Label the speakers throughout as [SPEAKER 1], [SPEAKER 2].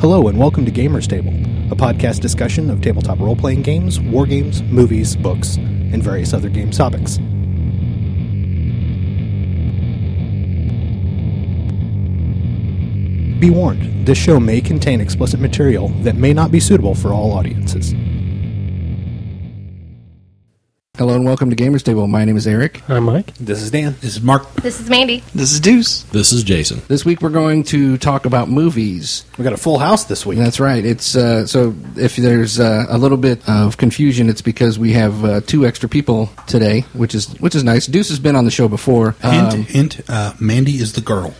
[SPEAKER 1] Hello, and welcome to Gamers Table, a podcast discussion of tabletop role playing games, war games, movies, books, and various other game topics. Be warned, this show may contain explicit material that may not be suitable for all audiences.
[SPEAKER 2] Hello and welcome to Gamers Table. My name is Eric.
[SPEAKER 3] Hi, Mike.
[SPEAKER 1] This is Dan.
[SPEAKER 4] This is Mark.
[SPEAKER 5] This is Mandy.
[SPEAKER 6] This is Deuce.
[SPEAKER 7] This is Jason.
[SPEAKER 2] This week we're going to talk about movies.
[SPEAKER 1] We got a full house this week.
[SPEAKER 2] That's right. It's uh, so if there's uh, a little bit of confusion, it's because we have uh, two extra people today, which is which is nice. Deuce has been on the show before.
[SPEAKER 4] Hint,
[SPEAKER 2] Um,
[SPEAKER 4] hint, uh, Mandy is the girl.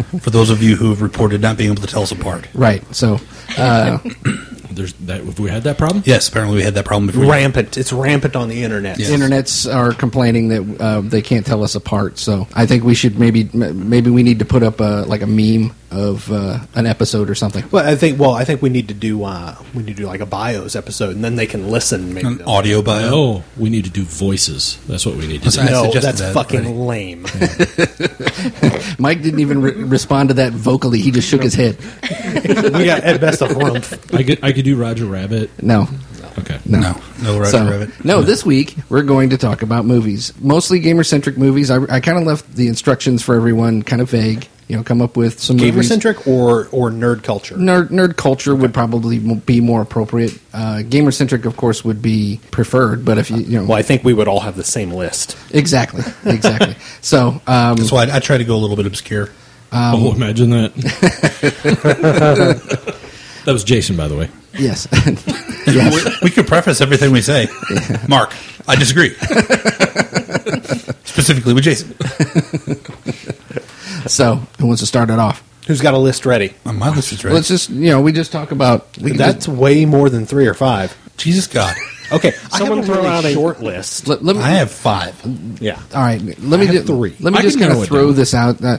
[SPEAKER 4] For those of you who have reported not being able to tell us apart.
[SPEAKER 2] right. So
[SPEAKER 7] There's that. Have we had that problem?
[SPEAKER 4] Yes, apparently we had that problem before.
[SPEAKER 1] Rampant. It's rampant on the internet.
[SPEAKER 4] Yes.
[SPEAKER 2] internets are complaining that uh, they can't tell us apart. So I think we should maybe m- maybe we need to put up a, like a meme of uh, an episode or something.
[SPEAKER 1] Well, I think. Well, I think we need to do. Uh, we need to do like a bios episode, and then they can listen. Maybe
[SPEAKER 4] An
[SPEAKER 1] they'll-
[SPEAKER 4] audio bio.
[SPEAKER 7] Oh, we need to do voices. That's what we need to
[SPEAKER 4] That's
[SPEAKER 7] do.
[SPEAKER 4] I
[SPEAKER 1] No,
[SPEAKER 4] suggested
[SPEAKER 1] that's
[SPEAKER 4] that
[SPEAKER 1] fucking
[SPEAKER 4] already.
[SPEAKER 1] lame.
[SPEAKER 2] Mike didn't even re- respond to that vocally. He just shook his head.
[SPEAKER 1] we got at best a rumpf.
[SPEAKER 7] I could I could do Roger Rabbit.
[SPEAKER 2] No.
[SPEAKER 7] Okay.
[SPEAKER 2] No.
[SPEAKER 4] No, no Roger
[SPEAKER 2] So,
[SPEAKER 4] Rabbit.
[SPEAKER 2] No, this week we're going to talk about movies, mostly gamer centric movies. I, I kind of left the instructions for everyone kind of vague. You know, come up with some
[SPEAKER 1] Gamer
[SPEAKER 2] movies.
[SPEAKER 1] centric or or nerd culture.
[SPEAKER 2] Nerd, nerd culture would probably m- be more appropriate. Uh, gamer centric, of course, would be preferred. But if you, you know,
[SPEAKER 1] Well, I think we would all have the same list.
[SPEAKER 2] exactly, exactly. so, um,
[SPEAKER 4] That's why I, I try to go a little bit obscure.
[SPEAKER 7] oh, imagine that. that was Jason, by the way.
[SPEAKER 2] yes,
[SPEAKER 4] We, we could preface everything we say. Mark, I disagree. Specifically with Jason.
[SPEAKER 2] so who wants to start it off?
[SPEAKER 1] Who's got a list ready?
[SPEAKER 4] Uh, My list is right.
[SPEAKER 2] Let's just, you know, we just talk about we can
[SPEAKER 1] That's
[SPEAKER 2] just-
[SPEAKER 1] way more than three or five.
[SPEAKER 4] Jesus God.
[SPEAKER 1] Okay,
[SPEAKER 2] Someone
[SPEAKER 1] I have a
[SPEAKER 2] throw
[SPEAKER 1] really
[SPEAKER 2] out a-
[SPEAKER 1] short list.
[SPEAKER 2] Uh, let, let me,
[SPEAKER 4] I have five.
[SPEAKER 1] Yeah,
[SPEAKER 2] All right, let
[SPEAKER 1] I
[SPEAKER 2] me
[SPEAKER 1] have
[SPEAKER 2] just
[SPEAKER 1] three.
[SPEAKER 2] let me
[SPEAKER 7] I
[SPEAKER 2] just
[SPEAKER 7] can
[SPEAKER 2] kind
[SPEAKER 7] narrow
[SPEAKER 2] of
[SPEAKER 7] it
[SPEAKER 2] throw
[SPEAKER 7] down.
[SPEAKER 2] this out. Uh,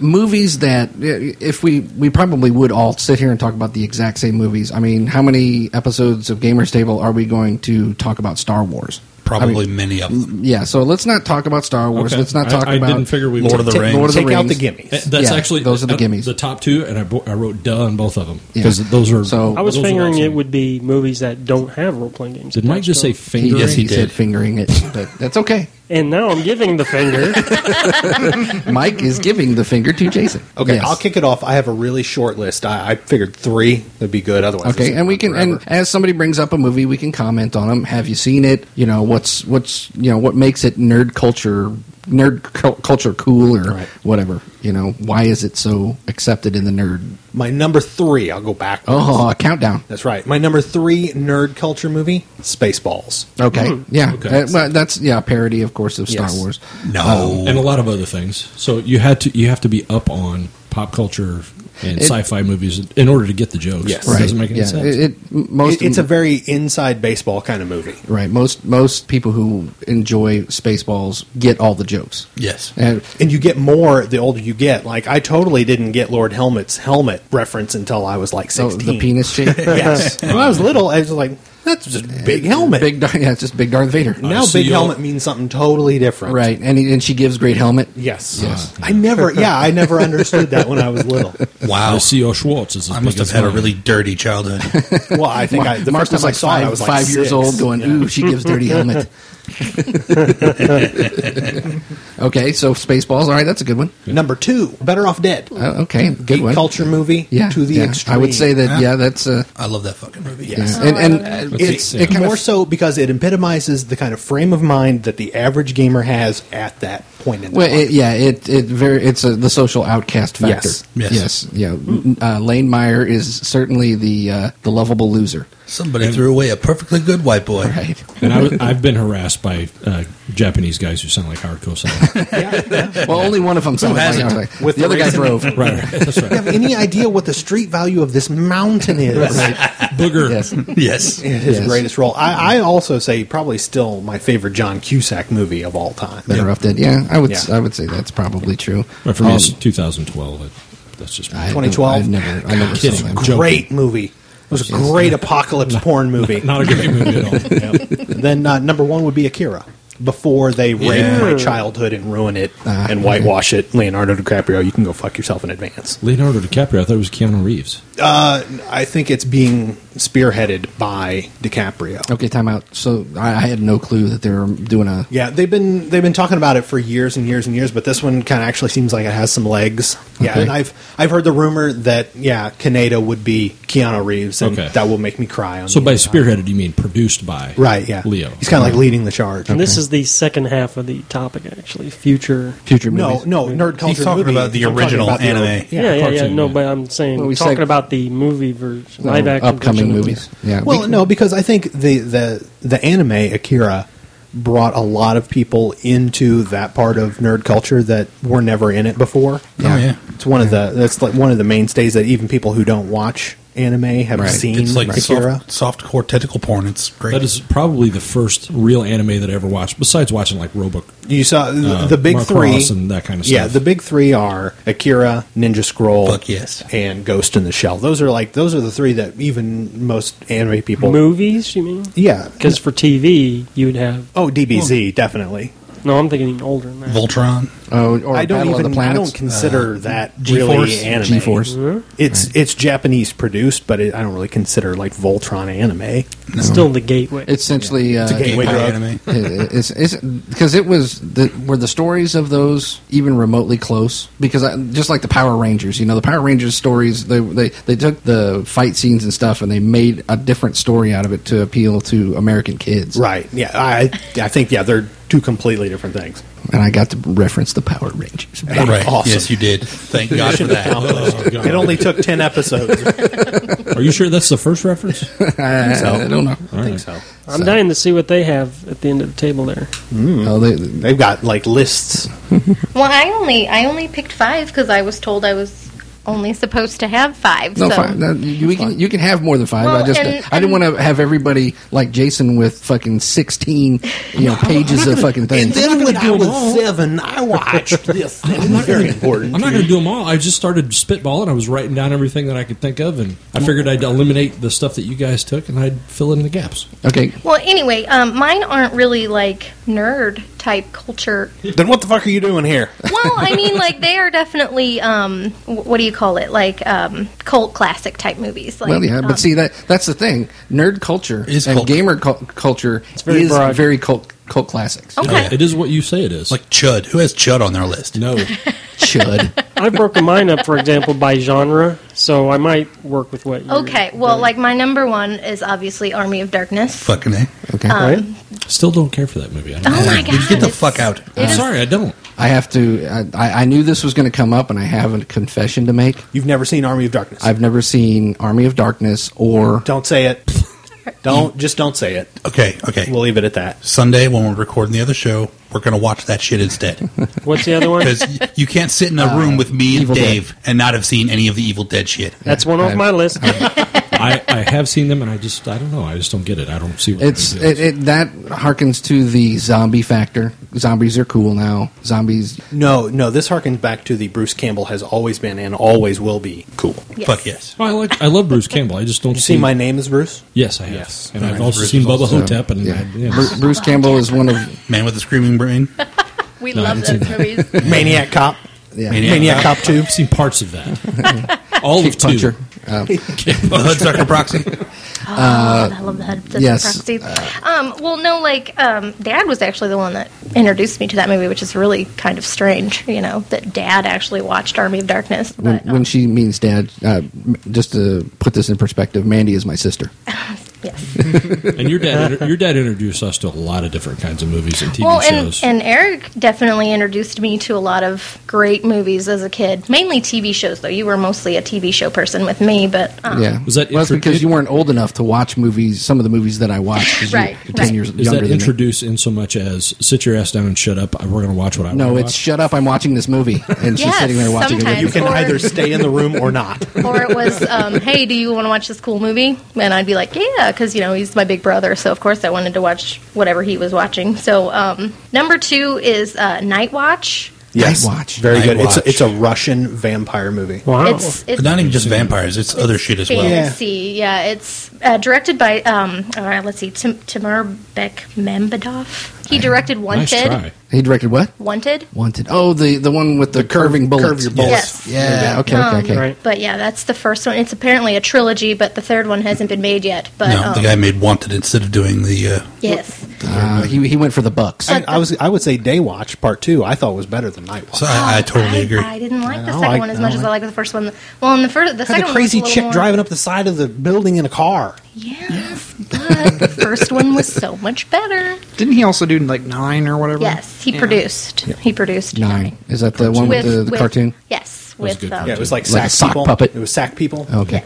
[SPEAKER 2] movies that uh, if we we probably would all sit here and talk about the exact same movies. I mean, how many episodes of Gamers Table are we going to talk about Star Wars?
[SPEAKER 4] Probably many of them.
[SPEAKER 2] Yeah, so let's not talk about Star Wars.
[SPEAKER 7] Okay.
[SPEAKER 2] Let's not
[SPEAKER 7] I-
[SPEAKER 2] talk
[SPEAKER 7] I
[SPEAKER 2] about
[SPEAKER 7] didn't figure we
[SPEAKER 4] Lord
[SPEAKER 7] would-
[SPEAKER 4] of the
[SPEAKER 1] Take-
[SPEAKER 4] Rings.
[SPEAKER 2] Lord of the
[SPEAKER 1] take out the
[SPEAKER 2] Rings.
[SPEAKER 7] Eh,
[SPEAKER 1] gimmies.
[SPEAKER 7] That's
[SPEAKER 2] Yeah,
[SPEAKER 7] actually
[SPEAKER 2] those are the
[SPEAKER 7] uh,
[SPEAKER 2] gimmies.
[SPEAKER 7] The top two, and I, bo- I wrote done both of them
[SPEAKER 2] Yeah.
[SPEAKER 7] because those are.
[SPEAKER 2] So-
[SPEAKER 3] I was
[SPEAKER 7] those are
[SPEAKER 3] figuring it
[SPEAKER 7] awesome.
[SPEAKER 3] would be movies that don't have role playing games.
[SPEAKER 7] Did Mike just say
[SPEAKER 3] attached to
[SPEAKER 2] He,
[SPEAKER 7] fingering?
[SPEAKER 4] Yes, he
[SPEAKER 2] he said
[SPEAKER 4] did.
[SPEAKER 2] fingering it, but that's okay.
[SPEAKER 3] them. And now I'm giving the finger.
[SPEAKER 2] Mike is giving the finger to Jason.
[SPEAKER 1] Okay,
[SPEAKER 2] Yes.
[SPEAKER 1] I'll kick it off. I have a really short list. I, I figured three would be good. Otherwise, it's
[SPEAKER 2] Okay,
[SPEAKER 1] gonna
[SPEAKER 2] and we
[SPEAKER 1] run
[SPEAKER 2] can
[SPEAKER 1] forever.
[SPEAKER 2] and as somebody brings up a movie, we can comment on them. Have you seen it? You know what's what's you know what makes it nerd culture nerd cul culture cool or
[SPEAKER 1] Right.
[SPEAKER 2] whatever. You know why is it so accepted in the nerd?
[SPEAKER 1] my number three. I'll go back.
[SPEAKER 2] Oh, a countdown.
[SPEAKER 1] That's right. My number three nerd culture movie, Spaceballs.
[SPEAKER 2] Okay, yeah,
[SPEAKER 7] Okay.
[SPEAKER 2] Uh, well, that's yeah, a parody, of course, of Star
[SPEAKER 1] Hmm. Yes.
[SPEAKER 2] Wars.
[SPEAKER 4] No.
[SPEAKER 2] oh.
[SPEAKER 7] and a lot of other things. So you had to you have to be up on pop culture and
[SPEAKER 2] It-
[SPEAKER 7] sci-fi movies in order to get the jokes.
[SPEAKER 1] Yes.
[SPEAKER 7] It doesn't make any
[SPEAKER 2] yeah,
[SPEAKER 7] sense.
[SPEAKER 2] It, it- most
[SPEAKER 1] It, it's a very inside baseball kind of movie.
[SPEAKER 2] right. Most most people who enjoy Spaceballs get all the jokes.
[SPEAKER 4] yes.
[SPEAKER 2] And
[SPEAKER 1] And you get more the older you get. Like I totally didn't get Lord Helmet's helmet reference until I was like
[SPEAKER 2] so
[SPEAKER 1] sixteen.
[SPEAKER 2] Oh, the penis shape.
[SPEAKER 1] Yes. when I was little, I was like, "That's just a big helmet."
[SPEAKER 2] Uh, Big, Dar- yeah, it's just big Darth Vader.
[SPEAKER 1] now,
[SPEAKER 7] Uh, so
[SPEAKER 1] big
[SPEAKER 7] you'll-
[SPEAKER 1] helmet means something totally different.
[SPEAKER 2] Right, and and she gives great helmet.
[SPEAKER 1] Yes.
[SPEAKER 2] Yes.
[SPEAKER 1] I never. Yeah, I never understood that when I was little.
[SPEAKER 4] Wow.
[SPEAKER 7] Uh, C.O. Schwartz is as
[SPEAKER 4] Oh. I must
[SPEAKER 7] big
[SPEAKER 4] have
[SPEAKER 7] as
[SPEAKER 4] had a
[SPEAKER 7] mine.
[SPEAKER 4] really dirty childhood.
[SPEAKER 1] Well, I think I, the
[SPEAKER 2] Mark
[SPEAKER 1] first time
[SPEAKER 2] was like
[SPEAKER 1] I saw
[SPEAKER 2] five,
[SPEAKER 1] it, I was like
[SPEAKER 2] five years
[SPEAKER 1] six.
[SPEAKER 2] old, going,
[SPEAKER 1] Yeah.
[SPEAKER 2] "Ooh, she gives dirty helmet." okay, so Spaceballs. All right, that's a good one.
[SPEAKER 1] Number two, Better Off Dead.
[SPEAKER 2] Uh, okay, good
[SPEAKER 1] Geek
[SPEAKER 2] one.
[SPEAKER 1] culture movie
[SPEAKER 2] yeah,
[SPEAKER 1] to the
[SPEAKER 2] yeah.
[SPEAKER 1] extreme.
[SPEAKER 2] I would say that. Yeah,
[SPEAKER 4] Yeah.
[SPEAKER 2] that's uh,
[SPEAKER 4] I love that fucking movie.
[SPEAKER 2] yeah.
[SPEAKER 1] Yes.
[SPEAKER 2] and, and
[SPEAKER 5] Oh, I
[SPEAKER 2] uh,
[SPEAKER 5] love
[SPEAKER 7] it.
[SPEAKER 2] it's
[SPEAKER 7] Let's see,
[SPEAKER 2] it kind
[SPEAKER 1] more
[SPEAKER 2] of
[SPEAKER 1] so because it epitomizes the kind of frame of mind that the average gamer has at that point in
[SPEAKER 2] well,
[SPEAKER 1] time.
[SPEAKER 2] it, yeah, it it very it's a, the social outcast factor.
[SPEAKER 1] Yes.
[SPEAKER 4] Yes.
[SPEAKER 2] yeah. Uh, Lane Meyer is certainly the uh, the lovable loser.
[SPEAKER 4] Somebody threw away a perfectly good white boy.
[SPEAKER 2] Right.
[SPEAKER 7] And I was, I've been harassed by uh, Japanese guys who sound like hardcore sound.
[SPEAKER 2] Well, only one of them. Who
[SPEAKER 4] hasn't?
[SPEAKER 1] With
[SPEAKER 2] the,
[SPEAKER 1] the
[SPEAKER 2] other guy
[SPEAKER 1] raisin-
[SPEAKER 2] drove.
[SPEAKER 7] right, right, that's
[SPEAKER 1] Do you
[SPEAKER 7] right.
[SPEAKER 1] have any idea what the street value of this mountain is?
[SPEAKER 7] Booger.
[SPEAKER 2] Yes.
[SPEAKER 4] Yes.
[SPEAKER 1] His
[SPEAKER 2] Yes.
[SPEAKER 1] greatest role. I, I also say probably still my favorite John Cusack movie of all time.
[SPEAKER 2] Better off dead. Yeah, I would.
[SPEAKER 1] Yeah.
[SPEAKER 2] I would say that's probably true.
[SPEAKER 7] Well, for me, it's
[SPEAKER 2] Um,
[SPEAKER 7] 2012. It, that's just
[SPEAKER 2] I-
[SPEAKER 7] me.
[SPEAKER 1] 2012?
[SPEAKER 2] I've never, I never
[SPEAKER 7] Kidding.
[SPEAKER 2] saw that.
[SPEAKER 7] I'm joking.
[SPEAKER 1] Great movie. It was a great apocalypse porn movie.
[SPEAKER 7] not a great movie at all.
[SPEAKER 1] Then uh, number one would be Akira. before they rape
[SPEAKER 4] Yeah.
[SPEAKER 1] my childhood and ruin it
[SPEAKER 2] Uh,
[SPEAKER 1] and whitewash it. Leonardo DiCaprio, you can go fuck yourself in advance.
[SPEAKER 7] Leonardo DiCaprio. I thought it was Keanu Reeves.
[SPEAKER 1] Uh, I think it's being spearheaded by DiCaprio.
[SPEAKER 2] Okay, time out. So I, I had no clue that they were doing a.
[SPEAKER 1] Yeah, they've been they've been talking about it for years and years and years, but this one kind of actually seems like it has some legs. Yeah,
[SPEAKER 2] Okay.
[SPEAKER 1] and I've I've heard the rumor that yeah, Kaneda would be Keanu Reeves, and
[SPEAKER 7] Okay.
[SPEAKER 1] that will make me cry. On
[SPEAKER 7] So
[SPEAKER 1] the
[SPEAKER 7] by
[SPEAKER 1] inside.
[SPEAKER 7] spearheaded, you mean produced by?
[SPEAKER 1] right? Yeah,
[SPEAKER 7] Leo.
[SPEAKER 1] He's kind of like leading the charge.
[SPEAKER 3] And this is the second half of the topic, actually. Future.
[SPEAKER 2] Future
[SPEAKER 1] No,
[SPEAKER 2] movies.
[SPEAKER 1] no, nerd culture.
[SPEAKER 4] talking
[SPEAKER 1] movie.
[SPEAKER 4] about the
[SPEAKER 1] I'm talking
[SPEAKER 4] original
[SPEAKER 1] about the
[SPEAKER 4] anime.
[SPEAKER 1] old-
[SPEAKER 3] Yeah,
[SPEAKER 1] Yeah.
[SPEAKER 3] yeah, yeah.
[SPEAKER 7] cartoon,
[SPEAKER 3] no,
[SPEAKER 7] yeah.
[SPEAKER 3] but I'm saying
[SPEAKER 2] Well, we
[SPEAKER 3] talking
[SPEAKER 2] said-
[SPEAKER 3] about the movie version,
[SPEAKER 2] No,
[SPEAKER 3] live action
[SPEAKER 2] upcoming
[SPEAKER 3] version of
[SPEAKER 2] movies. Yeah.
[SPEAKER 1] Well, no, because I think the, the the anime Akira brought a lot of people into that part of nerd culture that were never in it before.
[SPEAKER 4] Oh, yeah.
[SPEAKER 1] It's one of the that's like one of the mainstays that even people who don't watch anime have
[SPEAKER 2] Right.
[SPEAKER 1] seen
[SPEAKER 4] It's like
[SPEAKER 1] Akira.
[SPEAKER 4] soft, soft core tentacle porn. It's great.
[SPEAKER 7] That is probably the first real anime that I ever watched, besides watching like Roebuck.
[SPEAKER 1] You saw th-
[SPEAKER 7] Uh,
[SPEAKER 1] the big
[SPEAKER 7] Mark
[SPEAKER 1] three
[SPEAKER 7] Ross and that kind of
[SPEAKER 1] Yeah,
[SPEAKER 7] stuff.
[SPEAKER 1] the big three are Akira, Ninja Scroll,
[SPEAKER 4] Fuck yes.
[SPEAKER 1] and Ghost in the Shell. Those are like those are the three that even most anime people.
[SPEAKER 3] movies. You mean?
[SPEAKER 1] Yeah.
[SPEAKER 3] Because for TV, you would have.
[SPEAKER 1] Oh, DBZ definitely.
[SPEAKER 3] No, I'm thinking even older than that.
[SPEAKER 4] Voltron.
[SPEAKER 2] Oh, or
[SPEAKER 1] I don't
[SPEAKER 2] Battle
[SPEAKER 1] even.
[SPEAKER 2] of the
[SPEAKER 1] I
[SPEAKER 2] Planets.
[SPEAKER 1] don't consider that really
[SPEAKER 4] G-force?
[SPEAKER 1] anime.
[SPEAKER 2] G-force.
[SPEAKER 1] It's it's Japanese produced, but it, I don't really consider like Voltron anime.
[SPEAKER 3] It's still the gateway.
[SPEAKER 2] It's essentially uh,
[SPEAKER 4] It's a
[SPEAKER 1] gateway
[SPEAKER 4] gateway to
[SPEAKER 1] drug.
[SPEAKER 4] anime.
[SPEAKER 2] it's because it was the, were the stories of those even remotely close because I, just like the Power Rangers, you know, the Power Rangers stories they, they they took the fight scenes and stuff and they made a different story out of it to appeal to American kids.
[SPEAKER 1] Right. Yeah. I I think yeah they're two completely different things.
[SPEAKER 2] And I got to reference the Power Rangers.
[SPEAKER 4] Right.
[SPEAKER 1] Awesome.
[SPEAKER 4] Yes, you did. Thank God for
[SPEAKER 1] Mission
[SPEAKER 4] that.
[SPEAKER 1] accomplished. it only took ten episodes.
[SPEAKER 2] Uh,
[SPEAKER 7] Are you sure that's the first reference?
[SPEAKER 2] I, I don't know.
[SPEAKER 7] All
[SPEAKER 1] I think
[SPEAKER 7] right.
[SPEAKER 1] so.
[SPEAKER 3] I'm dying to see what they have at the end of the table there. Hmm.
[SPEAKER 2] Oh, they,
[SPEAKER 1] They've got like lists.
[SPEAKER 5] Well, I only I only picked five because I was told I was only supposed to have five.
[SPEAKER 2] no,
[SPEAKER 5] so
[SPEAKER 2] fine. No, you, we can, you can have more than five.
[SPEAKER 5] Well,
[SPEAKER 2] I just
[SPEAKER 5] and-
[SPEAKER 2] I didn't
[SPEAKER 5] and-
[SPEAKER 2] want to have everybody like Jason with fucking sixteen you know pages of fucking things.
[SPEAKER 1] when I was seven, I watched this. It was very important.
[SPEAKER 7] I'm not going to do them all. I just started spitballing. I was writing down everything that I could think of, and I figured I'd eliminate the stuff that you guys took, and I'd fill in the gaps.
[SPEAKER 2] Okay,
[SPEAKER 5] Well, anyway, um, mine aren't really like nerd type culture.
[SPEAKER 1] Then what the fuck are you doing here?
[SPEAKER 5] Well, I mean, like they are definitely um, wh- what do you call it? Like um, cult classic type movies. Like,
[SPEAKER 2] well, yeah, but
[SPEAKER 5] um,
[SPEAKER 2] see that—that's the thing. Nerd culture
[SPEAKER 4] Is
[SPEAKER 2] and
[SPEAKER 4] cult.
[SPEAKER 2] gamer cul- culture
[SPEAKER 3] very
[SPEAKER 2] is
[SPEAKER 3] broad.
[SPEAKER 2] very cult cult classics.
[SPEAKER 5] Okay.
[SPEAKER 7] It is what you say it is.
[SPEAKER 4] Like Chud. Who has Chud on their list?
[SPEAKER 7] no,
[SPEAKER 2] Chud.
[SPEAKER 3] I've broken mine up, for example, by genre, so I might work with what. you're
[SPEAKER 5] Okay, well,
[SPEAKER 3] doing.
[SPEAKER 5] like my number one is obviously Army of Darkness.
[SPEAKER 4] Fucking A.
[SPEAKER 2] Okay,
[SPEAKER 5] Uh.
[SPEAKER 3] right?
[SPEAKER 5] um,
[SPEAKER 7] still don't care for that movie. I don't
[SPEAKER 5] Oh
[SPEAKER 7] know.
[SPEAKER 5] my
[SPEAKER 4] Dude,
[SPEAKER 5] god!
[SPEAKER 4] get the
[SPEAKER 5] it's-
[SPEAKER 4] fuck out.
[SPEAKER 5] it
[SPEAKER 7] I'm
[SPEAKER 5] is-
[SPEAKER 7] sorry, I don't.
[SPEAKER 2] I have to. I- I, I knew this was going to come up, and I have a confession to make.
[SPEAKER 1] You've never seen Army of Darkness.
[SPEAKER 2] I've never seen Army of Darkness or
[SPEAKER 1] don't say it. Don't just don't say it.
[SPEAKER 4] Okay, okay.
[SPEAKER 1] We'll leave it at that.
[SPEAKER 4] Sunday when we're recording the other show, we're going to watch that shit instead.
[SPEAKER 3] What's the other one?
[SPEAKER 4] Because you can't sit in a room with me and
[SPEAKER 2] Evil
[SPEAKER 4] Dave and not have seen any of the Evil Dead shit.
[SPEAKER 3] That's one off my list.
[SPEAKER 7] I, I have seen them, and I just I don't know. I just don't get it. I don't see what
[SPEAKER 2] It's
[SPEAKER 7] the big deal
[SPEAKER 2] it,
[SPEAKER 7] is.
[SPEAKER 2] it, that harkens to the zombie factor. Zombies are cool now. Zombies.
[SPEAKER 1] No, no. This harkens back to the Bruce Campbell has always been and always will be cool.
[SPEAKER 5] Yes.
[SPEAKER 4] Fuck yes.
[SPEAKER 7] Oh, I like I love Bruce Campbell. I just don't
[SPEAKER 1] You see my name is Bruce.
[SPEAKER 7] Yes, I have.
[SPEAKER 1] Yes.
[SPEAKER 7] And I've
[SPEAKER 4] Alright,
[SPEAKER 7] also
[SPEAKER 4] Bruce
[SPEAKER 7] seen
[SPEAKER 4] is
[SPEAKER 7] Bubba
[SPEAKER 4] also-
[SPEAKER 7] Hotep, and
[SPEAKER 2] um, Yeah.
[SPEAKER 7] I, yeah.
[SPEAKER 2] Bru- Bruce Campbell is one of.
[SPEAKER 4] Man with a Screaming Brain.
[SPEAKER 5] We
[SPEAKER 7] No, I
[SPEAKER 5] love
[SPEAKER 7] haven't
[SPEAKER 5] those movies.
[SPEAKER 1] Maniac Cop.
[SPEAKER 2] Yeah.
[SPEAKER 4] Maniac
[SPEAKER 1] Maniac Cop Two.
[SPEAKER 7] I've seen parts of that. All of two.
[SPEAKER 2] Puncher.
[SPEAKER 4] the Hudsucker Proxy.
[SPEAKER 5] I love the head of the
[SPEAKER 2] Uh, yes.
[SPEAKER 5] proxies. um, well, no, like um, Dad was actually the one that introduced me to that movie, which is really kind of strange, you know, that Dad actually watched Army of Darkness.
[SPEAKER 2] When,
[SPEAKER 5] But, um,
[SPEAKER 2] when she means dad, uh, m- just to put this in perspective, Mandy is my sister.
[SPEAKER 5] yes.
[SPEAKER 7] And your dad, inter- your dad introduced us to a lot of different kinds of movies and TV
[SPEAKER 5] well, and,
[SPEAKER 7] shows.
[SPEAKER 5] and Eric definitely introduced me to a lot of great movies as a kid, mainly TV shows, though. You were mostly a TV show person with me, but um,
[SPEAKER 2] Yeah,
[SPEAKER 7] Was that
[SPEAKER 2] well, that's
[SPEAKER 7] intro-
[SPEAKER 2] because you weren't old enough to watch movies. Some of the movies that I watched, 'cause you
[SPEAKER 5] Right,
[SPEAKER 2] were ten
[SPEAKER 5] right.
[SPEAKER 2] years
[SPEAKER 7] is
[SPEAKER 2] younger
[SPEAKER 7] that
[SPEAKER 2] than me.
[SPEAKER 7] introduce in so much as sit your ass down and shut up? I- We're going to watch what I
[SPEAKER 2] No,
[SPEAKER 7] want
[SPEAKER 2] it's shut up. I'm watching this movie, and she's
[SPEAKER 5] Yes,
[SPEAKER 2] sitting there watching
[SPEAKER 5] sometimes.
[SPEAKER 1] You
[SPEAKER 2] it.
[SPEAKER 1] can
[SPEAKER 5] Or-
[SPEAKER 1] either stay in the room or not.
[SPEAKER 5] or it was, um, hey, do you want to watch this cool movie? And I'd be like, yeah, because you know he's my big brother, so of course I wanted to watch whatever he was watching. So um, number two is uh, Night Watch.
[SPEAKER 1] Yes,
[SPEAKER 2] Nightwatch.
[SPEAKER 1] Very good. It's
[SPEAKER 4] Nightwatch.
[SPEAKER 1] a, it's a Russian vampire movie.
[SPEAKER 3] Wow.
[SPEAKER 5] It's it's
[SPEAKER 4] But not even just vampires; it's other shit Oh, as well.
[SPEAKER 5] fantasy. Yeah, it's uh, directed by um. All right, let's see, Tim- Timur Bekmambetov. He directed
[SPEAKER 7] nice
[SPEAKER 5] Wanted.
[SPEAKER 7] try.
[SPEAKER 2] He directed what?
[SPEAKER 5] Wanted.
[SPEAKER 2] Wanted. Oh, the the one with the, curving
[SPEAKER 1] curve
[SPEAKER 2] bullets.
[SPEAKER 1] your bullets.
[SPEAKER 5] Yes.
[SPEAKER 2] Yeah. Okay. Okay. Okay.
[SPEAKER 3] Right.
[SPEAKER 5] But yeah, that's the first one. It's apparently a trilogy, but the third one hasn't been made yet. But
[SPEAKER 4] No,
[SPEAKER 5] um,
[SPEAKER 4] the guy made Wanted instead of doing the. Uh,
[SPEAKER 5] yes,
[SPEAKER 2] Uh, he he went for the bucks.
[SPEAKER 1] I, I was I would say Day Watch Part Two. I thought was better than Night Watch.
[SPEAKER 4] so I, I totally
[SPEAKER 5] Oh, I,
[SPEAKER 4] agree.
[SPEAKER 5] I didn't like
[SPEAKER 1] I
[SPEAKER 5] the
[SPEAKER 1] don't
[SPEAKER 5] second
[SPEAKER 1] like-
[SPEAKER 5] one as
[SPEAKER 1] I
[SPEAKER 5] much
[SPEAKER 1] don't
[SPEAKER 5] as I
[SPEAKER 1] like-
[SPEAKER 5] like the first one. Well, in the first, the
[SPEAKER 1] Had
[SPEAKER 5] second
[SPEAKER 1] the crazy
[SPEAKER 5] one was a little
[SPEAKER 1] chick
[SPEAKER 5] more,
[SPEAKER 1] driving up the side of the building in a car.
[SPEAKER 5] Yes, but the first one was so much better.
[SPEAKER 6] Didn't he also do like nine or whatever?
[SPEAKER 5] Yes, he
[SPEAKER 6] Yeah.
[SPEAKER 5] produced. He produced
[SPEAKER 2] Nine. Is that the one with, the, the cartoon?
[SPEAKER 5] Yes,
[SPEAKER 7] was
[SPEAKER 5] with
[SPEAKER 7] good
[SPEAKER 5] um,
[SPEAKER 7] cartoon.
[SPEAKER 1] Yeah, it was like,
[SPEAKER 2] Like
[SPEAKER 1] sack
[SPEAKER 2] a sock
[SPEAKER 1] people.
[SPEAKER 2] puppet.
[SPEAKER 1] It was sack people.
[SPEAKER 2] Okay.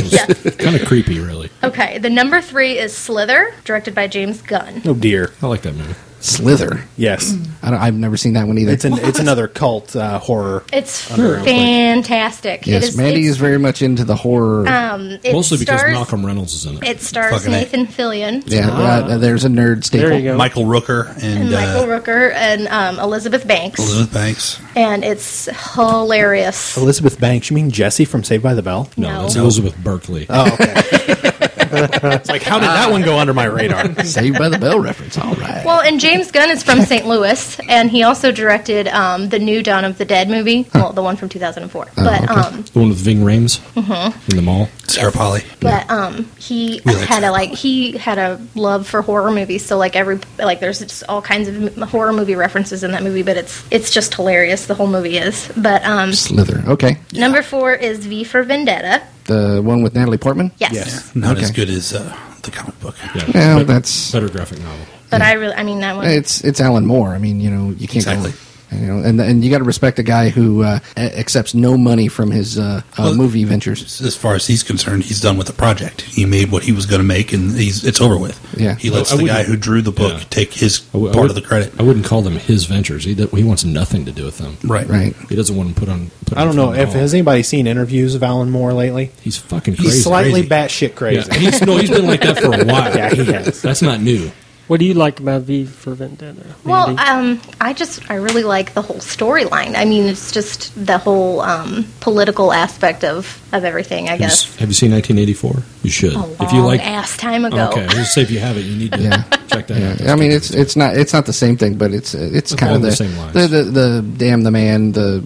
[SPEAKER 7] was kind of creepy, really.
[SPEAKER 5] okay. The number three is Slither, directed by James Gunn.
[SPEAKER 1] Oh dear.
[SPEAKER 7] I like that movie.
[SPEAKER 2] Slither.
[SPEAKER 1] Yes,
[SPEAKER 2] I don't, I've never seen that one either.
[SPEAKER 1] it's an it's another cult uh, horror.
[SPEAKER 5] It's
[SPEAKER 1] Underrated.
[SPEAKER 5] fantastic.
[SPEAKER 2] yes,
[SPEAKER 5] it is,
[SPEAKER 2] Mandy
[SPEAKER 5] it's-
[SPEAKER 2] is very much into the horror.
[SPEAKER 5] um, it
[SPEAKER 7] Mostly because
[SPEAKER 5] stars,
[SPEAKER 7] Malcolm Reynolds is in it.
[SPEAKER 5] It stars
[SPEAKER 4] Fucking A.
[SPEAKER 5] Nathan Fillion
[SPEAKER 2] yeah, uh, there's a nerd staple.
[SPEAKER 3] There you go.
[SPEAKER 4] Michael Rooker and,
[SPEAKER 5] and Michael
[SPEAKER 4] uh,
[SPEAKER 5] Rooker and um, Elizabeth Banks,
[SPEAKER 4] Elizabeth Banks.
[SPEAKER 5] and it's hilarious.
[SPEAKER 1] Elizabeth Banks. You mean Jesse from Saved by the Bell?
[SPEAKER 7] no,
[SPEAKER 5] No.
[SPEAKER 7] that's Elizabeth Berkley.
[SPEAKER 1] Oh, okay. it's like how did that one go under my radar?
[SPEAKER 2] Saved by the Bell reference. All right.
[SPEAKER 5] Well, and James Gunn is from St. Louis, and he also directed um, the new Dawn of the Dead movie, well, the one from 2004. but
[SPEAKER 2] okay.
[SPEAKER 5] um,
[SPEAKER 7] the one with Ving Rhames
[SPEAKER 5] Mm-hmm.
[SPEAKER 7] in the mall.
[SPEAKER 4] Sarah Polly.
[SPEAKER 5] but um, he
[SPEAKER 4] We like
[SPEAKER 5] had
[SPEAKER 4] that.
[SPEAKER 5] a like he had a love for horror movies. So like every like there's just all kinds of m- horror movie references in that movie, but it's it's just hilarious. The whole movie is. But um,
[SPEAKER 2] Slither. Okay.
[SPEAKER 5] number four is V for Vendetta.
[SPEAKER 2] The one with Natalie Portman.
[SPEAKER 5] Yes.
[SPEAKER 4] Not
[SPEAKER 2] Okay.
[SPEAKER 4] as good as uh, the comic book.
[SPEAKER 7] Yeah,
[SPEAKER 2] Well,
[SPEAKER 7] but-
[SPEAKER 2] that's
[SPEAKER 7] better graphic novel.
[SPEAKER 5] But I really, I mean that one.
[SPEAKER 2] it's it's Alan Moore. I mean, you know, you can't go-
[SPEAKER 4] Exactly.
[SPEAKER 2] you know, and and you got to respect a guy who uh, a- accepts no money from his uh, uh,
[SPEAKER 4] Well-
[SPEAKER 2] movie ventures.
[SPEAKER 4] As far as he's concerned, he's done with the project. He made what he was going to make, and he's it's over with.
[SPEAKER 2] Yeah.
[SPEAKER 4] he lets
[SPEAKER 7] I- I
[SPEAKER 4] the guy
[SPEAKER 7] wouldn't-
[SPEAKER 4] who drew the book
[SPEAKER 7] yeah.
[SPEAKER 4] take his
[SPEAKER 7] I w- I
[SPEAKER 4] part
[SPEAKER 7] would-
[SPEAKER 4] of the credit.
[SPEAKER 7] I wouldn't call them his ventures. He, do- he wants nothing to do with them.
[SPEAKER 4] Right,
[SPEAKER 2] Right.
[SPEAKER 7] He doesn't want to put on. Put
[SPEAKER 1] I
[SPEAKER 7] on
[SPEAKER 1] don't know
[SPEAKER 7] film at
[SPEAKER 1] if
[SPEAKER 7] all.
[SPEAKER 1] has anybody seen interviews of Alan Moore lately.
[SPEAKER 7] He's fucking crazy.
[SPEAKER 1] He's slightly
[SPEAKER 4] Crazy.
[SPEAKER 1] batshit
[SPEAKER 7] Yeah,
[SPEAKER 1] crazy.
[SPEAKER 7] he's, no, he's been like that for a while.
[SPEAKER 1] Yeah, he has.
[SPEAKER 7] That's not new.
[SPEAKER 3] What do you like about V for Vendetta?
[SPEAKER 5] Well,
[SPEAKER 3] Mandy?
[SPEAKER 5] um, I just I really like the whole storyline. I mean, it's just the whole um, political aspect of of everything. I
[SPEAKER 7] Have you,
[SPEAKER 5] guess
[SPEAKER 7] s- have you seen 1984? You should.
[SPEAKER 5] a long
[SPEAKER 7] if you like,
[SPEAKER 5] ass time ago.
[SPEAKER 7] okay. Let's say if you have it, you need to
[SPEAKER 2] Yeah.
[SPEAKER 7] check that out.
[SPEAKER 2] Yeah, I mean it's it's not it's not the same thing, but it's it's kind of
[SPEAKER 7] along
[SPEAKER 2] the
[SPEAKER 7] the same lines.
[SPEAKER 2] the, the the damn the man, the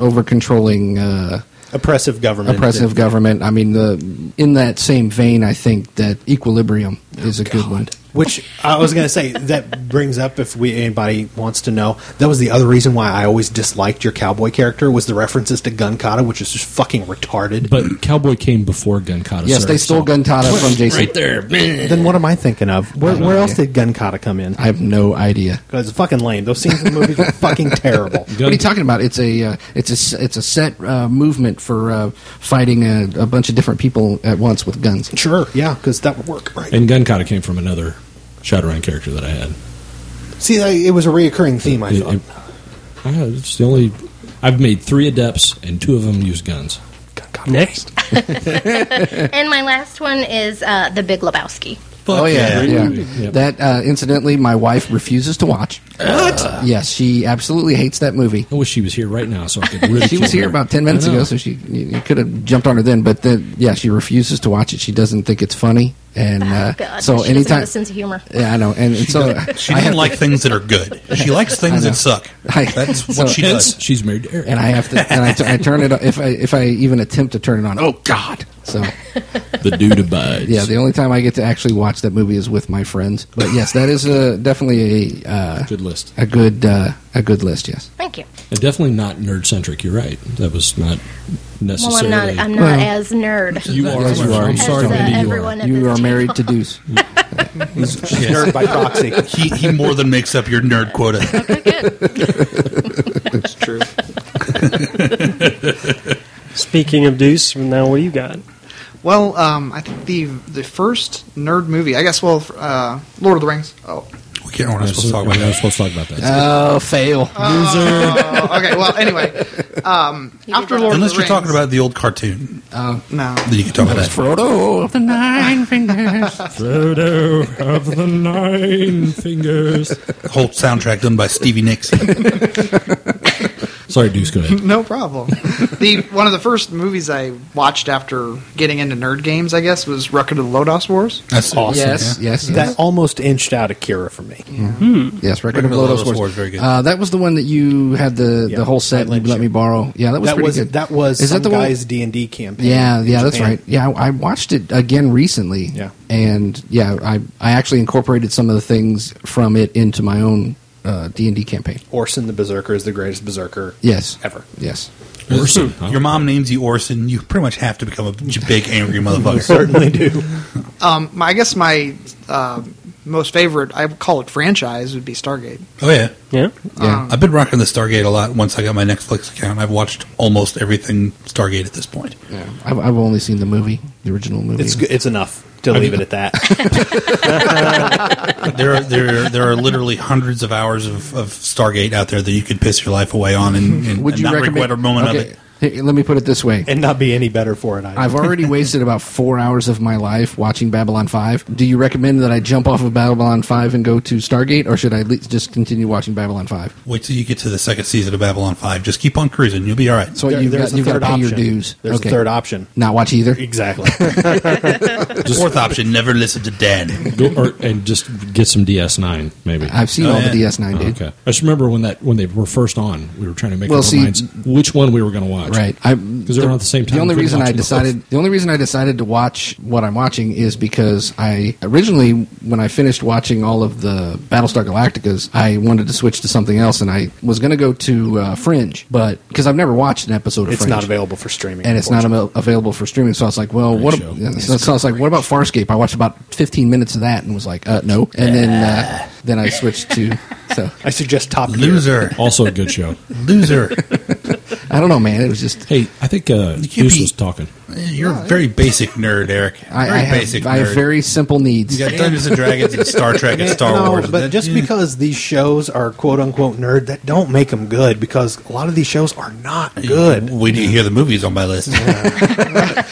[SPEAKER 2] over controlling uh,
[SPEAKER 1] Oppressive government.
[SPEAKER 2] oppressive government. I mean, the in that same vein, I think that equilibrium is a good one.
[SPEAKER 1] Which I was going to say that brings up if we anybody wants to know that was the other reason why I always disliked your cowboy character was the references to Gun Kata, which is just fucking retarded.
[SPEAKER 7] But Cowboy came before Gun Kata.
[SPEAKER 2] Yes,
[SPEAKER 7] sir,
[SPEAKER 2] they stole
[SPEAKER 7] so-
[SPEAKER 2] Guntata from Jason.
[SPEAKER 7] Right there.
[SPEAKER 1] then what am I thinking of? Where,
[SPEAKER 2] don't
[SPEAKER 1] where
[SPEAKER 2] know.
[SPEAKER 1] else did Gun Kata come in?
[SPEAKER 2] I have no idea.
[SPEAKER 1] Because it's fucking lame. Those scenes in the movies are fucking terrible.
[SPEAKER 2] What are
[SPEAKER 7] Gun-
[SPEAKER 2] you talking about? It's a uh, it's a s- it's a set uh, movement for uh, fighting a, a bunch of different people at once with guns.
[SPEAKER 1] Sure, yeah, because that would work, right?
[SPEAKER 7] And Gun Kata came from another Shadowrun character that I had.
[SPEAKER 1] See, I- it was a reoccurring theme. I
[SPEAKER 7] It-
[SPEAKER 1] thought
[SPEAKER 7] it- I had- it's the only. I've made three adepts, and two of them use guns.
[SPEAKER 3] next.
[SPEAKER 5] And my last one is uh, the Big Lebowski.
[SPEAKER 4] Fuck
[SPEAKER 2] oh yeah, yeah.
[SPEAKER 7] Yep.
[SPEAKER 2] That uh, incidentally, my wife refuses to watch. What? yes, she absolutely hates that movie.
[SPEAKER 7] I wish she was here right now so I could ridicule
[SPEAKER 2] She was here
[SPEAKER 7] her.
[SPEAKER 2] about ten minutes
[SPEAKER 7] I know.
[SPEAKER 2] ago, so she you, you could have jumped on her then. But then, yeah, she refuses to watch it. She doesn't think it's funny, and uh,
[SPEAKER 5] Oh, God,
[SPEAKER 2] so
[SPEAKER 5] she doesn't
[SPEAKER 2] anytime.
[SPEAKER 5] have a sense of humor.
[SPEAKER 2] Yeah, I know, and, and so
[SPEAKER 4] She doesn't like things that are good. She likes things that suck.
[SPEAKER 2] I-
[SPEAKER 4] That's
[SPEAKER 2] so-
[SPEAKER 4] what she
[SPEAKER 7] Hence,
[SPEAKER 4] does.
[SPEAKER 7] she's married to Eric.
[SPEAKER 2] and I have to, and I, t- I turn it. on- If I if I even attempt to turn it on, oh God! So
[SPEAKER 7] the dude abides.
[SPEAKER 2] yeah, the only time I get to actually watch that movie is with my friends. But yes, that is a, definitely a uh,
[SPEAKER 7] good list.
[SPEAKER 2] a good uh, a good list. Yes,
[SPEAKER 5] Thank you.
[SPEAKER 7] And definitely not nerd centric. You're right. That was not
[SPEAKER 5] Well,
[SPEAKER 7] necessarily.
[SPEAKER 5] I'm not I'm not
[SPEAKER 2] Well,
[SPEAKER 5] as nerd
[SPEAKER 7] you are.
[SPEAKER 2] Yes, you are.
[SPEAKER 7] I'm
[SPEAKER 5] as
[SPEAKER 7] sorry,
[SPEAKER 5] uh,
[SPEAKER 7] Mandy. You
[SPEAKER 5] everyone
[SPEAKER 7] are.
[SPEAKER 5] at
[SPEAKER 2] you
[SPEAKER 5] this
[SPEAKER 2] are
[SPEAKER 5] table.
[SPEAKER 2] married to Deuce.
[SPEAKER 1] nerd by proxy.
[SPEAKER 4] He, he more than makes up your nerd quota.
[SPEAKER 6] That's true.
[SPEAKER 3] Speaking of Deuce, now what do you got?
[SPEAKER 6] Well, um, I think the the first nerd movie, I guess. Well, uh, Lord of the Rings. Oh,
[SPEAKER 4] We can't remember. what I was supposed to talk
[SPEAKER 7] We're
[SPEAKER 4] about
[SPEAKER 7] not
[SPEAKER 4] that.
[SPEAKER 7] supposed to talk about that.
[SPEAKER 2] Oh, fail.
[SPEAKER 6] Oh, okay. Well, anyway, um,
[SPEAKER 5] You did
[SPEAKER 6] after
[SPEAKER 5] that.
[SPEAKER 6] Lord
[SPEAKER 4] Unless
[SPEAKER 6] of
[SPEAKER 4] you're
[SPEAKER 6] the
[SPEAKER 4] talking
[SPEAKER 6] Rings-
[SPEAKER 4] about the old cartoon,
[SPEAKER 6] no,
[SPEAKER 4] then you can talk about that.
[SPEAKER 2] Frodo of the Nine Fingers.
[SPEAKER 7] Frodo of the Nine Fingers.
[SPEAKER 4] whole soundtrack done by Stevie Nicks.
[SPEAKER 7] Sorry, Deuce. Go ahead.
[SPEAKER 6] no problem. the one of the first movies I watched after getting into nerd games, I guess, was Record of the Lodos Wars.
[SPEAKER 4] That's awesome.
[SPEAKER 2] Yes, yes, yes.
[SPEAKER 1] That almost inched out Akira for me.
[SPEAKER 2] Yes, Record of
[SPEAKER 4] Record
[SPEAKER 2] Lodos Wars.
[SPEAKER 4] very good.
[SPEAKER 2] Uh, that was the one that you had the,
[SPEAKER 1] Yeah,
[SPEAKER 2] the whole set.
[SPEAKER 1] Nightlight
[SPEAKER 2] You let me
[SPEAKER 1] Show.
[SPEAKER 2] borrow. Yeah, that was
[SPEAKER 1] that
[SPEAKER 2] pretty
[SPEAKER 1] was
[SPEAKER 2] good.
[SPEAKER 1] that was
[SPEAKER 2] Is
[SPEAKER 1] some
[SPEAKER 2] that the one-
[SPEAKER 1] guy's D and D campaign.
[SPEAKER 2] Yeah,
[SPEAKER 1] in
[SPEAKER 2] yeah, that's
[SPEAKER 1] Japan.
[SPEAKER 2] right. Yeah, I, I watched it again recently.
[SPEAKER 1] Yeah.
[SPEAKER 2] and yeah, I I actually incorporated some of the things from it into my own uh, D and D campaign.
[SPEAKER 1] Orson the Berserker is the greatest berserker
[SPEAKER 2] Yes,
[SPEAKER 1] ever.
[SPEAKER 2] Yes,
[SPEAKER 7] Orson.
[SPEAKER 4] Your mom names you Orson. You pretty much have to become a big angry motherfucker.
[SPEAKER 1] Certainly do.
[SPEAKER 6] Um, my, I guess my uh, most favorite, I would call it franchise, would be Stargate.
[SPEAKER 4] oh yeah.
[SPEAKER 3] Yeah.
[SPEAKER 2] yeah.
[SPEAKER 6] Um,
[SPEAKER 4] I've been rocking the Stargate a lot. Once I got my Netflix account, I've watched almost everything Stargate at this point.
[SPEAKER 2] yeah. I've, I've only seen the movie, the original movie.
[SPEAKER 1] It's it's enough to leave it at that.
[SPEAKER 4] There, are, there, are- there are literally hundreds of hours of, of Stargate out there that you could piss your life away on and, and,
[SPEAKER 2] Would
[SPEAKER 4] and
[SPEAKER 2] you
[SPEAKER 4] not
[SPEAKER 2] recommend
[SPEAKER 4] regret a moment of
[SPEAKER 2] okay,
[SPEAKER 4] it.
[SPEAKER 2] here, let me put it this way.
[SPEAKER 1] and not be any better for it. Either.
[SPEAKER 2] I've already wasted about four hours of my life watching Babylon 5. Do you recommend that I jump off of Babylon 5 and go to Stargate, or should I at least just continue watching Babylon 5?
[SPEAKER 4] Wait till you get to the second season of Babylon Five. Just keep on cruising. You'll be all right.
[SPEAKER 2] So
[SPEAKER 1] There-
[SPEAKER 2] you've,
[SPEAKER 1] there's
[SPEAKER 2] got,
[SPEAKER 1] a
[SPEAKER 2] you've got to
[SPEAKER 1] third
[SPEAKER 2] pay your
[SPEAKER 1] option.
[SPEAKER 2] dues.
[SPEAKER 1] There's a third option.
[SPEAKER 2] Not watch either?
[SPEAKER 1] Exactly.
[SPEAKER 4] Fourth option: never listen to Dan.
[SPEAKER 7] Go, or, and just get some DS9, maybe.
[SPEAKER 2] I've seen
[SPEAKER 4] Oh,
[SPEAKER 2] all
[SPEAKER 4] yeah.
[SPEAKER 2] the DS9, dude.
[SPEAKER 7] okay. I just remember when that when they were first on, we were trying to make
[SPEAKER 2] Well,
[SPEAKER 7] up our
[SPEAKER 2] see-
[SPEAKER 7] minds which one we were going to watch.
[SPEAKER 2] Right.
[SPEAKER 7] Because they were on at the same time.
[SPEAKER 2] The only
[SPEAKER 7] we
[SPEAKER 2] reason
[SPEAKER 7] couldn't watch
[SPEAKER 2] I
[SPEAKER 7] them both.
[SPEAKER 2] decided the only reason I decided to watch what I'm watching is because I originally when I finished watching all of the Battlestar Galacticas, I wanted to switch to something else and I was going to go to uh, Fringe, but cuz I've never watched an episode of
[SPEAKER 1] it's
[SPEAKER 2] Fringe.
[SPEAKER 1] not available for streaming,
[SPEAKER 2] and it's not avail- available for streaming. So I was like, well, what?
[SPEAKER 7] show.
[SPEAKER 2] Ab- yeah, so, so I was like, what about Farscape? I watched about 15 minutes of that and was like, uh, no. And then uh, then I switched to. So
[SPEAKER 1] I suggest Top Gear.
[SPEAKER 4] Loser,
[SPEAKER 7] Also a good show.
[SPEAKER 4] loser.
[SPEAKER 2] I don't know, man. It was just.
[SPEAKER 7] Hey, I think uh,
[SPEAKER 4] can't
[SPEAKER 7] Deuce
[SPEAKER 4] be-
[SPEAKER 7] was talking.
[SPEAKER 4] You're a very basic nerd, Eric.
[SPEAKER 2] I, I,
[SPEAKER 4] very
[SPEAKER 2] have,
[SPEAKER 4] basic
[SPEAKER 2] I have
[SPEAKER 4] nerd.
[SPEAKER 2] very simple needs.
[SPEAKER 4] You got Dungeons and Dragons and Star Trek and Star
[SPEAKER 1] no,
[SPEAKER 4] Wars.
[SPEAKER 1] but
[SPEAKER 4] That-
[SPEAKER 1] just
[SPEAKER 4] yeah.
[SPEAKER 1] because these shows are quote unquote nerd, that don't make them good because a lot of these shows are not good.
[SPEAKER 4] When you hear the movies on my list,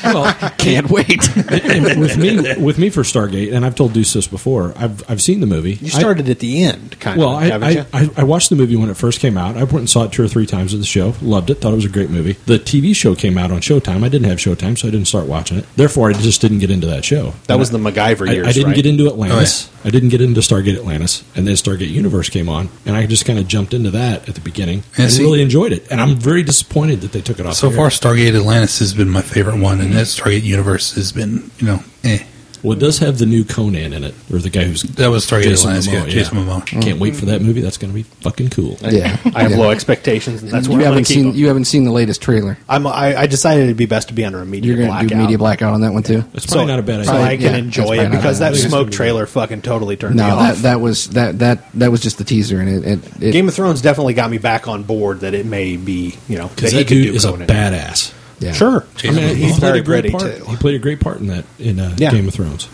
[SPEAKER 7] Well,
[SPEAKER 2] Can't wait.
[SPEAKER 7] and with me, with me for Stargate, and I've told Deuce this before. I've I've seen the movie.
[SPEAKER 1] You started at the end, kind
[SPEAKER 7] Well,
[SPEAKER 1] of.
[SPEAKER 7] I,
[SPEAKER 1] haven't you?
[SPEAKER 7] I, I, I watched the movie when it first came out. I went and saw it two or three times at the show. Loved it. Thought it was a great movie. The TV show came out on Showtime. I didn't have Showtime, so I didn't start watching it. Therefore, I just didn't get into that show.
[SPEAKER 1] that
[SPEAKER 7] And
[SPEAKER 1] was
[SPEAKER 7] I-
[SPEAKER 1] the MacGyver
[SPEAKER 7] I,
[SPEAKER 1] years.
[SPEAKER 7] I didn't
[SPEAKER 1] right?
[SPEAKER 7] get into Atlantis.
[SPEAKER 4] Oh,
[SPEAKER 7] I didn't get into Stargate Atlantis, and then Stargate Universe came on, and I just kind of jumped into that at the beginning
[SPEAKER 4] Yeah,
[SPEAKER 7] and
[SPEAKER 4] see-
[SPEAKER 7] really enjoyed it. And I'm very disappointed that they took it off.
[SPEAKER 4] so
[SPEAKER 7] the
[SPEAKER 4] far
[SPEAKER 7] air.
[SPEAKER 4] Stargate Atlantis has been my favorite one, and that Stargate Universe has been, you know, eh.
[SPEAKER 7] well, it does have the new Conan in it, or the guy who's
[SPEAKER 4] That was Stargate
[SPEAKER 7] Jason
[SPEAKER 4] Atlantis,
[SPEAKER 7] Momoa,
[SPEAKER 4] yeah, Jason Momoa.
[SPEAKER 7] Can't wait for that movie. That's going to be fucking cool.
[SPEAKER 2] Yeah,
[SPEAKER 1] I have
[SPEAKER 2] yeah.
[SPEAKER 1] low expectations, and that's
[SPEAKER 2] you
[SPEAKER 1] where I'm going
[SPEAKER 2] haven't
[SPEAKER 1] to keep
[SPEAKER 2] seen
[SPEAKER 1] 'em.
[SPEAKER 2] you haven't seen the latest trailer.
[SPEAKER 1] I'm, I, I decided it'd be best to be under a media
[SPEAKER 2] You're going to
[SPEAKER 1] blackout.
[SPEAKER 2] do media blackout on that one too.
[SPEAKER 7] That's probably not a bad
[SPEAKER 1] so I
[SPEAKER 7] idea.
[SPEAKER 2] Probably-
[SPEAKER 1] can
[SPEAKER 2] yeah, that's
[SPEAKER 1] enjoy
[SPEAKER 2] probably
[SPEAKER 1] it
[SPEAKER 2] not
[SPEAKER 1] because
[SPEAKER 2] a bad
[SPEAKER 1] that
[SPEAKER 2] idea.
[SPEAKER 1] smoke trailer fucking totally turned me
[SPEAKER 2] No,
[SPEAKER 1] off.
[SPEAKER 2] that, that was that that that was just the teaser, and it, it, it
[SPEAKER 1] Game of Thrones definitely got me back on board that it may be, you know,
[SPEAKER 7] because
[SPEAKER 1] he
[SPEAKER 7] that
[SPEAKER 1] could
[SPEAKER 7] dude
[SPEAKER 1] do
[SPEAKER 7] is a
[SPEAKER 1] Conan.
[SPEAKER 7] badass.
[SPEAKER 2] yeah.
[SPEAKER 1] Sure,
[SPEAKER 7] I mean, he
[SPEAKER 1] he's
[SPEAKER 7] played
[SPEAKER 1] very
[SPEAKER 7] a great
[SPEAKER 1] pretty
[SPEAKER 7] part.
[SPEAKER 1] too.
[SPEAKER 7] He played a great part in that in uh,
[SPEAKER 1] Yeah.
[SPEAKER 7] Game of Thrones.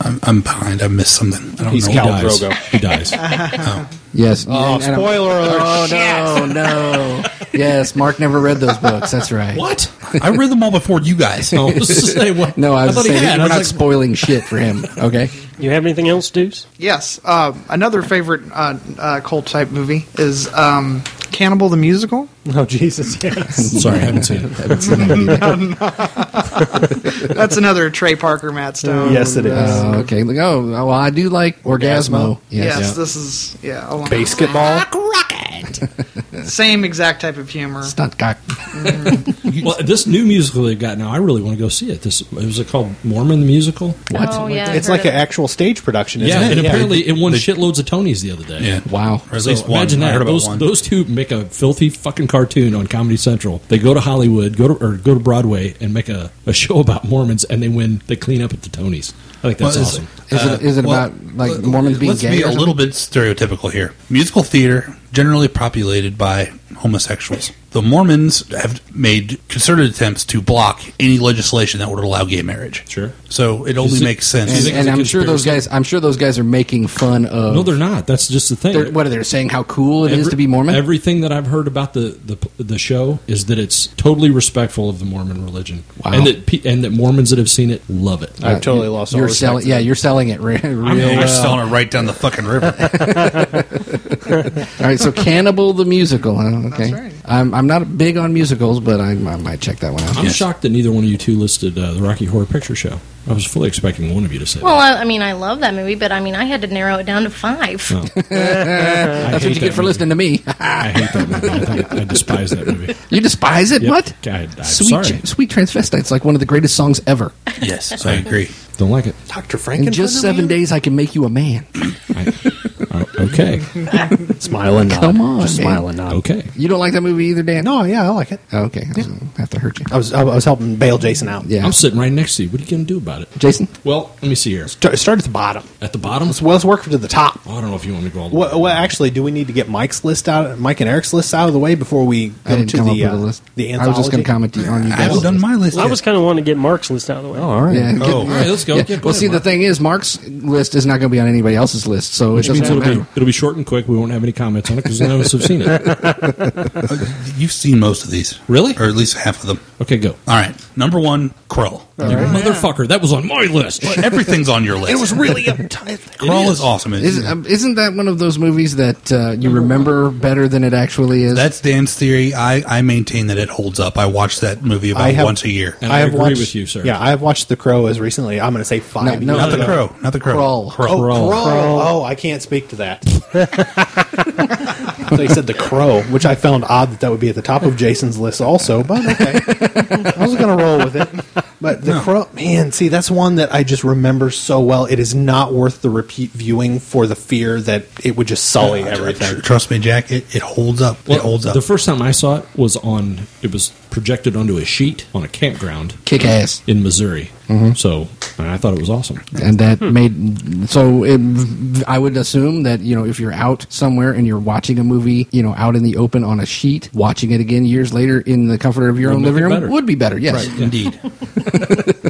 [SPEAKER 4] I'm, I'm behind. I missed something. I don't
[SPEAKER 1] He's
[SPEAKER 4] know.
[SPEAKER 7] He
[SPEAKER 1] Cal
[SPEAKER 7] dies.
[SPEAKER 1] Drogo.
[SPEAKER 7] He dies.
[SPEAKER 2] Yes.
[SPEAKER 1] Oh,
[SPEAKER 2] And- and I'm-
[SPEAKER 1] spoiler alert!
[SPEAKER 2] Oh no, no. yes, Mark never read those books. That's right.
[SPEAKER 7] what?
[SPEAKER 4] I read them all before you guys.
[SPEAKER 7] No, I was just saying, what?
[SPEAKER 2] No, I was
[SPEAKER 7] thought he
[SPEAKER 2] saying
[SPEAKER 7] had.
[SPEAKER 2] we're
[SPEAKER 7] I
[SPEAKER 2] not
[SPEAKER 7] was like,
[SPEAKER 2] spoiling shit for him. Okay.
[SPEAKER 3] You have anything else, Deuce?
[SPEAKER 6] Yes, uh, another favorite uh, uh, cult type movie is um, Cannibal the Musical.
[SPEAKER 1] Oh Jesus! Yes.
[SPEAKER 7] Sorry, I haven't seen it.
[SPEAKER 2] Haven't seen that either.
[SPEAKER 6] That's another Trey Parker, Matt Stone.
[SPEAKER 1] yes, it is.
[SPEAKER 2] Uh, okay. Like, oh, oh, well, I do like Orgasmo.
[SPEAKER 6] Yes,
[SPEAKER 2] Yes.
[SPEAKER 6] this is yeah, along
[SPEAKER 1] Basketball.
[SPEAKER 6] same exact type of humor.
[SPEAKER 2] Stunt cock.
[SPEAKER 7] Well, this new musical they've got now, I really want to go see it. This was it called Mormon the musical?
[SPEAKER 2] What?
[SPEAKER 5] Oh, yeah. I
[SPEAKER 1] It's
[SPEAKER 5] heard
[SPEAKER 1] like an
[SPEAKER 5] it.
[SPEAKER 1] actual stage production, isn't
[SPEAKER 7] Yeah,
[SPEAKER 1] it?
[SPEAKER 7] and
[SPEAKER 1] Yeah.
[SPEAKER 7] apparently it won shitloads of Tonys the other day.
[SPEAKER 4] Yeah.
[SPEAKER 2] Wow.
[SPEAKER 4] Or at
[SPEAKER 7] So
[SPEAKER 4] least one.
[SPEAKER 7] imagine
[SPEAKER 4] I
[SPEAKER 7] that.
[SPEAKER 4] heard about
[SPEAKER 7] those
[SPEAKER 4] one.
[SPEAKER 7] those two make a filthy fucking cartoon on Comedy Central. They go to Hollywood, go to or go to Broadway, and make a, a show about Mormons, and they win. They clean up at the Tonys. I think that's
[SPEAKER 4] Well, is-
[SPEAKER 7] awesome.
[SPEAKER 2] Is it, is it
[SPEAKER 4] Uh, well,
[SPEAKER 2] about like
[SPEAKER 4] let-
[SPEAKER 2] Mormons being
[SPEAKER 4] let's
[SPEAKER 2] gay? or
[SPEAKER 4] be a
[SPEAKER 2] something?
[SPEAKER 4] little bit stereotypical here. Musical theater generally populated by homosexuals. The Mormons have made concerted attempts to block any legislation that would allow gay marriage.
[SPEAKER 7] Sure.
[SPEAKER 4] So it only
[SPEAKER 7] Is it-
[SPEAKER 4] makes sense.
[SPEAKER 7] Do you
[SPEAKER 2] And,
[SPEAKER 7] think
[SPEAKER 2] and
[SPEAKER 7] it's a
[SPEAKER 2] I'm sure those
[SPEAKER 7] conspiracy?
[SPEAKER 2] guys. I'm sure those guys are making fun of.
[SPEAKER 7] No, they're not. That's just the thing.
[SPEAKER 2] they're- what are they saying? How cool it is
[SPEAKER 7] Every-
[SPEAKER 2] to be Mormon.
[SPEAKER 7] Everything that I've heard about the, the the show is that it's totally respectful of the Mormon religion,
[SPEAKER 2] Wow.
[SPEAKER 7] and that pe- and that Mormons that have seen it love it.
[SPEAKER 2] Uh,
[SPEAKER 1] I've totally lost all
[SPEAKER 2] You're
[SPEAKER 1] respect
[SPEAKER 2] selling.
[SPEAKER 1] for
[SPEAKER 2] Yeah,
[SPEAKER 1] them.
[SPEAKER 2] you're selling it re- real.
[SPEAKER 4] I mean, you're
[SPEAKER 2] well.
[SPEAKER 4] selling it right down the fucking river.
[SPEAKER 2] All right, so Cannibal the musical. Huh? Okay,
[SPEAKER 6] That's right.
[SPEAKER 2] I'm, I'm not big on musicals, but I, I might check that one out.
[SPEAKER 7] I'm shocked that neither one of you two listed uh, the Rocky Horror Picture Show. I was fully expecting one of you to say.
[SPEAKER 5] Well, I, I mean, I love that movie, but I mean, I had to narrow it down to five.
[SPEAKER 7] that. No.
[SPEAKER 2] That's what you get for listening to me.
[SPEAKER 7] I hate that movie. I, think- I despise that movie.
[SPEAKER 2] you despise it?
[SPEAKER 7] Yep.
[SPEAKER 2] What?
[SPEAKER 7] I, am
[SPEAKER 2] sweet,
[SPEAKER 7] sorry.
[SPEAKER 2] Tr- sweet transvestite's like one of the greatest songs ever.
[SPEAKER 4] yes, I agree.
[SPEAKER 7] Don't like it.
[SPEAKER 1] Dr.
[SPEAKER 2] In
[SPEAKER 1] Frankenfurter.
[SPEAKER 2] just seven days, I can make you a man.
[SPEAKER 7] I, uh, okay.
[SPEAKER 1] Smile and nod.
[SPEAKER 2] Come on,
[SPEAKER 1] Just
[SPEAKER 2] man.
[SPEAKER 1] smile and nod.
[SPEAKER 7] Okay.
[SPEAKER 2] You don't like that movie either, Dan?
[SPEAKER 1] No, yeah, I like it.
[SPEAKER 2] Oh, okay, I have to hurt you.
[SPEAKER 1] I was I was helping bail Jason out.
[SPEAKER 2] Yeah,
[SPEAKER 7] I'm sitting right next to you. What are you going to do about it?
[SPEAKER 2] Jason.
[SPEAKER 7] Well, let me see here.
[SPEAKER 1] Start, start at the bottom.
[SPEAKER 7] At the bottom.
[SPEAKER 1] Let's, let's work to the top.
[SPEAKER 7] Oh, I don't know if you want me to go all the way.
[SPEAKER 1] Well, well, actually, do we need to get Mike's list out, Mike and Eric's list out of the way before we go
[SPEAKER 2] I didn't
[SPEAKER 1] to
[SPEAKER 2] come
[SPEAKER 1] the
[SPEAKER 2] up with
[SPEAKER 1] uh,
[SPEAKER 2] a list.
[SPEAKER 1] the
[SPEAKER 2] I
[SPEAKER 1] anthology?
[SPEAKER 2] was just going to comment to- on you.
[SPEAKER 4] I haven't done my list.
[SPEAKER 3] I
[SPEAKER 4] yet.
[SPEAKER 3] was kind of wanting to get Mark's list out of the way.
[SPEAKER 1] all right.
[SPEAKER 2] Yeah, get-
[SPEAKER 4] Oh. All
[SPEAKER 7] right, let's go.
[SPEAKER 2] Yeah.
[SPEAKER 7] Get-
[SPEAKER 2] well, see, the
[SPEAKER 7] Mark.
[SPEAKER 2] thing is, Mark's list is not going to be on anybody else's list, so
[SPEAKER 7] Which
[SPEAKER 2] it
[SPEAKER 7] means
[SPEAKER 2] doesn't
[SPEAKER 7] it'll
[SPEAKER 2] matter.
[SPEAKER 7] be, it'll be short and quick. We won't have any comments on it because none of us have seen it.
[SPEAKER 4] You've seen most of these,
[SPEAKER 7] Really?
[SPEAKER 4] or at least half of them.
[SPEAKER 7] Okay, go.
[SPEAKER 4] All right, number one, Krull.
[SPEAKER 7] You motherfucker, that was on my list.
[SPEAKER 4] But Everything's on your list. It was really uptight. Krull
[SPEAKER 7] It
[SPEAKER 4] is.
[SPEAKER 7] is.
[SPEAKER 4] awesome. It's-
[SPEAKER 2] Is, um, isn't that one of those movies that uh,
[SPEAKER 1] Oh.
[SPEAKER 2] you remember better than it actually is?
[SPEAKER 4] That's Dan's theory. I, I maintain that it holds up. I watch that movie
[SPEAKER 1] I
[SPEAKER 4] about
[SPEAKER 1] have-
[SPEAKER 4] once a year.
[SPEAKER 7] And I agree with you, sir.
[SPEAKER 1] Yeah, I have watched The Crow as recently. I'm going to say five.
[SPEAKER 2] No, no,
[SPEAKER 1] years
[SPEAKER 4] Not the
[SPEAKER 1] ago.
[SPEAKER 4] crow. Not the crow.
[SPEAKER 2] Krull.
[SPEAKER 1] Oh,
[SPEAKER 7] Crow.
[SPEAKER 1] crow. Oh, I can't speak to that. so he said the crow, which I found odd that that would be at the top of Jason's list also, but okay. I was going to roll with it. But the crow, man, see, that's one that I just remember so well. It is not worth the repeat viewing for the fear that it would just sully
[SPEAKER 4] Tr-
[SPEAKER 1] everything.
[SPEAKER 4] Trust me, Jack. It, it holds up. it holds up.
[SPEAKER 7] The first time I saw it was on. It was projected onto a sheet on a campground
[SPEAKER 2] Kick ass,
[SPEAKER 7] in Missouri.
[SPEAKER 2] Mm-hmm.
[SPEAKER 7] So and I thought it was awesome.
[SPEAKER 2] and that
[SPEAKER 4] Hmm.
[SPEAKER 2] made so. It, I would assume that you know if you're out somewhere and you're watching a movie, you know, out in the open on a sheet, watching it again years later in the comfort of your
[SPEAKER 7] Would
[SPEAKER 2] own
[SPEAKER 7] make it
[SPEAKER 2] living room
[SPEAKER 7] better.
[SPEAKER 2] would be better. Yes,
[SPEAKER 4] Indeed.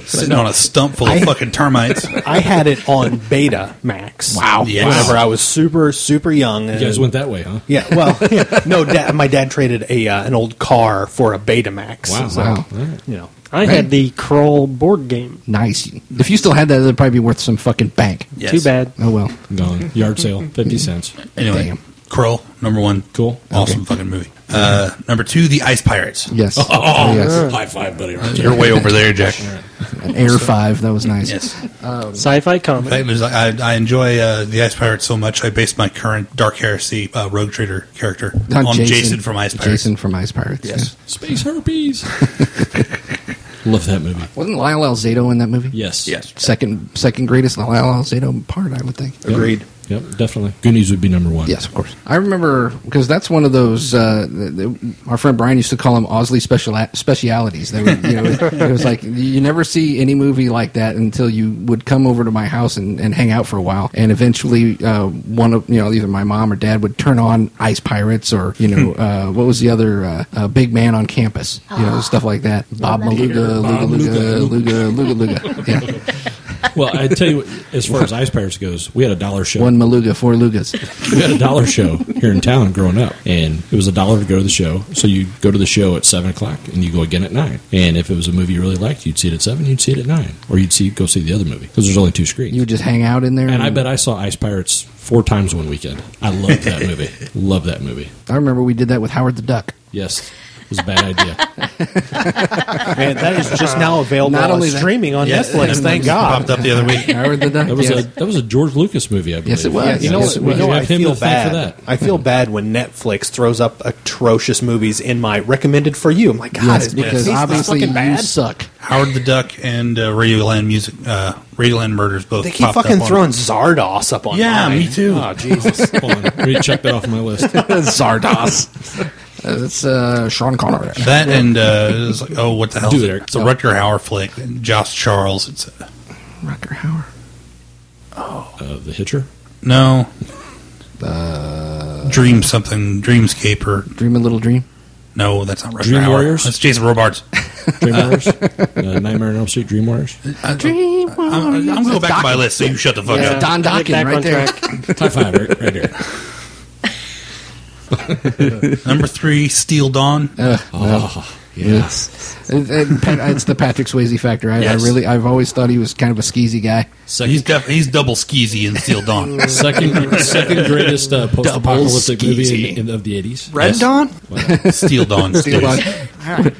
[SPEAKER 4] Sitting on a stump full of
[SPEAKER 1] I-
[SPEAKER 4] fucking termites.
[SPEAKER 1] I had it on beta max.
[SPEAKER 2] Wow.
[SPEAKER 4] Yes.
[SPEAKER 1] Whenever I was super, super young.
[SPEAKER 7] You guys went that way, huh?
[SPEAKER 1] Yeah, well, yeah. no, dad, my dad traded a uh, an old car for a Betamax.
[SPEAKER 7] Wow.
[SPEAKER 1] So,
[SPEAKER 2] Wow.
[SPEAKER 7] All right.
[SPEAKER 1] You know,
[SPEAKER 3] I had the Kroll board game.
[SPEAKER 2] nice. If you still had that, it'd probably be worth some fucking bank.
[SPEAKER 4] Yes.
[SPEAKER 3] Too bad.
[SPEAKER 2] Oh well.
[SPEAKER 7] Gone. Yard sale, fifty cents.
[SPEAKER 4] Anyway,
[SPEAKER 2] Damn.
[SPEAKER 4] Krull, number one.
[SPEAKER 7] Cool.
[SPEAKER 4] Awesome
[SPEAKER 2] Okay.
[SPEAKER 4] fucking movie. Uh, number two, The Ice Pirates. Uh,
[SPEAKER 2] Yes. Oh, yes.
[SPEAKER 7] High five, buddy. Aren't you?
[SPEAKER 4] You're way over there, Jack.
[SPEAKER 2] An Air Five. That was nice.
[SPEAKER 4] Yes.
[SPEAKER 2] Oh.
[SPEAKER 3] Sci-fi comic.
[SPEAKER 4] It was, I, I enjoy uh, the Ice Pirates so much. I based my current Dark Heresy uh, Rogue Trader character
[SPEAKER 2] Not
[SPEAKER 4] on Jason, from Ice Pirates.
[SPEAKER 2] Jason from Ice Pirates.
[SPEAKER 4] Yes.
[SPEAKER 7] Space herpes. Love that movie.
[SPEAKER 2] yeah. Wasn't Lyle Alzado in that movie?
[SPEAKER 7] Yes.
[SPEAKER 4] Yes.
[SPEAKER 2] Second, second greatest Lyle Alzado part, I would think.
[SPEAKER 7] Yep.
[SPEAKER 1] Agreed.
[SPEAKER 7] Yep. Definitely. Goonies would be number one.
[SPEAKER 2] Yes, of course. I remember because that's one of those. Uh, th- th- our friend Brian used to call them Osley special specialities. They were, you know, it was like you never see any movie like that until you would come over to my house and, and hang out for a while, and eventually uh, one of you know either my mom or dad would turn on Ice Pirates or you know uh, what was the other uh, uh, big man on campus, you know stuff like that. Bob Maluga, Luga
[SPEAKER 7] Bob
[SPEAKER 2] Luga, Luga Luga Luga. Yeah.
[SPEAKER 7] Well, I tell you, what, as far as Ice Pirates goes, we had a dollar show.
[SPEAKER 2] One Maluga, four Lugas.
[SPEAKER 7] we had a dollar show here in town growing up, and it was a dollar to go to the show. So you go to the show at seven o'clock, and you go again at nine. And if it was a movie you really liked, you'd see it at seven, you'd see it at nine, or you'd see go see the other movie because there's only two screens.
[SPEAKER 2] You would just hang out in there.
[SPEAKER 7] and I bet I saw Ice Pirates four times one weekend. I loved that movie. Love that movie.
[SPEAKER 2] I remember we did that with Howard the Duck.
[SPEAKER 7] Yes, it was a bad idea.
[SPEAKER 1] Man, that is just now available
[SPEAKER 2] Not
[SPEAKER 1] Not
[SPEAKER 2] only
[SPEAKER 1] only
[SPEAKER 2] that-
[SPEAKER 1] streaming on
[SPEAKER 4] Yeah,
[SPEAKER 1] Netflix.
[SPEAKER 4] and
[SPEAKER 1] Thank
[SPEAKER 4] it
[SPEAKER 1] God.
[SPEAKER 4] Popped up the other week.
[SPEAKER 2] Howard the Duck.
[SPEAKER 7] That was a
[SPEAKER 2] yes.
[SPEAKER 7] that was a George Lucas movie, I believe.
[SPEAKER 2] Yes, it was.
[SPEAKER 7] Yeah,
[SPEAKER 1] You know, what
[SPEAKER 2] Yes, it
[SPEAKER 1] you
[SPEAKER 2] was.
[SPEAKER 1] know
[SPEAKER 7] You
[SPEAKER 1] what
[SPEAKER 7] have
[SPEAKER 1] I
[SPEAKER 7] him
[SPEAKER 1] feel
[SPEAKER 7] to thank
[SPEAKER 1] bad.
[SPEAKER 7] for that.
[SPEAKER 1] I feel bad when Netflix throws up atrocious movies in my recommended for you. My God,
[SPEAKER 2] Yes,
[SPEAKER 1] it's
[SPEAKER 2] because
[SPEAKER 1] it's not
[SPEAKER 2] obviously
[SPEAKER 1] fucking
[SPEAKER 2] you suck.
[SPEAKER 4] Howard the Duck and uh, Radioland music, uh, Radioland murders both.
[SPEAKER 1] They keep
[SPEAKER 4] popped
[SPEAKER 1] fucking
[SPEAKER 4] up on-
[SPEAKER 1] throwing Zardos up on.
[SPEAKER 4] Yeah, me too.
[SPEAKER 1] Oh, Jesus.
[SPEAKER 7] Hold on, let me check that off my list.
[SPEAKER 2] Zardos. Uh, That's uh, Sean Connery.
[SPEAKER 4] that and uh, it was like, oh, what the hell?
[SPEAKER 7] Do
[SPEAKER 4] is
[SPEAKER 7] it,
[SPEAKER 4] it?
[SPEAKER 7] Eric.
[SPEAKER 4] It's a Rutger Hauer flick. And Josh Charles. It's uh,
[SPEAKER 2] Rucker Hauer.
[SPEAKER 7] Uh, the Hitcher.
[SPEAKER 4] no Dream something, Dreamscape or
[SPEAKER 2] Dream a Little Dream.
[SPEAKER 4] no, that's not Rush
[SPEAKER 7] Dream
[SPEAKER 4] Hour.
[SPEAKER 7] Warriors?
[SPEAKER 4] That's Jason Robards.
[SPEAKER 7] Dream Warriors, uh, Nightmare on Elm Street, Dream Warriors,
[SPEAKER 2] Dream
[SPEAKER 4] I'm, I'm going to go back to my list. So you shut the fuck
[SPEAKER 2] Yeah.
[SPEAKER 4] up.
[SPEAKER 2] Don
[SPEAKER 3] Uh, get
[SPEAKER 2] Dokken
[SPEAKER 3] back
[SPEAKER 2] right
[SPEAKER 3] on
[SPEAKER 2] there.
[SPEAKER 3] track.
[SPEAKER 7] High five right, right here.
[SPEAKER 4] Number three, Steel Dawn.
[SPEAKER 7] Oh,
[SPEAKER 2] Yes, it, it- Pat- it's the Patrick Swayze factor. I,
[SPEAKER 4] Yes.
[SPEAKER 2] I really, I've always thought he was kind of a skeezy guy.
[SPEAKER 4] He's
[SPEAKER 7] second,
[SPEAKER 4] def- he's double skeezy in Steel Dawn.
[SPEAKER 7] second, second greatest uh, post-apocalyptic movie in, in, of the eighties.
[SPEAKER 6] Red Dawn?
[SPEAKER 4] Steel Dawn.
[SPEAKER 2] Steel Dawn.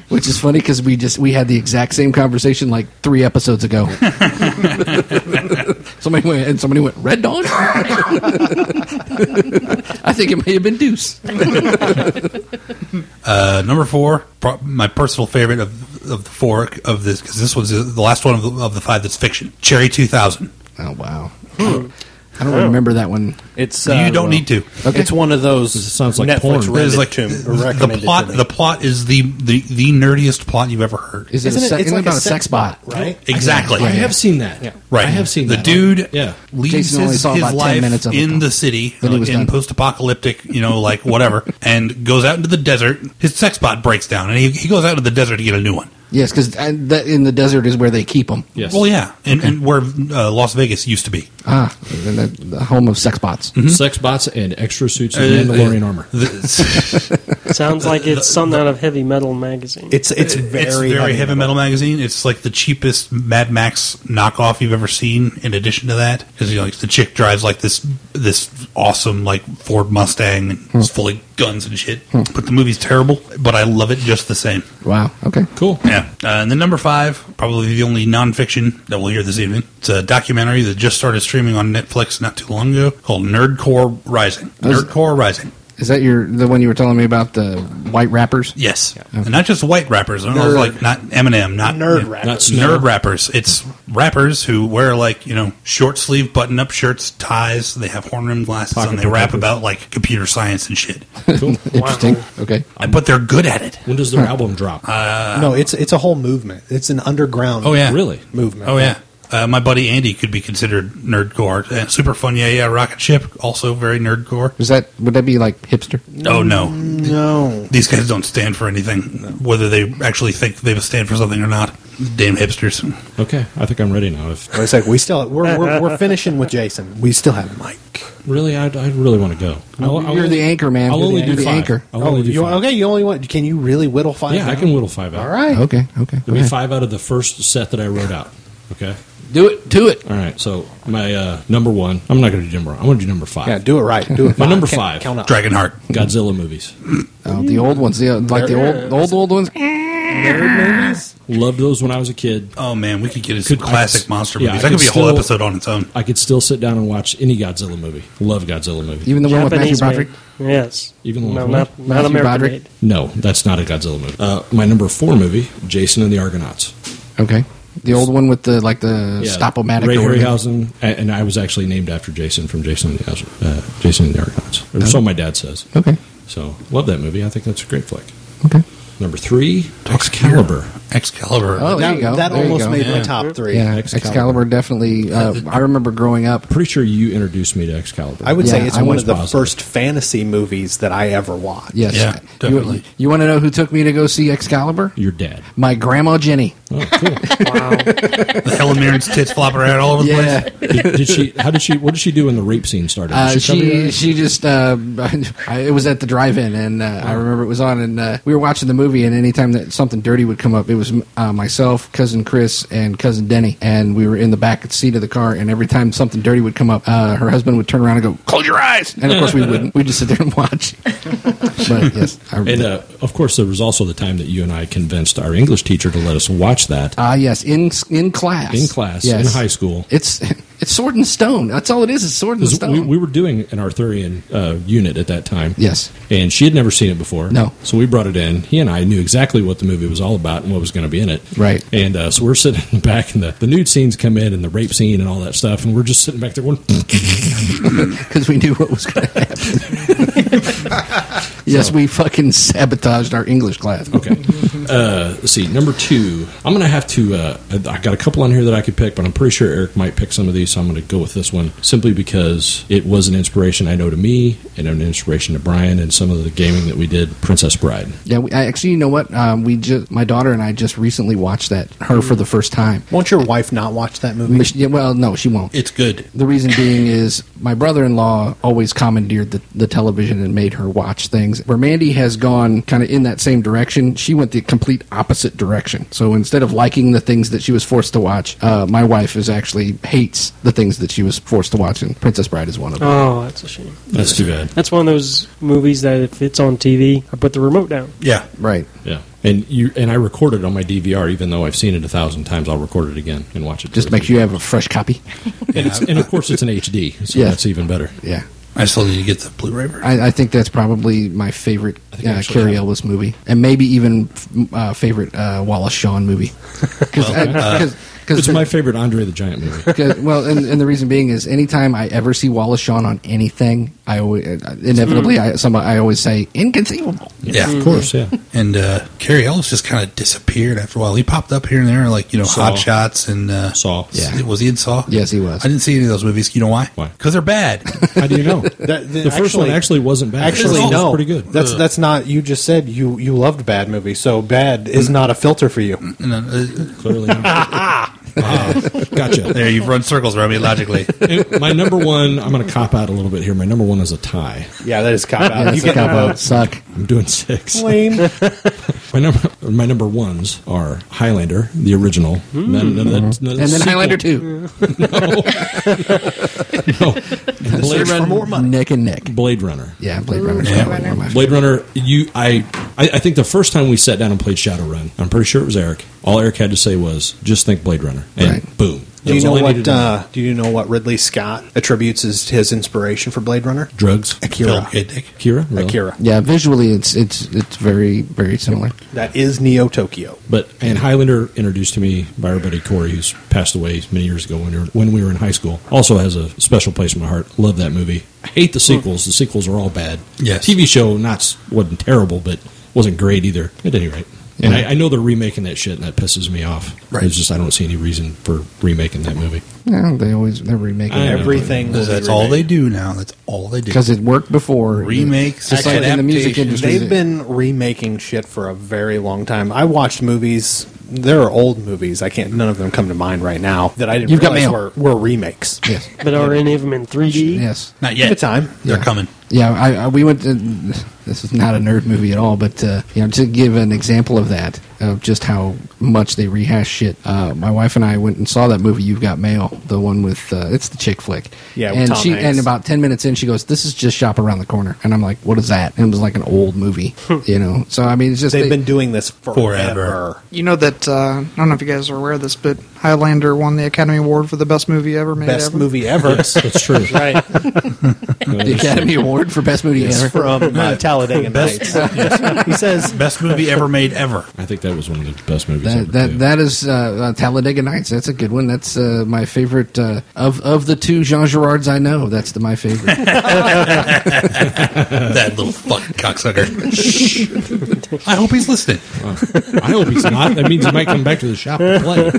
[SPEAKER 2] Which is funny because we just we had the exact same conversation like three episodes ago. somebody went and somebody went Red Dawn. I think it may have been Deuce.
[SPEAKER 4] Uh, number four, pro- my personal favorite of of the four of this because this was the last one of the, of the five that's fiction. Cherry two thousand.
[SPEAKER 2] Oh wow,
[SPEAKER 1] Hmm.
[SPEAKER 2] I don't remember that one.
[SPEAKER 1] It's uh,
[SPEAKER 4] you don't need to.
[SPEAKER 1] It's one of those.
[SPEAKER 7] sounds like
[SPEAKER 1] Netflix
[SPEAKER 7] porn.
[SPEAKER 1] rented
[SPEAKER 4] It's like
[SPEAKER 1] to me, or
[SPEAKER 4] the
[SPEAKER 1] recommended
[SPEAKER 4] plot.
[SPEAKER 1] to me.
[SPEAKER 4] The plot is the, the the nerdiest plot you've ever heard.
[SPEAKER 2] Is it, a
[SPEAKER 1] Isn't it-
[SPEAKER 2] sex,
[SPEAKER 1] it's like
[SPEAKER 2] about
[SPEAKER 1] a
[SPEAKER 2] a sex
[SPEAKER 1] sex
[SPEAKER 2] bot?
[SPEAKER 1] right?
[SPEAKER 4] Exactly.
[SPEAKER 7] I have seen that.
[SPEAKER 4] Right.
[SPEAKER 7] I have seen
[SPEAKER 4] the
[SPEAKER 7] that.
[SPEAKER 4] dude.
[SPEAKER 7] Yeah.
[SPEAKER 4] leaves
[SPEAKER 2] Jason only
[SPEAKER 4] his,
[SPEAKER 2] saw
[SPEAKER 4] his
[SPEAKER 2] about 10
[SPEAKER 4] life
[SPEAKER 2] minutes of it.
[SPEAKER 4] in the city uh,
[SPEAKER 2] Then he was
[SPEAKER 4] in
[SPEAKER 2] done.
[SPEAKER 4] post-apocalyptic, you know, like whatever, and goes out into the desert. His sex bot breaks down, and he, he goes out into the desert to get a new one.
[SPEAKER 2] Yes, because in the desert is where they keep them.
[SPEAKER 7] Yes.
[SPEAKER 4] Well, yeah, and, and where uh, Las Vegas used to be.
[SPEAKER 2] Ah, and the, the home of sex bots.
[SPEAKER 7] Mm-hmm. Sex bots and extra suits of
[SPEAKER 4] Mm-hmm. Uh,
[SPEAKER 7] Mandalorian armor.
[SPEAKER 4] The-
[SPEAKER 3] Sounds like it's something out of Heavy Metal magazine.
[SPEAKER 1] It's it's very
[SPEAKER 4] it's very heavy, metal. magazine. It's like the cheapest Mad Max knockoff you've ever seen. In addition to that, because you know, like, the chick drives like this this awesome like Ford Mustang and it's full of guns and shit. But the movie's terrible, but I love it just the same.
[SPEAKER 2] Wow. Okay.
[SPEAKER 7] Cool.
[SPEAKER 4] Yeah, uh, and then number five, probably the only nonfiction that we'll hear this evening. It's a documentary that just started streaming on Netflix not too long ago called Nerdcore Rising. Nerdcore Rising.
[SPEAKER 2] Is that your the one you were telling me about the white rappers?
[SPEAKER 4] Yes, and not just white rappers. I don't know,
[SPEAKER 1] Nerd.
[SPEAKER 4] like not Eminem, not
[SPEAKER 1] Nerd
[SPEAKER 4] you know,
[SPEAKER 1] rappers.
[SPEAKER 7] Not snow.
[SPEAKER 4] nerd rappers. It's rappers who wear like you know short sleeve button up shirts, ties. They have horn rimmed glasses,
[SPEAKER 7] Pocket
[SPEAKER 4] and they rap
[SPEAKER 7] protectors.
[SPEAKER 4] about like computer science and shit.
[SPEAKER 7] Cool.
[SPEAKER 2] Interesting. Okay.
[SPEAKER 7] Um,
[SPEAKER 4] but they're good at it.
[SPEAKER 7] When does their album drop?
[SPEAKER 4] Uh,
[SPEAKER 1] no, it's it's a whole movement. It's an underground.
[SPEAKER 4] Oh yeah,
[SPEAKER 7] Really?
[SPEAKER 1] movement.
[SPEAKER 4] Oh yeah. Uh, my buddy Andy could be considered nerdcore. Uh, super fun, yeah, yeah. Rocket Ship also very nerdcore.
[SPEAKER 2] Is that would that be like hipster?
[SPEAKER 4] Oh no,
[SPEAKER 1] No,
[SPEAKER 4] these guys don't stand for anything, whether they actually think they stand for something or not. Damn hipsters.
[SPEAKER 7] Okay. I think I'm ready now. If
[SPEAKER 1] it's like we still we're, we're we're finishing with Jason. We still have Mike.
[SPEAKER 7] really, I, I really want to go. I'll, I'll-
[SPEAKER 2] You're the anchor, man.
[SPEAKER 7] I'll
[SPEAKER 2] You're
[SPEAKER 7] only
[SPEAKER 2] the
[SPEAKER 7] do
[SPEAKER 2] anchor.
[SPEAKER 7] five.
[SPEAKER 2] Anchor. Oh,
[SPEAKER 7] I'll only do
[SPEAKER 1] Oh, you,
[SPEAKER 7] five.
[SPEAKER 1] okay, you only want. Can you really whittle five?
[SPEAKER 7] Yeah, I
[SPEAKER 1] down?
[SPEAKER 7] can whittle five out.
[SPEAKER 1] All right.
[SPEAKER 2] Okay. Okay.
[SPEAKER 7] It'll be five out of the first set that I wrote out. Okay.
[SPEAKER 2] Do it. Do it.
[SPEAKER 7] All right. So my uh, number one. I'm not going to do number. one. I'm going to do number five.
[SPEAKER 1] Yeah, do it right. Do it.
[SPEAKER 7] My
[SPEAKER 1] five.
[SPEAKER 7] number
[SPEAKER 1] Count-
[SPEAKER 7] five.
[SPEAKER 1] Count up.
[SPEAKER 4] Dragonheart.
[SPEAKER 7] Godzilla movies.
[SPEAKER 2] Oh, the old ones. The, like the old, the old, old ones.
[SPEAKER 7] Loved those when I was a kid.
[SPEAKER 4] Oh man, we could get into some
[SPEAKER 7] Could- I
[SPEAKER 4] classic
[SPEAKER 7] s-
[SPEAKER 4] monster
[SPEAKER 7] yeah,
[SPEAKER 4] movies.
[SPEAKER 7] I
[SPEAKER 4] that could
[SPEAKER 7] could
[SPEAKER 4] be a whole
[SPEAKER 7] still-
[SPEAKER 4] episode on its own.
[SPEAKER 7] I could still sit down and watch any Godzilla movie. Love Godzilla movie.
[SPEAKER 2] Even the one with Matthew
[SPEAKER 3] Japanese
[SPEAKER 2] Broderick.
[SPEAKER 3] made. Yes.
[SPEAKER 7] Even the one
[SPEAKER 3] no,
[SPEAKER 7] with
[SPEAKER 3] not,
[SPEAKER 7] what?
[SPEAKER 3] not
[SPEAKER 2] Matthew
[SPEAKER 3] American
[SPEAKER 2] Broderick?
[SPEAKER 3] made.
[SPEAKER 7] No, that's not a Godzilla movie. Uh, my number four movie, Jason and the Argonauts.
[SPEAKER 2] Okay. The old one with the like the
[SPEAKER 7] Yeah,
[SPEAKER 2] stop-o-matic
[SPEAKER 7] Ray
[SPEAKER 2] or whatever.
[SPEAKER 7] Harryhausen, a- and I was actually named after Jason from Jason and the, Aus- uh, Jason and the Argonauts. Or so my dad says.
[SPEAKER 2] Okay.
[SPEAKER 7] So love that movie. I think that's a great flick.
[SPEAKER 2] Okay.
[SPEAKER 7] Number three, Excalibur.
[SPEAKER 4] Excalibur.
[SPEAKER 2] Oh, there
[SPEAKER 1] That,
[SPEAKER 2] you go.
[SPEAKER 1] that
[SPEAKER 2] There you
[SPEAKER 1] almost
[SPEAKER 2] go.
[SPEAKER 1] made
[SPEAKER 4] Yeah.
[SPEAKER 1] my top three.
[SPEAKER 2] Yeah,
[SPEAKER 7] Excalibur.
[SPEAKER 2] Excalibur, definitely. Uh, I remember growing up.
[SPEAKER 7] Pretty sure you introduced me to Excalibur.
[SPEAKER 1] I would say
[SPEAKER 2] Yeah,
[SPEAKER 1] it's
[SPEAKER 2] I
[SPEAKER 1] one
[SPEAKER 7] was
[SPEAKER 1] of the
[SPEAKER 7] positive.
[SPEAKER 1] first fantasy movies that I ever watched.
[SPEAKER 2] Yes.
[SPEAKER 4] Yeah,
[SPEAKER 2] You-
[SPEAKER 4] definitely.
[SPEAKER 2] You, want to know who took me to go see Excalibur?
[SPEAKER 7] Your dad.
[SPEAKER 2] My grandma Jenny.
[SPEAKER 7] Oh, cool.
[SPEAKER 4] the Helen Mirren's tits flopping around all over the place.
[SPEAKER 7] did, did she? How did she? What did she do when the rape scene started? Did
[SPEAKER 2] Uh,
[SPEAKER 7] cover
[SPEAKER 2] she
[SPEAKER 7] that?
[SPEAKER 2] she just uh, I, it was at the drive-in, and uh,
[SPEAKER 7] Oh.
[SPEAKER 2] I remember it was on, and uh, we were watching the movie, and anytime that something dirty would come up, it was uh, myself, cousin Chris, and cousin Denny, and we were in the back seat of the car, and every time something dirty would come up, uh, her husband would turn around and go, "Close your eyes," and of course we wouldn't. We'd just sit there and watch. but yes, I
[SPEAKER 7] And uh, of course, there was also the time that you and I convinced our English teacher to let us watch that
[SPEAKER 2] Ah, yes, in in class,
[SPEAKER 7] in class in high school.
[SPEAKER 2] It's it's sword and stone. That's all it is. It's sword and
[SPEAKER 7] 'Cause
[SPEAKER 2] stone.
[SPEAKER 7] we, we were doing an Arthurian uh, unit at that time.
[SPEAKER 2] Yes.
[SPEAKER 7] And she had never seen it before.
[SPEAKER 2] No.
[SPEAKER 7] So we brought it in. He and I knew exactly what the movie was all about and what was going to be in it.
[SPEAKER 2] Right.
[SPEAKER 7] And uh, so we're sitting in the back, and the, the nude scenes come in and the rape scene and all that stuff. And we're just sitting back there going,
[SPEAKER 2] because we knew what was going to happen. yes, we fucking sabotaged our English class.
[SPEAKER 7] Okay. Uh, let's see. Number two, I'm going to have to. Uh, I got a couple on here that I could pick, but I'm pretty sure Eric might pick some of these. so I'm going to go with this one simply because it was an inspiration I know to me and an inspiration to Brian and some of the gaming that we did. Princess Bride.
[SPEAKER 2] Yeah, we, I, actually, you know what? Um, we just my daughter and I just recently watched that her for the first time.
[SPEAKER 1] Won't your wife not watch that movie?
[SPEAKER 2] But she- yeah, well, no, she won't.
[SPEAKER 4] It's good.
[SPEAKER 2] The reason being is my brother-in-law always commandeered the, the television and made her watch things. Where Mandy has gone kind of in that same direction, she went the complete opposite direction. So instead of liking the things that she was forced to watch, uh, my wife is actually hates the things that she was forced to watch, and Princess Bride is one of them.
[SPEAKER 3] Oh, that's a shame.
[SPEAKER 7] That's too bad.
[SPEAKER 3] That's one of those movies that if it's on TV, I put the remote down.
[SPEAKER 4] Yeah.
[SPEAKER 2] right.
[SPEAKER 7] Yeah. And you and I record it on my DVR, even though I've seen it a thousand times. I'll record it again and watch it.
[SPEAKER 2] Just make sure you have a fresh copy.
[SPEAKER 7] And, it's, and of course, it's an HD, so
[SPEAKER 2] Yeah.
[SPEAKER 7] that's even better.
[SPEAKER 2] Yeah.
[SPEAKER 4] I still need to get the Blu-ray version.
[SPEAKER 2] I, I think that's probably my favorite uh,
[SPEAKER 7] think I actually
[SPEAKER 2] Carrie
[SPEAKER 7] have-
[SPEAKER 2] Elwes movie, and maybe even f- uh, favorite uh, Wallace Shawn movie. uh, Because
[SPEAKER 7] uh, It's my favorite Andre the Giant movie.
[SPEAKER 2] well, and, and the reason being is anytime I ever see Wallace Shawn on anything, I always, inevitably I, some, I always say inconceivable.
[SPEAKER 4] yeah.
[SPEAKER 7] Of course, yeah.
[SPEAKER 4] And uh, Carrie Ellis just kind of disappeared after a while. He popped up here and there, like you know,
[SPEAKER 7] Saw.
[SPEAKER 4] Hot Shots and uh,
[SPEAKER 7] Saw.
[SPEAKER 2] Yeah.
[SPEAKER 4] Was he in Saw?
[SPEAKER 2] Yes, he was.
[SPEAKER 4] I didn't see any of those movies. You know why?
[SPEAKER 7] Why?
[SPEAKER 4] Because they're bad.
[SPEAKER 7] How do you know?
[SPEAKER 1] That-
[SPEAKER 7] the first one actually wasn't bad.
[SPEAKER 1] Actually,
[SPEAKER 7] It was
[SPEAKER 1] no.
[SPEAKER 7] pretty good. Uh.
[SPEAKER 1] That's that's not. You just said you you loved bad movies, so bad is not a filter for you.
[SPEAKER 4] And, uh,
[SPEAKER 7] Clearly, not. wow. gotcha.
[SPEAKER 4] there, you've run circles around me logically.
[SPEAKER 7] And my number one. I'm going to cop out a little bit here. My number one is a tie.
[SPEAKER 1] Yeah, that is cop out.
[SPEAKER 2] That's
[SPEAKER 1] you get
[SPEAKER 2] a cop out.
[SPEAKER 1] votes.
[SPEAKER 2] Suck.
[SPEAKER 7] I'm doing six.
[SPEAKER 1] Lame.
[SPEAKER 7] My number my number ones are Highlander, the original,
[SPEAKER 1] Hmm.
[SPEAKER 7] none, none of that-
[SPEAKER 1] Mm-hmm.
[SPEAKER 7] none of that
[SPEAKER 2] And then
[SPEAKER 7] sequel-
[SPEAKER 2] Highlander two,
[SPEAKER 7] no, Blade, Runner,
[SPEAKER 2] neck and neck.
[SPEAKER 7] Blade Runner.
[SPEAKER 2] Yeah, Blade Runner.
[SPEAKER 5] Blade
[SPEAKER 2] Yeah,
[SPEAKER 5] Runner.
[SPEAKER 7] Blade Runner, you, I, I, I think the first time we sat down and played Shadowrun, I'm pretty sure it was Eric. All Eric had to say was, "Just think Blade Runner," and
[SPEAKER 2] Right.
[SPEAKER 7] boom. That
[SPEAKER 1] Do you
[SPEAKER 7] was all
[SPEAKER 1] know
[SPEAKER 7] I needed
[SPEAKER 1] what?
[SPEAKER 7] to
[SPEAKER 1] Uh, do you know what Ridley Scott attributes his, his inspiration for Blade Runner?
[SPEAKER 7] Drugs.
[SPEAKER 4] Phil
[SPEAKER 1] Akira.
[SPEAKER 4] Kid Dick.
[SPEAKER 7] Akira. Really?
[SPEAKER 1] Akira.
[SPEAKER 2] yeah, visually it's it's it's very very similar.
[SPEAKER 1] That is Neo Tokyo.
[SPEAKER 7] But and Highlander introduced to me by our buddy Corey, who's passed away many years ago when we were, when we were in high school. Also has a special place in my heart. Love that movie. I hate the sequels. The sequels are all bad.
[SPEAKER 4] Yes.
[SPEAKER 7] TV show not s- wasn't terrible, but wasn't great either. At any rate. And
[SPEAKER 2] Yeah.
[SPEAKER 7] I, I know they're remaking that shit, and that pisses me off.
[SPEAKER 4] Right.
[SPEAKER 7] It's just I don't see any reason for remaking that movie.
[SPEAKER 2] Yeah, they always they're remaking
[SPEAKER 7] I-
[SPEAKER 2] it.
[SPEAKER 1] Everything. will
[SPEAKER 4] Because
[SPEAKER 1] be
[SPEAKER 4] that's all they
[SPEAKER 1] remade.
[SPEAKER 4] do now. That's all they do.
[SPEAKER 2] because it worked before.
[SPEAKER 4] Remakes,
[SPEAKER 2] just like in the music
[SPEAKER 4] adaptations.
[SPEAKER 2] industry.
[SPEAKER 1] They've been remaking shit for a very long time. I watched movies. There are old movies. I can't. None of them come to mind right now that I didn't
[SPEAKER 2] You've got
[SPEAKER 1] realize
[SPEAKER 2] mail.
[SPEAKER 1] were, were remakes.
[SPEAKER 2] yes,
[SPEAKER 3] But are any of them in 3D?
[SPEAKER 2] yes.
[SPEAKER 4] Not
[SPEAKER 1] Give
[SPEAKER 4] yet.
[SPEAKER 1] it time.
[SPEAKER 4] They're
[SPEAKER 2] Yeah.
[SPEAKER 4] coming.
[SPEAKER 2] Yeah, I, I, we went. To, this is not a nerd movie at all, but uh, you know, to give an example of that, of just how much they rehash shit. Uh, my wife and I went and saw that movie. You've got mail, the one with uh, it's the chick flick.
[SPEAKER 1] Yeah, with
[SPEAKER 2] and
[SPEAKER 1] Tom
[SPEAKER 2] she
[SPEAKER 1] Hanks.
[SPEAKER 2] and about ten minutes in, she goes, "This is just shop around the corner," and I'm like, "What is that?" And it was like an old movie, you know. So I mean, it's just
[SPEAKER 1] They've
[SPEAKER 2] they-
[SPEAKER 1] been doing this
[SPEAKER 4] Forever.
[SPEAKER 1] forever.
[SPEAKER 6] You know that uh, I don't know if you guys are aware of this, but Highlander won the Academy Award for the best movie ever made.
[SPEAKER 1] Best
[SPEAKER 6] ever.
[SPEAKER 1] movie ever.
[SPEAKER 7] That's true.
[SPEAKER 3] Right.
[SPEAKER 2] the Academy Award for best movie
[SPEAKER 1] It's
[SPEAKER 2] ever.
[SPEAKER 1] from uh, Talladega Nights.
[SPEAKER 4] Best,
[SPEAKER 1] he says,
[SPEAKER 4] best movie ever made ever.
[SPEAKER 7] I think that was one of the best movies. ever
[SPEAKER 2] That, that
[SPEAKER 7] too.
[SPEAKER 2] that is uh, uh, Talladega Nights. That's a good one. That's uh, my favorite uh, of of the two Jean Girards I know. That's the, my favorite.
[SPEAKER 4] that little fucking cocksucker. Shh. I hope he's listening.
[SPEAKER 7] I hope he's not. That means he might come back to the shop and play.
[SPEAKER 4] Uh,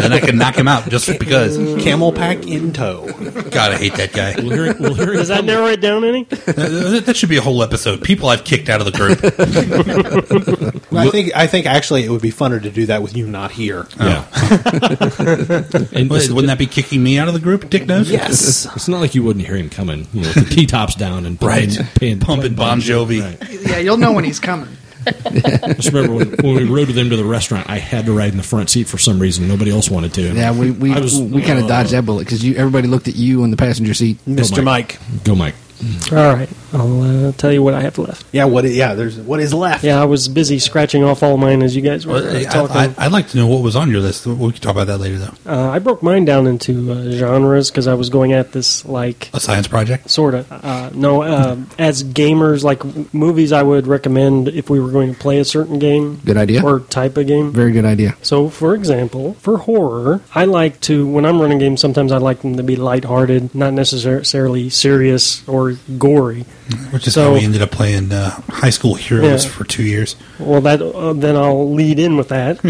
[SPEAKER 4] then I can knock him out just because.
[SPEAKER 1] "Camel pack in tow."
[SPEAKER 4] God, I hate that guy.
[SPEAKER 7] We'll hear it. We'll hear it.
[SPEAKER 3] Does that
[SPEAKER 7] coming.
[SPEAKER 3] narrow it down any?
[SPEAKER 4] Uh, That should be a whole episode. People I've kicked out of the group.
[SPEAKER 1] I think. I think actually, it would be funner to do that with you not here.
[SPEAKER 7] Yeah.
[SPEAKER 2] Oh.
[SPEAKER 7] and
[SPEAKER 4] Wait,
[SPEAKER 7] it's,
[SPEAKER 4] Wouldn't that be kicking me out of the group, Dick Nose?
[SPEAKER 1] Yes.
[SPEAKER 7] it's not like you wouldn't hear him coming. You know, with the T tops down and
[SPEAKER 4] Right.
[SPEAKER 7] playing- playing-
[SPEAKER 4] Pumping Bon Jovi.
[SPEAKER 7] Right.
[SPEAKER 6] Yeah, you'll know when he's coming.
[SPEAKER 7] I just remember when, when we rode with him to the restaurant. I had to ride in the front seat for some reason. Nobody else wanted to.
[SPEAKER 2] Yeah, we we,
[SPEAKER 7] I was- uh,
[SPEAKER 2] we kind of dodged that bullet because you everybody looked at you in the passenger seat.
[SPEAKER 1] Mr. Mike.
[SPEAKER 7] Go, Mike.
[SPEAKER 3] All right. I'll uh, tell you what I have left.
[SPEAKER 1] Yeah. What? Yeah. There's what is left.
[SPEAKER 3] Yeah, I was busy scratching off all mine as you guys were
[SPEAKER 4] Well,
[SPEAKER 3] uh,
[SPEAKER 4] I,
[SPEAKER 3] talking.
[SPEAKER 4] I, I'd like to know what was on your list. We can talk about that later, though.
[SPEAKER 3] Uh, I broke mine down into uh, genres because I was going at this like
[SPEAKER 4] A science project.
[SPEAKER 3] sort of uh, no uh, as gamers like w- movies I would recommend if we were going to play a certain game.
[SPEAKER 2] Good idea.
[SPEAKER 3] or type of game.
[SPEAKER 2] Very good idea.
[SPEAKER 3] So, for example, for horror, I like to when I'm running games. Sometimes I like them to be lighthearted, not necessarily serious or very gory.
[SPEAKER 4] Which is
[SPEAKER 3] So-
[SPEAKER 4] how we ended up playing uh, High School Heroes
[SPEAKER 3] Yeah.
[SPEAKER 4] for two years.
[SPEAKER 3] Well, that uh, then I'll lead in with that.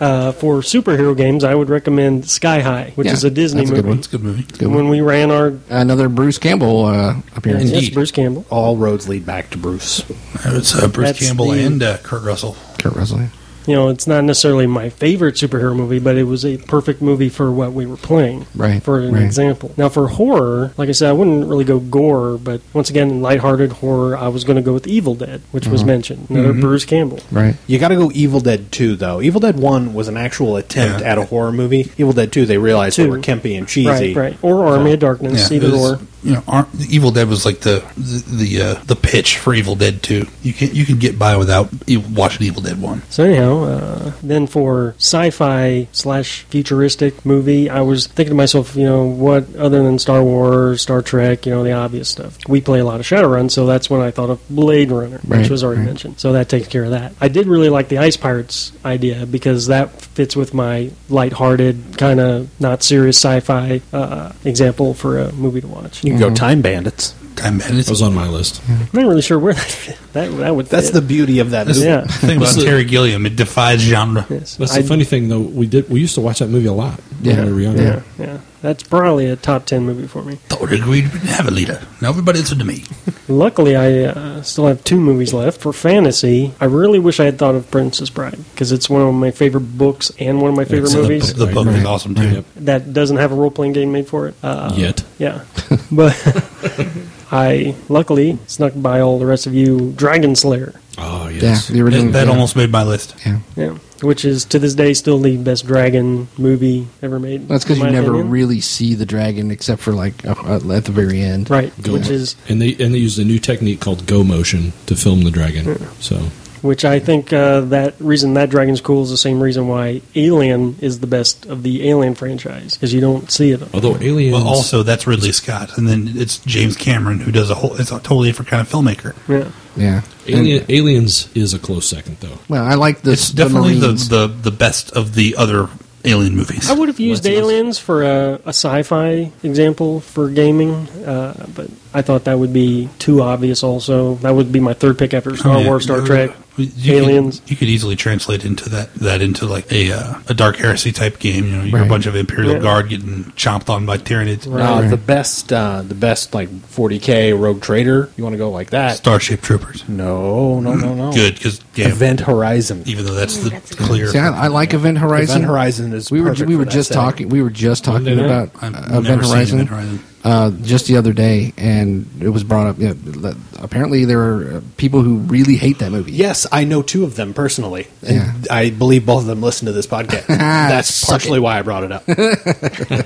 [SPEAKER 3] uh, for superhero games, I would recommend Sky High, which
[SPEAKER 2] Yeah,
[SPEAKER 3] is a Disney
[SPEAKER 2] that's a
[SPEAKER 3] movie.
[SPEAKER 2] good one.
[SPEAKER 4] It's a good movie.
[SPEAKER 2] Good
[SPEAKER 3] When we ran our
[SPEAKER 2] Another Bruce Campbell uh, appearance.
[SPEAKER 3] yes, Bruce Campbell,
[SPEAKER 1] All roads lead back to Bruce.
[SPEAKER 4] It's uh, Bruce
[SPEAKER 3] That's
[SPEAKER 4] Campbell
[SPEAKER 3] the-
[SPEAKER 4] and uh, Kurt Russell.
[SPEAKER 2] Kurt Russell. yeah.
[SPEAKER 3] you know, it's not necessarily my favorite superhero movie, but it was a perfect movie for what we were playing.
[SPEAKER 2] Right,
[SPEAKER 3] For an
[SPEAKER 2] right.
[SPEAKER 3] example. Now, for horror, like I said, I wouldn't really go gore, but once again, lighthearted horror, I was going to go with Evil Dead, which was
[SPEAKER 2] Mm-hmm.
[SPEAKER 3] mentioned. Another
[SPEAKER 4] Mm-hmm.
[SPEAKER 3] Bruce Campbell.
[SPEAKER 2] Right.
[SPEAKER 1] You got to go Evil Dead 2, though. Evil Dead 1 was an actual attempt
[SPEAKER 4] Yeah.
[SPEAKER 1] at a horror movie. Evil Dead 2, they realized they
[SPEAKER 3] Two.
[SPEAKER 1] were Kempy and cheesy.
[SPEAKER 3] Right, right. Or Army of
[SPEAKER 4] Yeah,
[SPEAKER 3] Darkness,
[SPEAKER 4] it
[SPEAKER 3] either
[SPEAKER 4] was-
[SPEAKER 3] or.
[SPEAKER 4] You know, Ar- Evil Dead was like the the the, uh, the pitch for Evil Dead Two. You can you can get by without e- watching Evil Dead One.
[SPEAKER 3] So anyhow, uh, then for sci-fi slash futuristic movie, I was thinking to myself, you know, what other than Star Wars, Star Trek, you know, the obvious stuff. We play a lot of Shadowrun, so that's when I thought of Blade Runner,
[SPEAKER 2] Right,
[SPEAKER 3] which was already
[SPEAKER 2] right.
[SPEAKER 3] mentioned. So that takes care of that. I did really like the Ice Pirates idea because that fits with my lighthearted, kind of not serious sci-fi uh, example for a movie to watch.
[SPEAKER 1] You can go Time Bandits.
[SPEAKER 4] Time
[SPEAKER 7] That was on my list.
[SPEAKER 3] I'm not really sure where that fit. that that would.
[SPEAKER 1] That's
[SPEAKER 3] fit.
[SPEAKER 1] the beauty of that
[SPEAKER 4] That's
[SPEAKER 1] movie.
[SPEAKER 3] yeah.
[SPEAKER 4] the thing about
[SPEAKER 7] What's the-
[SPEAKER 4] Terry Gilliam. It defies genre.
[SPEAKER 3] Yes.
[SPEAKER 7] That's
[SPEAKER 3] I-
[SPEAKER 7] the funny thing, though. We did. We used to watch that movie a lot.
[SPEAKER 2] Yeah,
[SPEAKER 7] When we were younger.
[SPEAKER 2] yeah.
[SPEAKER 3] Yeah, that's probably a top ten movie for me.
[SPEAKER 4] Thought we agreed we'd have a leader. Now everybody listen to me.
[SPEAKER 3] Luckily, I uh, still have two movies left. For fantasy, I really wish I had thought of Princess Bride because it's one of my favorite books and one of my favorite
[SPEAKER 7] It's in the
[SPEAKER 3] movies
[SPEAKER 4] The
[SPEAKER 7] Right,
[SPEAKER 4] book is
[SPEAKER 7] right,
[SPEAKER 4] awesome too.
[SPEAKER 7] Right. Yep.
[SPEAKER 3] that doesn't have a role playing game made for it. Uh,
[SPEAKER 7] Yet.
[SPEAKER 3] Yeah. But I luckily snuck by all the rest of you Dragon Slayer,
[SPEAKER 7] Oh
[SPEAKER 2] Yeah.
[SPEAKER 7] yes.
[SPEAKER 2] The original.
[SPEAKER 4] That, that
[SPEAKER 2] yeah.
[SPEAKER 4] almost made my list.
[SPEAKER 2] Yeah.
[SPEAKER 3] yeah, which is to this day still the best dragon movie ever made.
[SPEAKER 2] That's because
[SPEAKER 3] in
[SPEAKER 2] you
[SPEAKER 3] my
[SPEAKER 2] never
[SPEAKER 3] opinion.
[SPEAKER 2] really see the dragon except for like uh, uh, at the very end.
[SPEAKER 3] Right,
[SPEAKER 7] Go
[SPEAKER 3] which
[SPEAKER 7] mo-
[SPEAKER 3] is
[SPEAKER 7] and they and they used a new technique called go motion to film the dragon. So
[SPEAKER 3] Which I think uh, that reason that Dragon's Cool is the same reason why Alien is the best of the Alien franchise because you don't see it.
[SPEAKER 7] although aliens
[SPEAKER 4] Well, also that's Ridley Scott, and then it's James Cameron who does a whole. It's a totally different kind of filmmaker.
[SPEAKER 3] Yeah,
[SPEAKER 2] Yeah.
[SPEAKER 7] Alien,
[SPEAKER 2] And-
[SPEAKER 7] aliens is a close second though.
[SPEAKER 2] well, I like the
[SPEAKER 4] It's definitely the,
[SPEAKER 2] Marines.
[SPEAKER 4] the the best of the other Alien movies.
[SPEAKER 3] I would have used
[SPEAKER 7] Let's- let's-
[SPEAKER 3] Aliens for a, a sci-fi example for gaming, uh, but I thought that would be too obvious. Also, that would be my third pick after Star
[SPEAKER 4] Yeah.
[SPEAKER 3] Wars, Star Trek,
[SPEAKER 4] You
[SPEAKER 3] Aliens.
[SPEAKER 4] Could, you could easily translate into that that into like a uh, a dark heresy type game. You know, you're
[SPEAKER 2] Right.
[SPEAKER 4] a bunch of Imperial
[SPEAKER 3] Yeah.
[SPEAKER 4] Guard getting chomped on by Tyranids.
[SPEAKER 1] Uh,
[SPEAKER 2] Right.
[SPEAKER 1] The best, uh, the best like 40k Rogue Trader. You want to go like that?
[SPEAKER 4] Starship Troopers.
[SPEAKER 1] no, no, no, no.
[SPEAKER 4] Good because
[SPEAKER 1] Event Horizon.
[SPEAKER 4] even though that's the
[SPEAKER 5] That's a good
[SPEAKER 4] clear.
[SPEAKER 2] See, I, I like Event Horizon.
[SPEAKER 1] Event Horizon is
[SPEAKER 2] We were
[SPEAKER 1] perfect
[SPEAKER 2] we
[SPEAKER 1] for
[SPEAKER 2] were
[SPEAKER 1] that
[SPEAKER 2] just
[SPEAKER 1] setting.
[SPEAKER 2] talking. We were just talking
[SPEAKER 7] Monday night?
[SPEAKER 2] about
[SPEAKER 4] I've
[SPEAKER 2] uh, Event
[SPEAKER 4] never seen
[SPEAKER 2] Horizon.
[SPEAKER 4] Event Horizon.
[SPEAKER 2] uh, just the other day, and it was brought up. You know, that- apparently, there are uh, people who really hate that movie.
[SPEAKER 1] Yes, I know two of them personally, and
[SPEAKER 2] Yeah. Ah,
[SPEAKER 1] I believe both of them listen to this podcast. That's
[SPEAKER 2] Suck
[SPEAKER 1] partially why I brought it up.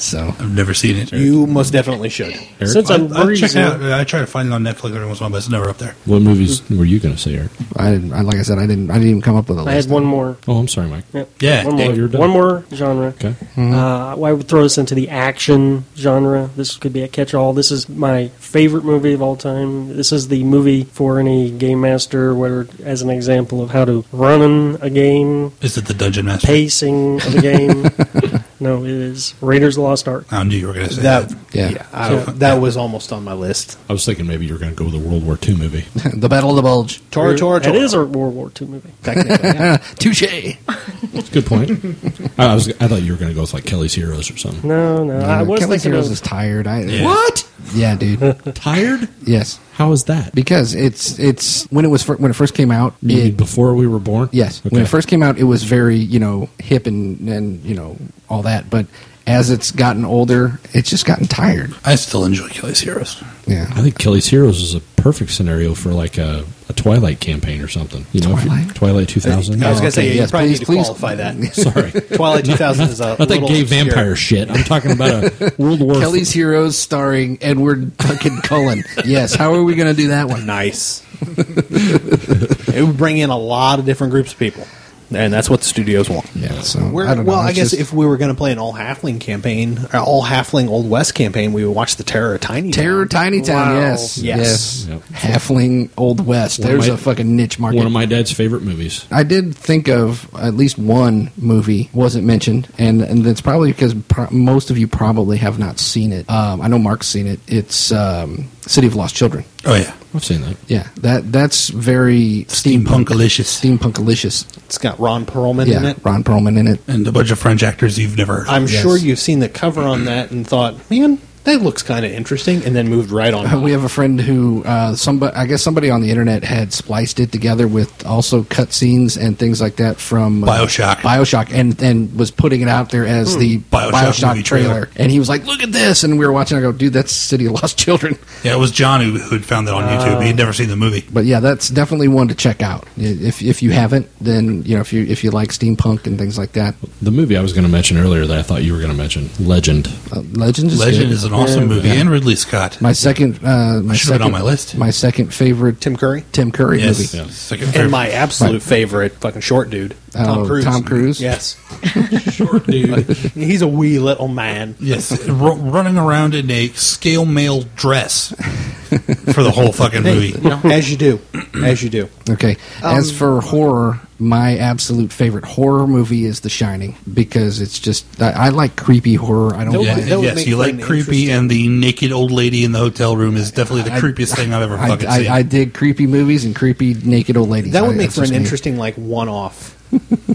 [SPEAKER 2] So
[SPEAKER 4] I've never seen it.
[SPEAKER 1] you most definitely should.
[SPEAKER 7] Eric,
[SPEAKER 3] Since I'm
[SPEAKER 4] I, I, check it
[SPEAKER 3] breezing,
[SPEAKER 4] out. I try to find it on Netflix every once in a while, but it's never up there.
[SPEAKER 7] what movies were you going to say, Eric?
[SPEAKER 2] I, didn't, I like I said, I didn't. I didn't even come up with a list.
[SPEAKER 3] I had one more.
[SPEAKER 7] Oh, I'm sorry, Mike.
[SPEAKER 3] Yep.
[SPEAKER 4] Yeah,
[SPEAKER 3] one
[SPEAKER 4] yeah,
[SPEAKER 3] more,
[SPEAKER 7] you're done.
[SPEAKER 3] one more genre.
[SPEAKER 7] Okay.
[SPEAKER 2] Mm-hmm.
[SPEAKER 3] Uh, well, I would throw this into the action genre. This could be a catch-all. This is my favorite movie of all time. This is the movie for any game master, whether as an example of how to run a game,
[SPEAKER 4] Is it the Dungeon Master?
[SPEAKER 3] pacing of a game. no, it is Raiders of the Lost Ark.
[SPEAKER 4] Oh, I knew you were going to say that.
[SPEAKER 1] That
[SPEAKER 2] Yeah.
[SPEAKER 1] yeah, I don't- that was almost on my list.
[SPEAKER 7] I was thinking maybe you were going to go with a World War II movie.
[SPEAKER 2] the Battle of the Bulge.
[SPEAKER 1] Tora, Tora,
[SPEAKER 3] It
[SPEAKER 1] Tora.
[SPEAKER 3] is a World War II movie.
[SPEAKER 1] technically. yeah.
[SPEAKER 2] Touche.
[SPEAKER 7] That's a good point. I, I was. I thought you were going to go with like Kelly's Heroes or something.
[SPEAKER 3] No, no, I was
[SPEAKER 2] Kelly
[SPEAKER 3] thinking
[SPEAKER 2] Heroes is
[SPEAKER 3] of.
[SPEAKER 2] tired. I,
[SPEAKER 4] Yeah.
[SPEAKER 7] What?
[SPEAKER 2] Yeah, dude.
[SPEAKER 7] Tired?
[SPEAKER 2] yes,
[SPEAKER 7] How is that?
[SPEAKER 2] because it's it's when it was fir- when it first came out.
[SPEAKER 7] You mean
[SPEAKER 2] it-
[SPEAKER 7] before we were born?
[SPEAKER 2] Yes,
[SPEAKER 7] Okay.
[SPEAKER 2] when it first came out, it was very you know hip and and you know all that. But as it's gotten older, it's just gotten tired.
[SPEAKER 4] I still enjoy Kelly's Heroes.
[SPEAKER 7] I
[SPEAKER 2] Yeah,
[SPEAKER 7] think Kelly's Heroes is a perfect scenario for like a, a Twilight campaign or something. You know, if you-
[SPEAKER 2] Twilight?
[SPEAKER 7] Twilight 2000.
[SPEAKER 1] I was
[SPEAKER 2] okay,
[SPEAKER 1] going to say
[SPEAKER 2] yes,
[SPEAKER 1] you probably
[SPEAKER 2] please,
[SPEAKER 1] need to
[SPEAKER 2] please.
[SPEAKER 1] qualify that.
[SPEAKER 7] Sorry.
[SPEAKER 1] Twilight 2000 is a
[SPEAKER 7] Not that
[SPEAKER 1] little
[SPEAKER 7] gay
[SPEAKER 1] obscure.
[SPEAKER 7] vampire shit. I'm talking about a World War
[SPEAKER 2] Kelly's Heroes starring Edward fucking Cullen. Yes, how are we going to do that one?
[SPEAKER 1] Nice. it would bring in a lot of different groups of people. and that's what the studios want.
[SPEAKER 2] Yeah, so
[SPEAKER 1] We're,
[SPEAKER 2] I don't know.
[SPEAKER 1] well, I
[SPEAKER 2] It's
[SPEAKER 1] guess
[SPEAKER 2] just-
[SPEAKER 1] if we were going to play an all halfling campaign, or all halfling old west campaign, we would watch the Terror of Tiny
[SPEAKER 2] Terror
[SPEAKER 1] Town.
[SPEAKER 2] Tiny Town,
[SPEAKER 6] Wow.
[SPEAKER 2] yes,
[SPEAKER 1] Yes.
[SPEAKER 2] yes,
[SPEAKER 7] Yep.
[SPEAKER 2] Halfling Old West.
[SPEAKER 7] One of
[SPEAKER 2] There's
[SPEAKER 7] my-
[SPEAKER 2] a fucking niche market.
[SPEAKER 7] One of my dad's favorite movies.
[SPEAKER 2] I did think of at least one movie wasn't mentioned, and and it's probably because pro- most of you probably have not seen it. Um, I know Mark's seen it. It's um, City of Lost Children.
[SPEAKER 4] Oh yeah,
[SPEAKER 7] I've seen that.
[SPEAKER 2] Yeah, that that's very
[SPEAKER 4] steampunk delicious,
[SPEAKER 2] steampunkalicious.
[SPEAKER 1] It's got Ron Perlman in
[SPEAKER 2] Yeah,
[SPEAKER 1] it.
[SPEAKER 2] Ron Perlman in it.
[SPEAKER 4] and a bunch of French actors you've never heard. of.
[SPEAKER 1] I'm
[SPEAKER 2] Yes.
[SPEAKER 1] sure you've seen the cover on that and thought, man, that looks kind of interesting, and then moved right on.
[SPEAKER 2] Uh, We have a friend who uh, somebody I guess somebody on the internet had spliced it together with also cut scenes and things like that from uh,
[SPEAKER 4] Bioshock.
[SPEAKER 2] Bioshock, and and was putting it out there as the
[SPEAKER 4] Bioshock
[SPEAKER 2] Bioshock,
[SPEAKER 4] movie
[SPEAKER 2] trailer.
[SPEAKER 4] trailer.
[SPEAKER 2] And he was like, "Look at this!" And we were watching. I go, "Dude, that's City of Lost Children."
[SPEAKER 4] yeah, it was John who who had found that on YouTube. He had never seen the movie.
[SPEAKER 2] But yeah, that's definitely one to check out. I- If if you haven't, then you know if you if you like steampunk and things like that,
[SPEAKER 7] The movie I was going to mention earlier that I thought you were going to mention, Legend.
[SPEAKER 2] uh, Legend is
[SPEAKER 4] Legend
[SPEAKER 2] good.
[SPEAKER 4] is an awesome
[SPEAKER 2] Yeah.
[SPEAKER 4] movie,
[SPEAKER 2] Yeah.
[SPEAKER 4] and Ridley Scott.
[SPEAKER 2] my second, uh, my
[SPEAKER 4] Should've been
[SPEAKER 2] second
[SPEAKER 4] on my list.
[SPEAKER 2] My second favorite
[SPEAKER 1] Tim Curry
[SPEAKER 2] Tim Curry
[SPEAKER 4] yes,
[SPEAKER 2] movie.
[SPEAKER 4] second favorite.
[SPEAKER 1] and my absolute favorite fucking short dude, Tom
[SPEAKER 2] Oh,
[SPEAKER 1] Cruise.
[SPEAKER 2] Tom Cruise.
[SPEAKER 1] Yes, short dude. He's a wee little man.
[SPEAKER 4] yes, ru- running around in a scale male dress for the whole fucking
[SPEAKER 1] Hey,
[SPEAKER 4] movie.
[SPEAKER 1] you know, as you do, as you do.
[SPEAKER 2] Okay. As
[SPEAKER 1] Um,
[SPEAKER 2] for horror, my absolute favorite horror movie is The Shining because it's just I, I like creepy horror. I don't
[SPEAKER 1] Nope.
[SPEAKER 4] Yeah,
[SPEAKER 1] That
[SPEAKER 2] like.
[SPEAKER 1] would
[SPEAKER 4] yes,
[SPEAKER 1] make
[SPEAKER 4] you like
[SPEAKER 1] Flynn
[SPEAKER 4] creepy,
[SPEAKER 1] interesting.
[SPEAKER 4] and the naked old lady in the hotel room is definitely the creepiest thing I've ever
[SPEAKER 2] I,
[SPEAKER 4] fucking
[SPEAKER 2] I,
[SPEAKER 4] seen.
[SPEAKER 2] I dig creepy movies and creepy naked old ladies.
[SPEAKER 1] That would
[SPEAKER 2] I-
[SPEAKER 1] make
[SPEAKER 2] that's
[SPEAKER 1] for an
[SPEAKER 2] just me.
[SPEAKER 1] interesting, like, one-off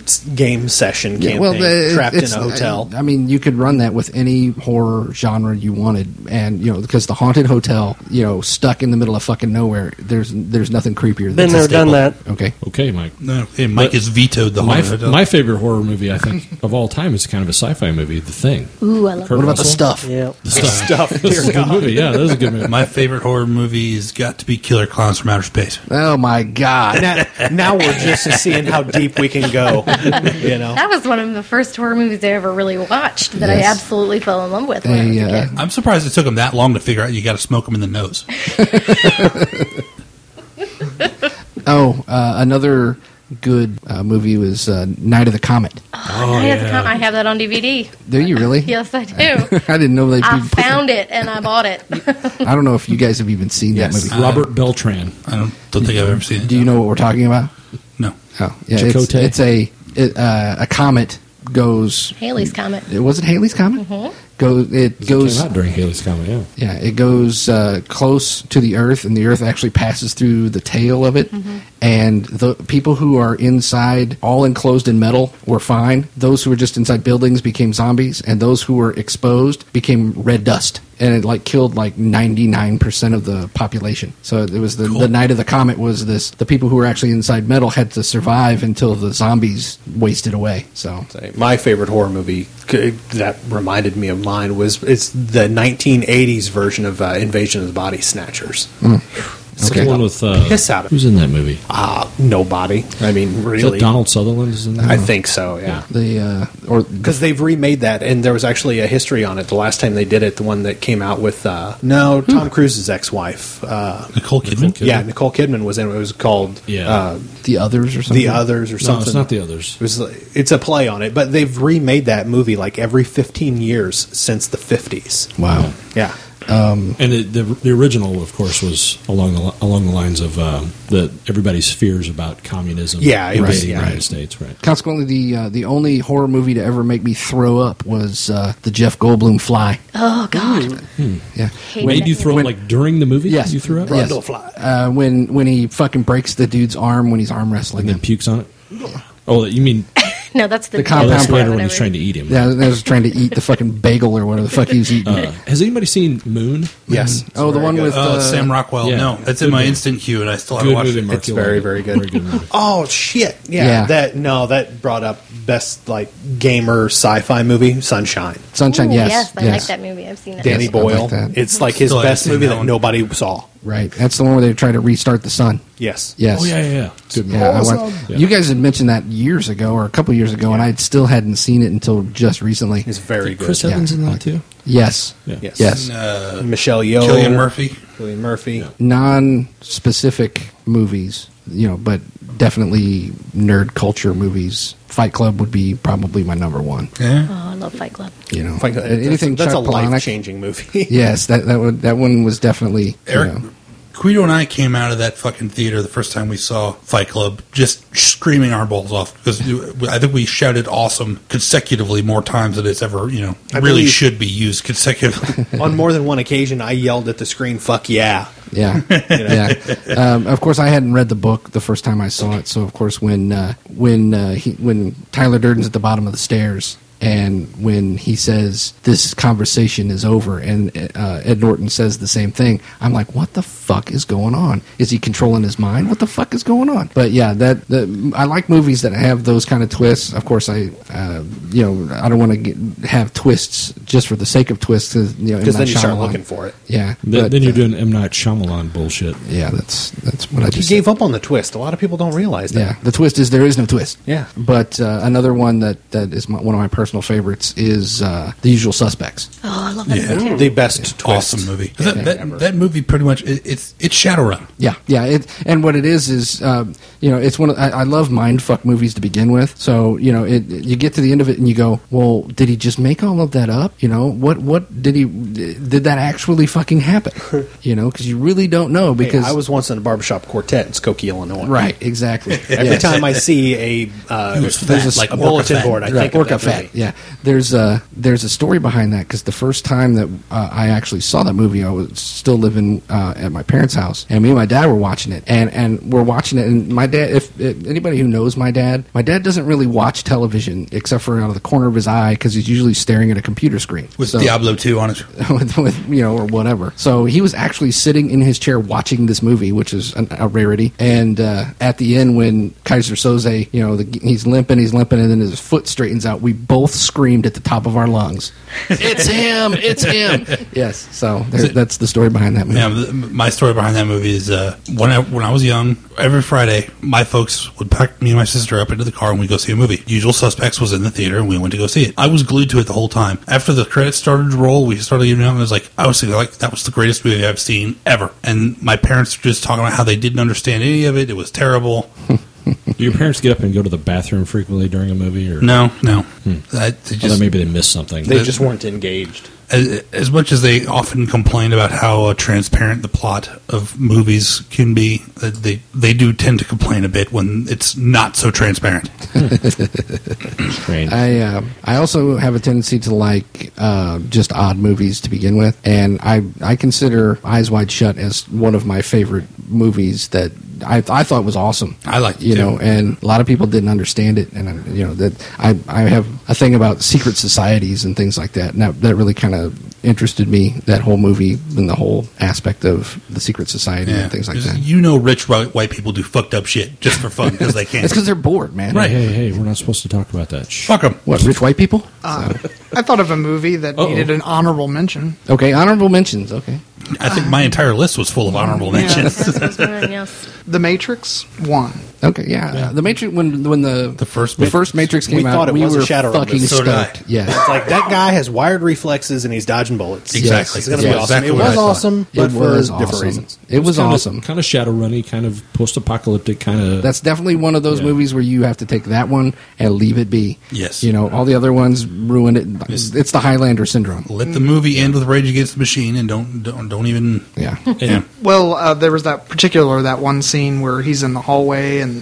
[SPEAKER 1] s- game session campaign
[SPEAKER 2] the-
[SPEAKER 1] trapped in
[SPEAKER 2] it's-
[SPEAKER 1] a hotel.
[SPEAKER 2] I, I mean, you could run that with any horror genre you wanted, and you know, because the haunted hotel, you know, stuck in the middle of fucking nowhere. There's there's nothing creepier.
[SPEAKER 3] Been
[SPEAKER 2] That's a
[SPEAKER 3] there, done
[SPEAKER 2] staple.
[SPEAKER 3] that.
[SPEAKER 2] Okay.
[SPEAKER 7] Okay, Mike.
[SPEAKER 4] no, hey, Mike has vetoed the whole.
[SPEAKER 7] My,
[SPEAKER 4] hotel.
[SPEAKER 7] my favorite horror movie, I think, of all time is kind of a sci-fi movie, The Thing.
[SPEAKER 5] Ooh, I love
[SPEAKER 7] Kurt
[SPEAKER 2] What about the
[SPEAKER 7] Russell.
[SPEAKER 2] stuff?
[SPEAKER 3] Yeah.
[SPEAKER 7] The stuff.
[SPEAKER 1] Stuff,
[SPEAKER 7] This
[SPEAKER 1] dear
[SPEAKER 7] is a good
[SPEAKER 1] God.
[SPEAKER 7] movie. Yeah, that is a good movie.
[SPEAKER 4] My favorite horror movie has got to be Killer Clowns from Outer Space.
[SPEAKER 2] Oh my god.
[SPEAKER 1] Now, now we're just seeing how deep we can go. You know,
[SPEAKER 5] That was one of the first horror movies I ever really watched that I
[SPEAKER 2] Yes.
[SPEAKER 5] absolutely fell in love with when I was
[SPEAKER 2] They,
[SPEAKER 5] a
[SPEAKER 2] uh,
[SPEAKER 5] kid.
[SPEAKER 4] I'm surprised it took him that long to figure out you got to smoke him in the nose.
[SPEAKER 2] oh, uh, another good uh, movie was uh, Night of the Comet.
[SPEAKER 5] I, had the com- I have that on DVD.
[SPEAKER 2] Do you really?
[SPEAKER 5] Yes, I do.
[SPEAKER 2] I didn't know they.
[SPEAKER 5] I found it and I bought it.
[SPEAKER 2] I don't know if you guys have even seen
[SPEAKER 1] Yes.
[SPEAKER 2] that movie.
[SPEAKER 7] Robert Beltran.
[SPEAKER 4] I don't, don't think I've ever seen it.
[SPEAKER 2] Do you know what we're talking about?
[SPEAKER 4] no.
[SPEAKER 2] Oh, yeah. It's,
[SPEAKER 7] Chakotay.
[SPEAKER 2] it's a it, uh, a comet goes.
[SPEAKER 5] Haley's Comet.
[SPEAKER 2] It was it Haley's comet.
[SPEAKER 5] Mm-hmm.
[SPEAKER 2] Goes it
[SPEAKER 7] Goes,
[SPEAKER 2] goes.
[SPEAKER 7] came out during Haley's Comet, yeah.
[SPEAKER 2] Yeah, it goes uh, close to the Earth, and the Earth actually passes through the tail of it. And the people who are inside, all enclosed in metal, were fine. Those who were just inside buildings became zombies, and those who were exposed became red dust. And it like killed like ninety nine percent of the population. So it was the, the night of the comet was this. The people who were actually inside metal had to survive until the zombies wasted away. So
[SPEAKER 1] my favorite horror movie c- that reminded me of mine was it's the 1980s version of uh, Invasion of the Body Snatchers.
[SPEAKER 7] It's
[SPEAKER 2] Okay.
[SPEAKER 7] the one with uh,
[SPEAKER 1] Piss out of-
[SPEAKER 7] who's in that movie?
[SPEAKER 1] Ah, nobody. I mean,
[SPEAKER 7] Is
[SPEAKER 1] really,
[SPEAKER 7] that Donald Sutherland is in that.
[SPEAKER 1] I
[SPEAKER 7] movie?
[SPEAKER 1] think so. Yeah.
[SPEAKER 2] the uh, or
[SPEAKER 1] Because they've remade that, and there was actually a history on it. The last time they did it, the one that came out with uh, no Tom Cruise's ex-wife, uh,
[SPEAKER 4] Nicole Kidman?
[SPEAKER 7] Kidman.
[SPEAKER 1] yeah, Nicole Kidman was in it. It was called
[SPEAKER 7] Yeah.
[SPEAKER 1] uh,
[SPEAKER 2] the others or something.
[SPEAKER 1] The Others or
[SPEAKER 7] No,
[SPEAKER 1] something.
[SPEAKER 7] it's not the others.
[SPEAKER 1] It was like- it's a play on it, but they've remade that movie like every 15 years since the 50s.
[SPEAKER 2] Wow.
[SPEAKER 1] Yeah.
[SPEAKER 7] And the, the, the original, of course, was along the li- along the lines of um, the everybody's fears about communism.
[SPEAKER 1] Yeah, it
[SPEAKER 7] invading
[SPEAKER 1] was-
[SPEAKER 7] the
[SPEAKER 1] yeah.
[SPEAKER 7] United States, right?
[SPEAKER 2] Consequently, the uh, the only horror movie to ever make me throw up was uh, the Jeff Goldblum Fly.
[SPEAKER 5] Oh, God.
[SPEAKER 7] Hmm.
[SPEAKER 2] Yeah.
[SPEAKER 5] Hated
[SPEAKER 7] Made
[SPEAKER 5] that
[SPEAKER 7] you throw
[SPEAKER 5] movie.
[SPEAKER 7] up like during the movie?
[SPEAKER 2] Yes.
[SPEAKER 7] you threw up,
[SPEAKER 2] Yes.
[SPEAKER 1] Brundle Fly.
[SPEAKER 2] Uh, when when he fucking breaks the dude's arm when he's arm wrestling
[SPEAKER 7] and then
[SPEAKER 2] him.
[SPEAKER 7] pukes on it. Oh, you mean
[SPEAKER 5] No, that's the,
[SPEAKER 2] The
[SPEAKER 7] oh,
[SPEAKER 2] compound
[SPEAKER 7] that's
[SPEAKER 2] Compound
[SPEAKER 7] later when he's trying to eat him?
[SPEAKER 2] Yeah, I was trying to eat the fucking bagel or whatever the fuck he was eating.
[SPEAKER 7] Uh, has anybody seen Moon?
[SPEAKER 1] Yes.
[SPEAKER 2] oh, the
[SPEAKER 1] Very
[SPEAKER 2] one
[SPEAKER 1] good.
[SPEAKER 2] with
[SPEAKER 4] Oh,
[SPEAKER 2] uh,
[SPEAKER 4] Sam Rockwell.
[SPEAKER 7] yeah.
[SPEAKER 4] No, that's
[SPEAKER 7] Good
[SPEAKER 4] in my
[SPEAKER 7] movie.
[SPEAKER 4] instant queue, and I still haven't
[SPEAKER 7] Good
[SPEAKER 4] watched
[SPEAKER 7] movie,
[SPEAKER 4] it.
[SPEAKER 1] Oh,
[SPEAKER 7] Mark.
[SPEAKER 1] It's
[SPEAKER 7] You'll
[SPEAKER 1] very,
[SPEAKER 7] like it.
[SPEAKER 1] very good.
[SPEAKER 7] Very good movie.
[SPEAKER 1] Oh shit! Yeah,
[SPEAKER 2] Yeah.
[SPEAKER 1] that no, that brought up best like gamer sci-fi movie, Sunshine.
[SPEAKER 2] Sunshine.
[SPEAKER 5] Ooh,
[SPEAKER 2] yes,
[SPEAKER 5] I
[SPEAKER 2] yes.
[SPEAKER 5] like that movie. I've seen it.
[SPEAKER 1] Danny
[SPEAKER 2] Yes, I
[SPEAKER 1] Boyle.
[SPEAKER 2] like that.
[SPEAKER 1] it's like his
[SPEAKER 4] Still haven't
[SPEAKER 1] best
[SPEAKER 4] seen
[SPEAKER 1] movie
[SPEAKER 4] that
[SPEAKER 1] that
[SPEAKER 4] one.
[SPEAKER 1] nobody saw.
[SPEAKER 2] Right, that's the one where they try to restart the sun.
[SPEAKER 1] Yes.
[SPEAKER 2] Yes.
[SPEAKER 7] Oh yeah, yeah, yeah. Good movie.
[SPEAKER 2] Yeah, I went,
[SPEAKER 7] Yeah.
[SPEAKER 2] You guys had mentioned that years ago or a couple years ago, and I still hadn't seen it until just recently.
[SPEAKER 1] It's very good.
[SPEAKER 7] Chris Evans in that too.
[SPEAKER 2] Yes.
[SPEAKER 7] Yeah.
[SPEAKER 1] Yes.
[SPEAKER 2] Yes.
[SPEAKER 4] Uh,
[SPEAKER 1] Michelle Yeoh,
[SPEAKER 4] Killian Murphy.
[SPEAKER 1] Cillian Murphy.
[SPEAKER 2] Non-specific movies, you know, but definitely nerd culture movies. Fight Club would be probably my number one.
[SPEAKER 4] Yeah.
[SPEAKER 7] Uh-huh.
[SPEAKER 5] Oh, I love Fight Club.
[SPEAKER 2] You know,
[SPEAKER 1] Like, that's-
[SPEAKER 2] uh, anything
[SPEAKER 1] that's,
[SPEAKER 2] Chuck
[SPEAKER 1] a
[SPEAKER 2] Palahniuk.
[SPEAKER 1] life changing movie.
[SPEAKER 2] Yes, that that one, that one was definitely
[SPEAKER 4] Eric
[SPEAKER 2] You know,
[SPEAKER 4] Guido and I came out of that fucking theater the first time we saw Fight Club, just screaming our balls off because I think we shouted "awesome" consecutively more times than it's ever you know
[SPEAKER 1] I
[SPEAKER 4] really
[SPEAKER 1] believe-
[SPEAKER 4] should be used consecutively.
[SPEAKER 1] On more than one occasion, I yelled at the screen, "Fuck yeah!"
[SPEAKER 2] Yeah, yeah. Um, of course, I hadn't read the book the first time I saw it, so of course, when uh, when uh, he, when Tyler Durden's at the bottom of the stairs, and when he says this conversation is over, and uh, Ed Norton says the same thing, I'm like, what the fuck is going on? Is he controlling his mind? What the fuck is going on? But yeah, that, that I like movies that have those kind of twists. Of course, I uh, you know I don't want to have twists just for the sake of twists. 'cause, You know, M.
[SPEAKER 1] Because then
[SPEAKER 2] Night
[SPEAKER 1] you start
[SPEAKER 2] Shyamalan.
[SPEAKER 1] looking for it.
[SPEAKER 2] Yeah,
[SPEAKER 7] Then,
[SPEAKER 2] but,
[SPEAKER 7] then you're
[SPEAKER 2] uh,
[SPEAKER 7] doing M Night Shyamalan bullshit.
[SPEAKER 2] yeah, that's that's what I
[SPEAKER 1] He
[SPEAKER 2] just
[SPEAKER 1] gave up on the twist. A lot of people don't realize that.
[SPEAKER 2] Yeah, the twist is there is no twist.
[SPEAKER 1] Yeah.
[SPEAKER 2] but uh, another one that that is my, one of my personal favorites is uh, The Usual Suspects.
[SPEAKER 5] Oh, I love that
[SPEAKER 4] Yeah.
[SPEAKER 5] movie too.
[SPEAKER 1] The best twist.
[SPEAKER 4] awesome movie. That, that, that movie pretty much it, it's it's Shadowrun.
[SPEAKER 2] Yeah, yeah, it, and what it is is um, you know it's one of, I, I love mindfuck movies to begin with. So you know it, you get to the end of it and you go, well, did he just make all of that up? You know what what did he did that actually fucking happen? you know because you really don't know
[SPEAKER 1] Hey,
[SPEAKER 2] because
[SPEAKER 1] I was once in a barbershop quartet in Skokie, Illinois.
[SPEAKER 2] right exactly
[SPEAKER 1] Every
[SPEAKER 2] Yes.
[SPEAKER 1] time I see a uh,
[SPEAKER 4] He was fat,
[SPEAKER 1] there's a s-
[SPEAKER 4] like
[SPEAKER 1] a
[SPEAKER 4] Orca
[SPEAKER 1] bulletin
[SPEAKER 4] fat.
[SPEAKER 1] board, I
[SPEAKER 2] Right,
[SPEAKER 1] think of
[SPEAKER 2] Orca
[SPEAKER 1] that
[SPEAKER 2] Fat.
[SPEAKER 1] movie.
[SPEAKER 2] Yeah, there's a there's a story behind that because the first time that uh, I actually saw that movie, I was still living uh, at my parents' house, and me and my dad were watching it, and and we're watching it, and my dad, if, if anybody who knows my dad, my dad doesn't really watch television except for out of the corner of his eye because he's usually staring at a computer screen.
[SPEAKER 4] with
[SPEAKER 2] So-
[SPEAKER 4] Diablo two on it.
[SPEAKER 2] with, with you know or whatever. So he was actually sitting in his chair watching this movie, which is an, a rarity. And uh, at the end, when Kaiser Soze, you know, the, he's limping, he's limping, and then his foot straightens out. We both screamed at the top of our lungs, "It's him! It's him!" yes. So there, that's the story behind that movie.
[SPEAKER 4] Yeah, th- my story behind that movie is uh, when I when I was young, every Friday, my folks would pack me and my sister up into the car and we'd go see a movie. Usual Suspects was in the theater and we went to go see it. I was glued to it the whole time. After the credits started to roll, we started getting out and I was like, I was thinking, like that was the greatest movie I've seen ever. And my parents were just talking about how they didn't understand any of it. It was terrible.
[SPEAKER 7] Do your parents get up and go to the bathroom frequently during a movie, or
[SPEAKER 4] No, no, I, they
[SPEAKER 7] Although
[SPEAKER 4] just,
[SPEAKER 7] maybe they missed something?
[SPEAKER 1] They just weren't engaged.
[SPEAKER 4] as, as much as they often complain about how uh, transparent the plot of movies can be, uh, they they do tend to complain a bit when it's not so transparent.
[SPEAKER 7] trained.
[SPEAKER 2] I uh, I also have a tendency to like uh, just odd movies to begin with, and I I consider Eyes Wide Shut as one of my favorite movies that I I thought was awesome.
[SPEAKER 4] I liked it,
[SPEAKER 2] you
[SPEAKER 4] too.
[SPEAKER 2] know, and a lot of people didn't understand it, and I, you know that I I have a thing about secret societies and things like that, and that, that really kind of interested me that whole movie and the whole aspect of the secret society and things like
[SPEAKER 4] Because
[SPEAKER 2] that.
[SPEAKER 4] You know, rich white, white people do fucked up shit just for fun because they can.
[SPEAKER 2] It's because they're bored, man.
[SPEAKER 4] Right.
[SPEAKER 7] hey, hey, we're not supposed to talk about that. Shh.
[SPEAKER 4] Fuck them.
[SPEAKER 2] What rich white people?
[SPEAKER 4] Uh.
[SPEAKER 6] I thought of a movie that
[SPEAKER 7] Uh-oh.
[SPEAKER 6] needed an honorable mention.
[SPEAKER 2] Okay, honorable mentions. Okay.
[SPEAKER 4] I think my entire list was full of honorable
[SPEAKER 6] Yeah.
[SPEAKER 4] mentions.
[SPEAKER 5] That's what I was wondering, yes.
[SPEAKER 6] The Matrix One.
[SPEAKER 2] Okay, yeah.
[SPEAKER 7] Yeah.
[SPEAKER 2] The Matrix when when the
[SPEAKER 4] The first
[SPEAKER 2] the
[SPEAKER 4] Matrix.
[SPEAKER 2] first Matrix came
[SPEAKER 1] We
[SPEAKER 2] out,
[SPEAKER 1] thought it
[SPEAKER 2] we
[SPEAKER 1] was a
[SPEAKER 2] were
[SPEAKER 1] Shadowrun
[SPEAKER 2] fucking
[SPEAKER 1] movie.
[SPEAKER 4] So did I.
[SPEAKER 2] stoked. Yeah,
[SPEAKER 1] It's like that guy has wired reflexes and he's dodging bullets.
[SPEAKER 4] Exactly.
[SPEAKER 1] It's going to
[SPEAKER 2] Yeah,
[SPEAKER 1] be awesome.
[SPEAKER 4] exactly
[SPEAKER 1] it
[SPEAKER 4] what I
[SPEAKER 1] was
[SPEAKER 4] thought.
[SPEAKER 1] awesome, but for different reasons.
[SPEAKER 2] It was awesome.
[SPEAKER 7] Kind of shadow runny, kind of post apocalyptic, kind of.
[SPEAKER 2] That's definitely one of those
[SPEAKER 7] Yeah.
[SPEAKER 2] movies where you have to take that one and leave it be.
[SPEAKER 4] Yes.
[SPEAKER 2] you know all the other ones ruined it.
[SPEAKER 4] Yes.
[SPEAKER 2] It's the Highlander syndrome.
[SPEAKER 4] Let the movie end with Rage Against the Machine and don't don't, don't even.
[SPEAKER 2] Yeah,
[SPEAKER 4] Yeah.
[SPEAKER 6] Well, uh, there was that particular that one scene where he's in the hallway and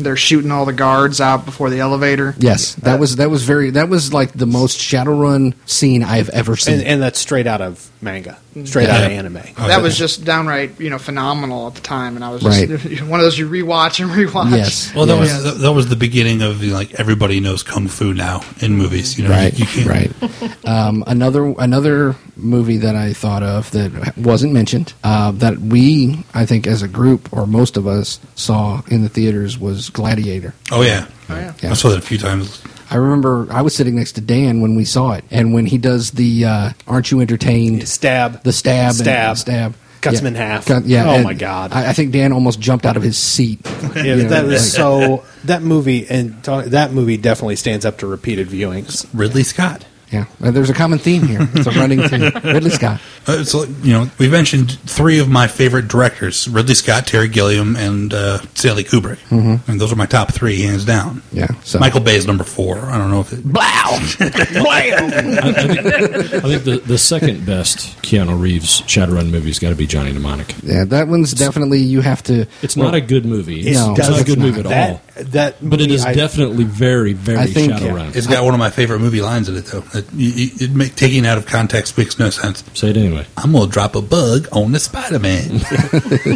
[SPEAKER 6] they're shooting all the guards out before the elevator.
[SPEAKER 2] yes, that
[SPEAKER 4] Uh,
[SPEAKER 2] was that was very that was like the most Shadowrun scene I've ever seen.
[SPEAKER 1] And, and that's straight out of manga, straight
[SPEAKER 4] Yeah.
[SPEAKER 1] out of anime.
[SPEAKER 4] Oh,
[SPEAKER 6] that
[SPEAKER 4] yeah.
[SPEAKER 6] was just downright, you know, phenomenal at the time, and I was just one of those you rewatch and rewatch.
[SPEAKER 2] Yes.
[SPEAKER 4] Well, that
[SPEAKER 2] Yes.
[SPEAKER 4] was that, that was the beginning of you know, like everybody knows kung fu now in movies. You know,
[SPEAKER 2] Right,
[SPEAKER 4] You can't-
[SPEAKER 2] right. Um, another another movie that I thought of that wasn't mentioned uh, that we, I think, as a group or most of us saw in the theaters was Gladiator.
[SPEAKER 4] Oh yeah.
[SPEAKER 6] Oh, yeah.
[SPEAKER 2] Yeah.
[SPEAKER 4] I saw that a few times.
[SPEAKER 2] I remember I was sitting next to Dan when we saw it, and when he does the uh, "Aren't you entertained?"
[SPEAKER 1] Stab.
[SPEAKER 2] the stab, and-
[SPEAKER 1] Stab.
[SPEAKER 2] stab.
[SPEAKER 1] Cuts him in half.
[SPEAKER 2] Cut- yeah.
[SPEAKER 1] Oh,
[SPEAKER 2] and
[SPEAKER 1] my God.
[SPEAKER 2] I, I think Dan almost jumped out of his seat.
[SPEAKER 1] Yeah,
[SPEAKER 2] You know,
[SPEAKER 1] that was
[SPEAKER 2] like-
[SPEAKER 1] so. That movie and talk, that movie definitely stands up to repeated viewings.
[SPEAKER 4] Ridley Scott.
[SPEAKER 2] Yeah, Uh, there's a common theme here. It's a running theme. Ridley Scott.
[SPEAKER 4] Uh, it's like, you know, we mentioned three of my favorite directors Ridley Scott, Terry Gilliam, and uh, Stanley Kubrick. Mm-hmm. And those are my top three, hands down.
[SPEAKER 2] Yeah, so-
[SPEAKER 4] Michael Bay is number four. I don't know if it.
[SPEAKER 7] I, I think, I think the, the second best Keanu Reeves Shadowrun movie's got to be Johnny Mnemonic.
[SPEAKER 2] Yeah, that one's definitely you have to.
[SPEAKER 7] It's not a good movie.
[SPEAKER 1] It
[SPEAKER 7] It's,
[SPEAKER 2] No,
[SPEAKER 7] it's
[SPEAKER 1] does
[SPEAKER 7] not a good
[SPEAKER 1] not.
[SPEAKER 7] movie at
[SPEAKER 1] That-
[SPEAKER 7] all.
[SPEAKER 1] That
[SPEAKER 7] But it
[SPEAKER 1] movie,
[SPEAKER 7] is
[SPEAKER 1] I-
[SPEAKER 7] definitely very, very
[SPEAKER 2] I think-
[SPEAKER 7] Shadowrun.
[SPEAKER 4] It's got one of my favorite movie lines in it, though. It, you- you- it make, taking out of context makes no sense.
[SPEAKER 7] Say it anyway.
[SPEAKER 4] I'm gonna drop a bug on the Spider Man.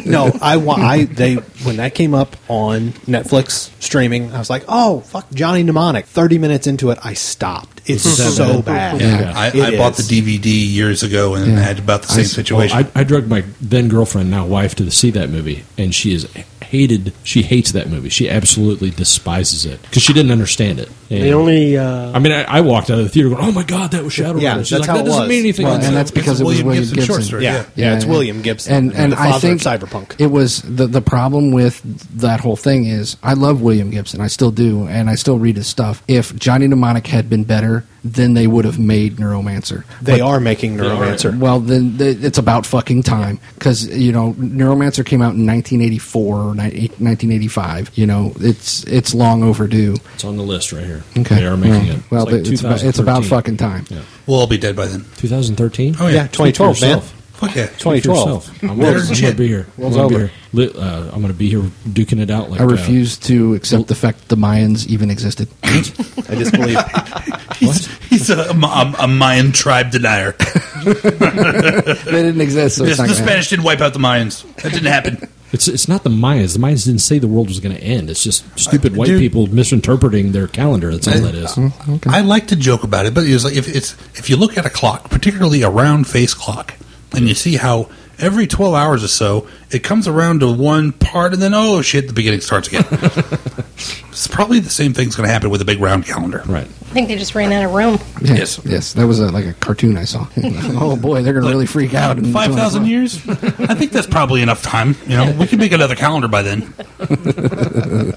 [SPEAKER 1] no, I wa- I they when that came up on Netflix streaming, I was like, oh fuck, Johnny Mnemonic. Thirty minutes into it, I stopped. It's
[SPEAKER 7] that
[SPEAKER 1] so
[SPEAKER 7] bad?
[SPEAKER 1] bad.
[SPEAKER 2] Yeah.
[SPEAKER 4] I,
[SPEAKER 1] It
[SPEAKER 4] I bought the
[SPEAKER 1] is.
[SPEAKER 4] DVD years ago and
[SPEAKER 2] Yeah.
[SPEAKER 4] had about the same situation.
[SPEAKER 7] Well, oh, I, I drugged my then girlfriend, now wife, to see that movie, and she is hated. She hates that movie. She absolutely despises it because she didn't understand it. And-
[SPEAKER 3] The only uh,
[SPEAKER 7] I mean, I, I walked out of the theater going, "Oh my god, that was Shadowrun."
[SPEAKER 1] Yeah,
[SPEAKER 7] And She's
[SPEAKER 1] that's
[SPEAKER 7] like,
[SPEAKER 1] how
[SPEAKER 7] "That
[SPEAKER 1] it
[SPEAKER 7] doesn't
[SPEAKER 1] was."
[SPEAKER 7] mean anything."
[SPEAKER 2] Well,
[SPEAKER 7] It's
[SPEAKER 2] and
[SPEAKER 7] a-
[SPEAKER 2] that's
[SPEAKER 4] It's a
[SPEAKER 2] because it was William Gibson.
[SPEAKER 4] short story,
[SPEAKER 1] Yeah. Yeah, it's William Gibson,
[SPEAKER 2] and
[SPEAKER 1] the
[SPEAKER 2] and I
[SPEAKER 1] father
[SPEAKER 2] think
[SPEAKER 1] of cyberpunk.
[SPEAKER 2] It was the the problem with that whole thing is I love William Gibson, I still do, and I still read his stuff. If Johnny Mnemonic had been better, then they would have made Neuromancer.
[SPEAKER 1] They are making Neuromancer.
[SPEAKER 2] Well, then th- it's about fucking time because you know Neuromancer came out in 1984 or ni- 1985. You know, it's it's long overdue.
[SPEAKER 7] It's on the list right here.
[SPEAKER 2] Okay,
[SPEAKER 7] They are making
[SPEAKER 2] well,
[SPEAKER 7] it.
[SPEAKER 2] Well,
[SPEAKER 7] it's, like
[SPEAKER 2] it's, about, it's about
[SPEAKER 7] 2013.
[SPEAKER 2] fucking time.
[SPEAKER 7] Yeah.
[SPEAKER 4] we'll all be dead by then.
[SPEAKER 7] 2013.
[SPEAKER 4] Oh yeah,
[SPEAKER 1] Yeah, 2012, man.
[SPEAKER 4] Fuck yeah.
[SPEAKER 7] Speak for
[SPEAKER 1] 2012.
[SPEAKER 7] yourself. I'm gonna- I'm gonna
[SPEAKER 4] Legit.
[SPEAKER 7] be here. I'm
[SPEAKER 1] World's
[SPEAKER 7] gonna be
[SPEAKER 1] over.
[SPEAKER 7] here. Li- uh, I'm gonna be here duking it out. Like
[SPEAKER 2] I
[SPEAKER 7] uh,
[SPEAKER 2] refuse to accept the fact the Mayans even existed.
[SPEAKER 1] I disbelieve.
[SPEAKER 4] He's, he's a, a, a Mayan tribe denier.
[SPEAKER 2] they didn't exist, so
[SPEAKER 4] the
[SPEAKER 2] it's not
[SPEAKER 4] the
[SPEAKER 2] gonna happen.
[SPEAKER 4] Spanish didn't wipe out the Mayans. That didn't happen.
[SPEAKER 7] It's it's not the Mayans. The Mayans didn't say the world was going to end. It's just stupid
[SPEAKER 4] Uh,
[SPEAKER 7] white
[SPEAKER 4] dude.
[SPEAKER 7] people misinterpreting their calendar. That's all
[SPEAKER 4] I-
[SPEAKER 7] that is.
[SPEAKER 4] I like to joke about it, but it's like if it's if you look at a clock, particularly a round face clock, and you see how every twelve hours or so it comes around to one part, and then oh shit, the beginning starts again. it's probably the same thing's going to happen with a big round calendar.
[SPEAKER 7] Right.
[SPEAKER 5] I think they just ran out of room.
[SPEAKER 2] Yeah,
[SPEAKER 4] Yes.
[SPEAKER 2] yes, that was a, like a cartoon I saw. oh boy, they're gonna really freak out. in
[SPEAKER 4] Five thousand
[SPEAKER 2] 200.
[SPEAKER 4] years? I think that's probably enough time. You know, we can make another calendar by then.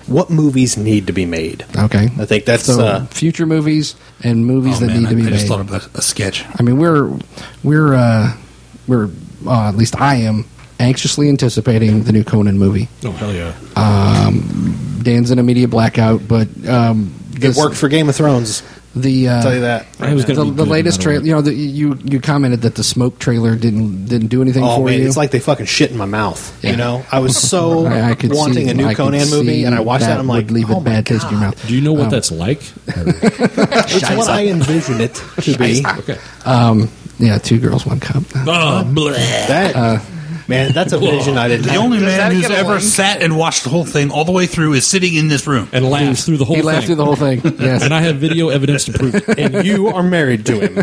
[SPEAKER 1] what movies need to be made?
[SPEAKER 2] Okay,
[SPEAKER 1] I think that's,
[SPEAKER 2] so.
[SPEAKER 1] uh,
[SPEAKER 2] future movies and movies that
[SPEAKER 4] Oh, man,
[SPEAKER 2] need to
[SPEAKER 4] I,
[SPEAKER 2] be
[SPEAKER 4] I just
[SPEAKER 2] made.
[SPEAKER 4] thought of a, a sketch.
[SPEAKER 2] I mean, we're we're uh, we're uh, at least I am anxiously anticipating the new Conan movie.
[SPEAKER 7] Oh hell yeah!
[SPEAKER 2] Dan's in a media blackout, but um,
[SPEAKER 1] It
[SPEAKER 2] this-
[SPEAKER 1] worked for Game of Thrones.
[SPEAKER 2] The uh,
[SPEAKER 1] I'll tell you that.
[SPEAKER 7] I was
[SPEAKER 2] The,
[SPEAKER 7] gonna be
[SPEAKER 2] the
[SPEAKER 7] good,
[SPEAKER 2] latest
[SPEAKER 7] by the way.
[SPEAKER 2] trailer, you know, the, you you commented that the smoke trailer didn't didn't do anything
[SPEAKER 1] Oh
[SPEAKER 2] for
[SPEAKER 1] man,
[SPEAKER 2] you.
[SPEAKER 1] it's like they fucking shit in my mouth.
[SPEAKER 2] Yeah.
[SPEAKER 1] You know, I was so
[SPEAKER 2] I- I could
[SPEAKER 1] wanting
[SPEAKER 2] see-
[SPEAKER 1] a new
[SPEAKER 2] I could
[SPEAKER 1] Conan
[SPEAKER 2] see
[SPEAKER 1] movie, and I watched that. and I'm
[SPEAKER 2] would
[SPEAKER 1] like,
[SPEAKER 2] leave
[SPEAKER 1] oh
[SPEAKER 2] a
[SPEAKER 1] my
[SPEAKER 2] bad taste in your
[SPEAKER 1] God.
[SPEAKER 2] mouth.
[SPEAKER 7] Do you know what
[SPEAKER 2] Um,
[SPEAKER 7] that's like?
[SPEAKER 1] It's what I envisioned it to be.
[SPEAKER 7] okay.
[SPEAKER 2] Yeah, two girls, one cup.
[SPEAKER 7] Oh, bleh.
[SPEAKER 1] That
[SPEAKER 2] Uh,
[SPEAKER 1] man, that's a vision I didn't.
[SPEAKER 4] The only
[SPEAKER 6] Does
[SPEAKER 4] man
[SPEAKER 6] that
[SPEAKER 4] who's
[SPEAKER 6] get a
[SPEAKER 4] ever
[SPEAKER 6] link?
[SPEAKER 4] sat and watched the whole thing all the way through is sitting in this room.
[SPEAKER 7] and laughs through the whole.
[SPEAKER 2] he
[SPEAKER 7] thing.
[SPEAKER 2] laughed through the whole thing. Yes,
[SPEAKER 7] And I have video evidence to prove. it.
[SPEAKER 1] and you are married to him.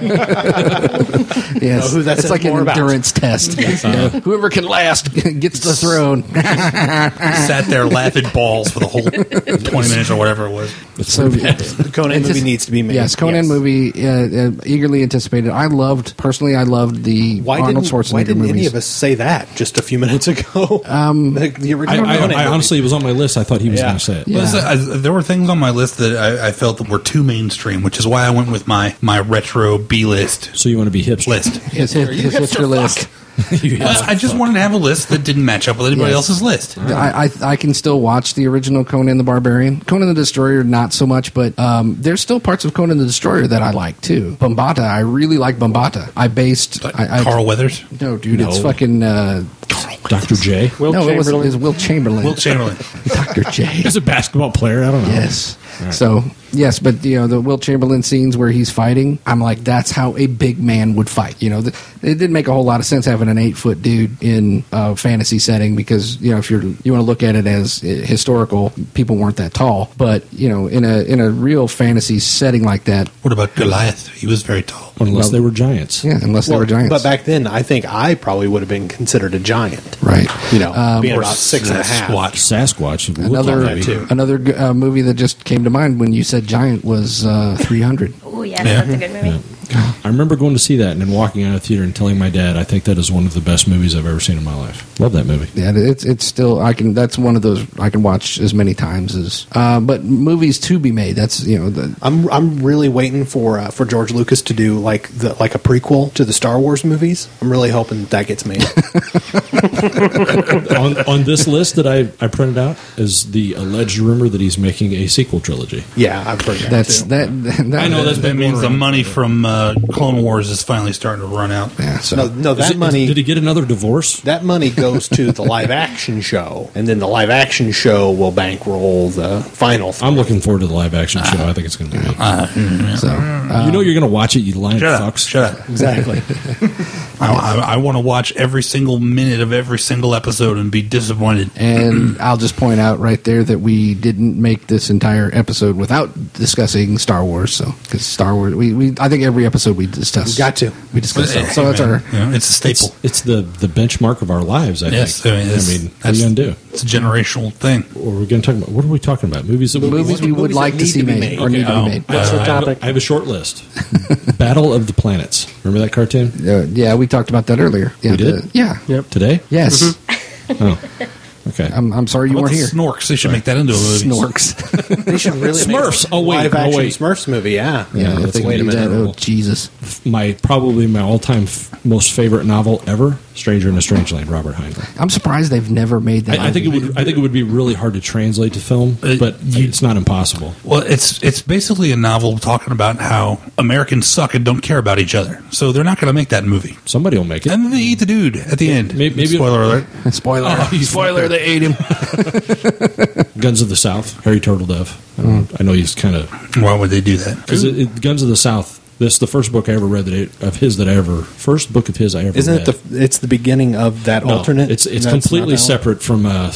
[SPEAKER 2] yes.
[SPEAKER 1] know who that
[SPEAKER 2] it's
[SPEAKER 1] says
[SPEAKER 2] like an
[SPEAKER 1] more about.
[SPEAKER 2] endurance test.
[SPEAKER 7] uh-huh.
[SPEAKER 2] Whoever can last gets the throne.
[SPEAKER 4] sat there laughing balls for the whole 20 minutes or whatever it was.
[SPEAKER 2] so
[SPEAKER 1] The Conan
[SPEAKER 2] Antici-
[SPEAKER 1] movie needs to be made.
[SPEAKER 2] Yes, Conan movie uh, uh, eagerly anticipated. I loved personally. I loved the
[SPEAKER 1] Why
[SPEAKER 2] Arnold
[SPEAKER 1] didn't,
[SPEAKER 2] Schwarzenegger
[SPEAKER 1] why didn't
[SPEAKER 2] movies.
[SPEAKER 1] any of us say that just a few minutes ago? Um, the, the
[SPEAKER 7] I,
[SPEAKER 1] original
[SPEAKER 7] I,
[SPEAKER 1] Conan
[SPEAKER 7] I
[SPEAKER 1] movie.
[SPEAKER 7] honestly it was on my list. I thought he was
[SPEAKER 1] Yeah.
[SPEAKER 7] going to say it.
[SPEAKER 2] Yeah.
[SPEAKER 4] Well, so I- uh, there were things on my list that I, I felt that were too mainstream, which is why I went with my, my retro B list
[SPEAKER 7] So you want to be hipster?
[SPEAKER 4] list.
[SPEAKER 2] his, his, his hipster list.
[SPEAKER 7] You
[SPEAKER 4] Well, I just wanted to have a list that didn't match up with anybody
[SPEAKER 2] Yes.
[SPEAKER 4] else's list.
[SPEAKER 2] I, I I can still watch the original Conan the Barbarian, Conan the Destroyer, not so much, but um, there's still parts of Conan the Destroyer that I like too. Bombata, I really like Bombata. I based
[SPEAKER 4] Like
[SPEAKER 2] I, I,
[SPEAKER 4] Carl Weathers,
[SPEAKER 2] No, dude, it's
[SPEAKER 7] No.
[SPEAKER 2] fucking. Uh,
[SPEAKER 7] Dr. J.
[SPEAKER 3] Will
[SPEAKER 2] no, it was, it
[SPEAKER 3] Chamberlain.
[SPEAKER 2] was Will Chamberlain.
[SPEAKER 4] Will Chamberlain.
[SPEAKER 2] Dr. J.
[SPEAKER 7] He's a basketball player. I don't know.
[SPEAKER 2] Yes.
[SPEAKER 7] Right.
[SPEAKER 2] So yes, but you know the Will Chamberlain scenes where he's fighting, I'm like, that's how a big man would fight. You know, th- it didn't make a whole lot of sense having an eight foot dude in a fantasy setting because you know if you're you want to look at it as uh, historical, people weren't that tall. But you know, in a in a real fantasy setting like that,
[SPEAKER 4] What about Goliath? He was very tall.
[SPEAKER 7] Unless
[SPEAKER 2] Well-
[SPEAKER 7] they were giants.
[SPEAKER 2] yeah, unless
[SPEAKER 1] Well,
[SPEAKER 2] they were giants,
[SPEAKER 1] But back then, I think I probably would have been considered a giant.
[SPEAKER 2] right?
[SPEAKER 1] You know,
[SPEAKER 2] Um,
[SPEAKER 1] being
[SPEAKER 4] or
[SPEAKER 1] about six and a half.
[SPEAKER 4] Sasquatch.
[SPEAKER 7] Sasquatch. would look
[SPEAKER 2] Another
[SPEAKER 7] like that, too.
[SPEAKER 2] another g- uh, movie that just came to mind when you said giant was uh, 300.
[SPEAKER 5] Oh yeah,
[SPEAKER 4] Yeah.
[SPEAKER 5] that's a good movie.
[SPEAKER 7] I remember going to see that and then walking out of the theater and telling my dad, I think that is one of the best movies I've ever seen in my life. Love that movie.
[SPEAKER 2] Yeah, it's it's still I can. That's one of those I can watch as many times as. Uh, but movies to be made. That's you know the,
[SPEAKER 1] I'm I'm really waiting for uh, for George Lucas to do like the like a prequel to the Star Wars movies. I'm really hoping that gets made.
[SPEAKER 7] on, on this list that I, I printed out is the alleged rumor that he's making a sequel trilogy.
[SPEAKER 1] yeah, I've heard that.
[SPEAKER 2] that's
[SPEAKER 1] too.
[SPEAKER 2] that, that.
[SPEAKER 7] I know that's
[SPEAKER 4] That
[SPEAKER 7] been
[SPEAKER 4] means the
[SPEAKER 7] going around.
[SPEAKER 4] money from uh, Clone Wars is finally starting to run out.
[SPEAKER 2] Yeah, so
[SPEAKER 1] no no
[SPEAKER 7] uh, Is
[SPEAKER 1] that
[SPEAKER 7] it-
[SPEAKER 1] money
[SPEAKER 7] Did he get another divorce?
[SPEAKER 1] that money goes to the live action show, and then the live action show will bankroll the final.
[SPEAKER 7] I'm looking forward to the live action show. I think it's
[SPEAKER 4] Uh,
[SPEAKER 7] going to be good.
[SPEAKER 2] so uh,
[SPEAKER 7] you know you're going to watch it, you lying
[SPEAKER 4] Shut up!
[SPEAKER 7] fucks.
[SPEAKER 4] Shut up!
[SPEAKER 1] exactly.
[SPEAKER 4] I, I, I want to watch every single minute of every single episode and be disappointed.
[SPEAKER 2] and I'll just point out right there that we didn't make this entire episode without discussing Star Wars. So because Star Wars, we, we I think every episode we discuss
[SPEAKER 1] We got to.
[SPEAKER 2] we discuss.
[SPEAKER 4] Hey,
[SPEAKER 2] It, so that's
[SPEAKER 4] man,
[SPEAKER 2] our
[SPEAKER 4] you know, it's a staple.
[SPEAKER 7] It's, it's the, the benchmark of our lives, I
[SPEAKER 4] yes,
[SPEAKER 7] think.
[SPEAKER 4] I mean,
[SPEAKER 7] I
[SPEAKER 4] it's,
[SPEAKER 7] mean, what are
[SPEAKER 4] that's-
[SPEAKER 7] you going to do?
[SPEAKER 4] It's a generational thing.
[SPEAKER 7] What are we going to talk about? What are we talking about? Movies that we Um,
[SPEAKER 2] movies we would
[SPEAKER 1] movies
[SPEAKER 2] like
[SPEAKER 1] that
[SPEAKER 2] to
[SPEAKER 1] need
[SPEAKER 2] see
[SPEAKER 1] to be
[SPEAKER 2] made,
[SPEAKER 1] made.
[SPEAKER 2] or need to
[SPEAKER 4] Okay,
[SPEAKER 2] be
[SPEAKER 4] oh,
[SPEAKER 2] made.
[SPEAKER 3] What's the
[SPEAKER 4] Uh,
[SPEAKER 3] topic?
[SPEAKER 7] I have a short list. Battle of the Planets. Remember that cartoon?
[SPEAKER 2] Uh, yeah, we talked about that earlier. Yeah,
[SPEAKER 7] We did?
[SPEAKER 2] the- yeah.
[SPEAKER 3] Yep.
[SPEAKER 7] Today?
[SPEAKER 2] Yes.
[SPEAKER 1] Mm-hmm.
[SPEAKER 7] Oh. Okay.
[SPEAKER 2] I'm, I'm sorry you
[SPEAKER 4] What
[SPEAKER 2] weren't
[SPEAKER 4] about
[SPEAKER 2] here.
[SPEAKER 4] the Snorks. They should make that into a movie.
[SPEAKER 2] Snorks.
[SPEAKER 1] They should really make
[SPEAKER 7] Smurfs.
[SPEAKER 1] a
[SPEAKER 7] Oh, wait.
[SPEAKER 1] live
[SPEAKER 7] Oh,
[SPEAKER 1] action
[SPEAKER 7] wait.
[SPEAKER 1] Smurfs movie. Yeah,
[SPEAKER 2] yeah, if
[SPEAKER 7] that's
[SPEAKER 2] they
[SPEAKER 7] way
[SPEAKER 2] could do
[SPEAKER 7] to
[SPEAKER 2] that,
[SPEAKER 7] miserable.
[SPEAKER 2] oh Jesus.
[SPEAKER 7] my probably my all-time f- most favorite novel ever, Stranger in a Strange Land, Robert Heinlein.
[SPEAKER 2] I'm surprised they've never made that.
[SPEAKER 7] I, I think it would. I think it would be really hard to translate to film,
[SPEAKER 4] Uh,
[SPEAKER 7] but it's not impossible.
[SPEAKER 4] Well, it's it's basically a novel talking about how Americans suck and don't care about each other. So they're not going to make that movie.
[SPEAKER 7] Somebody will make it.
[SPEAKER 4] And then they eat the dude at the end.
[SPEAKER 7] Maybe- maybe-
[SPEAKER 4] spoiler alert.
[SPEAKER 2] Oh, Spoiler.
[SPEAKER 4] spoiler! They ate him.
[SPEAKER 7] Guns of the South, Harry Turtledove. I, don't, I know he's kind of
[SPEAKER 4] Why would they do that?
[SPEAKER 7] because Guns of the South. This is the first book I ever read that I, of his that I ever first book of his I ever
[SPEAKER 1] isn't
[SPEAKER 7] read.
[SPEAKER 1] it the? It's the beginning of that
[SPEAKER 7] No,
[SPEAKER 1] alternate.
[SPEAKER 7] It's it's
[SPEAKER 1] That's not
[SPEAKER 7] completely
[SPEAKER 1] that one?
[SPEAKER 7] separate from uh,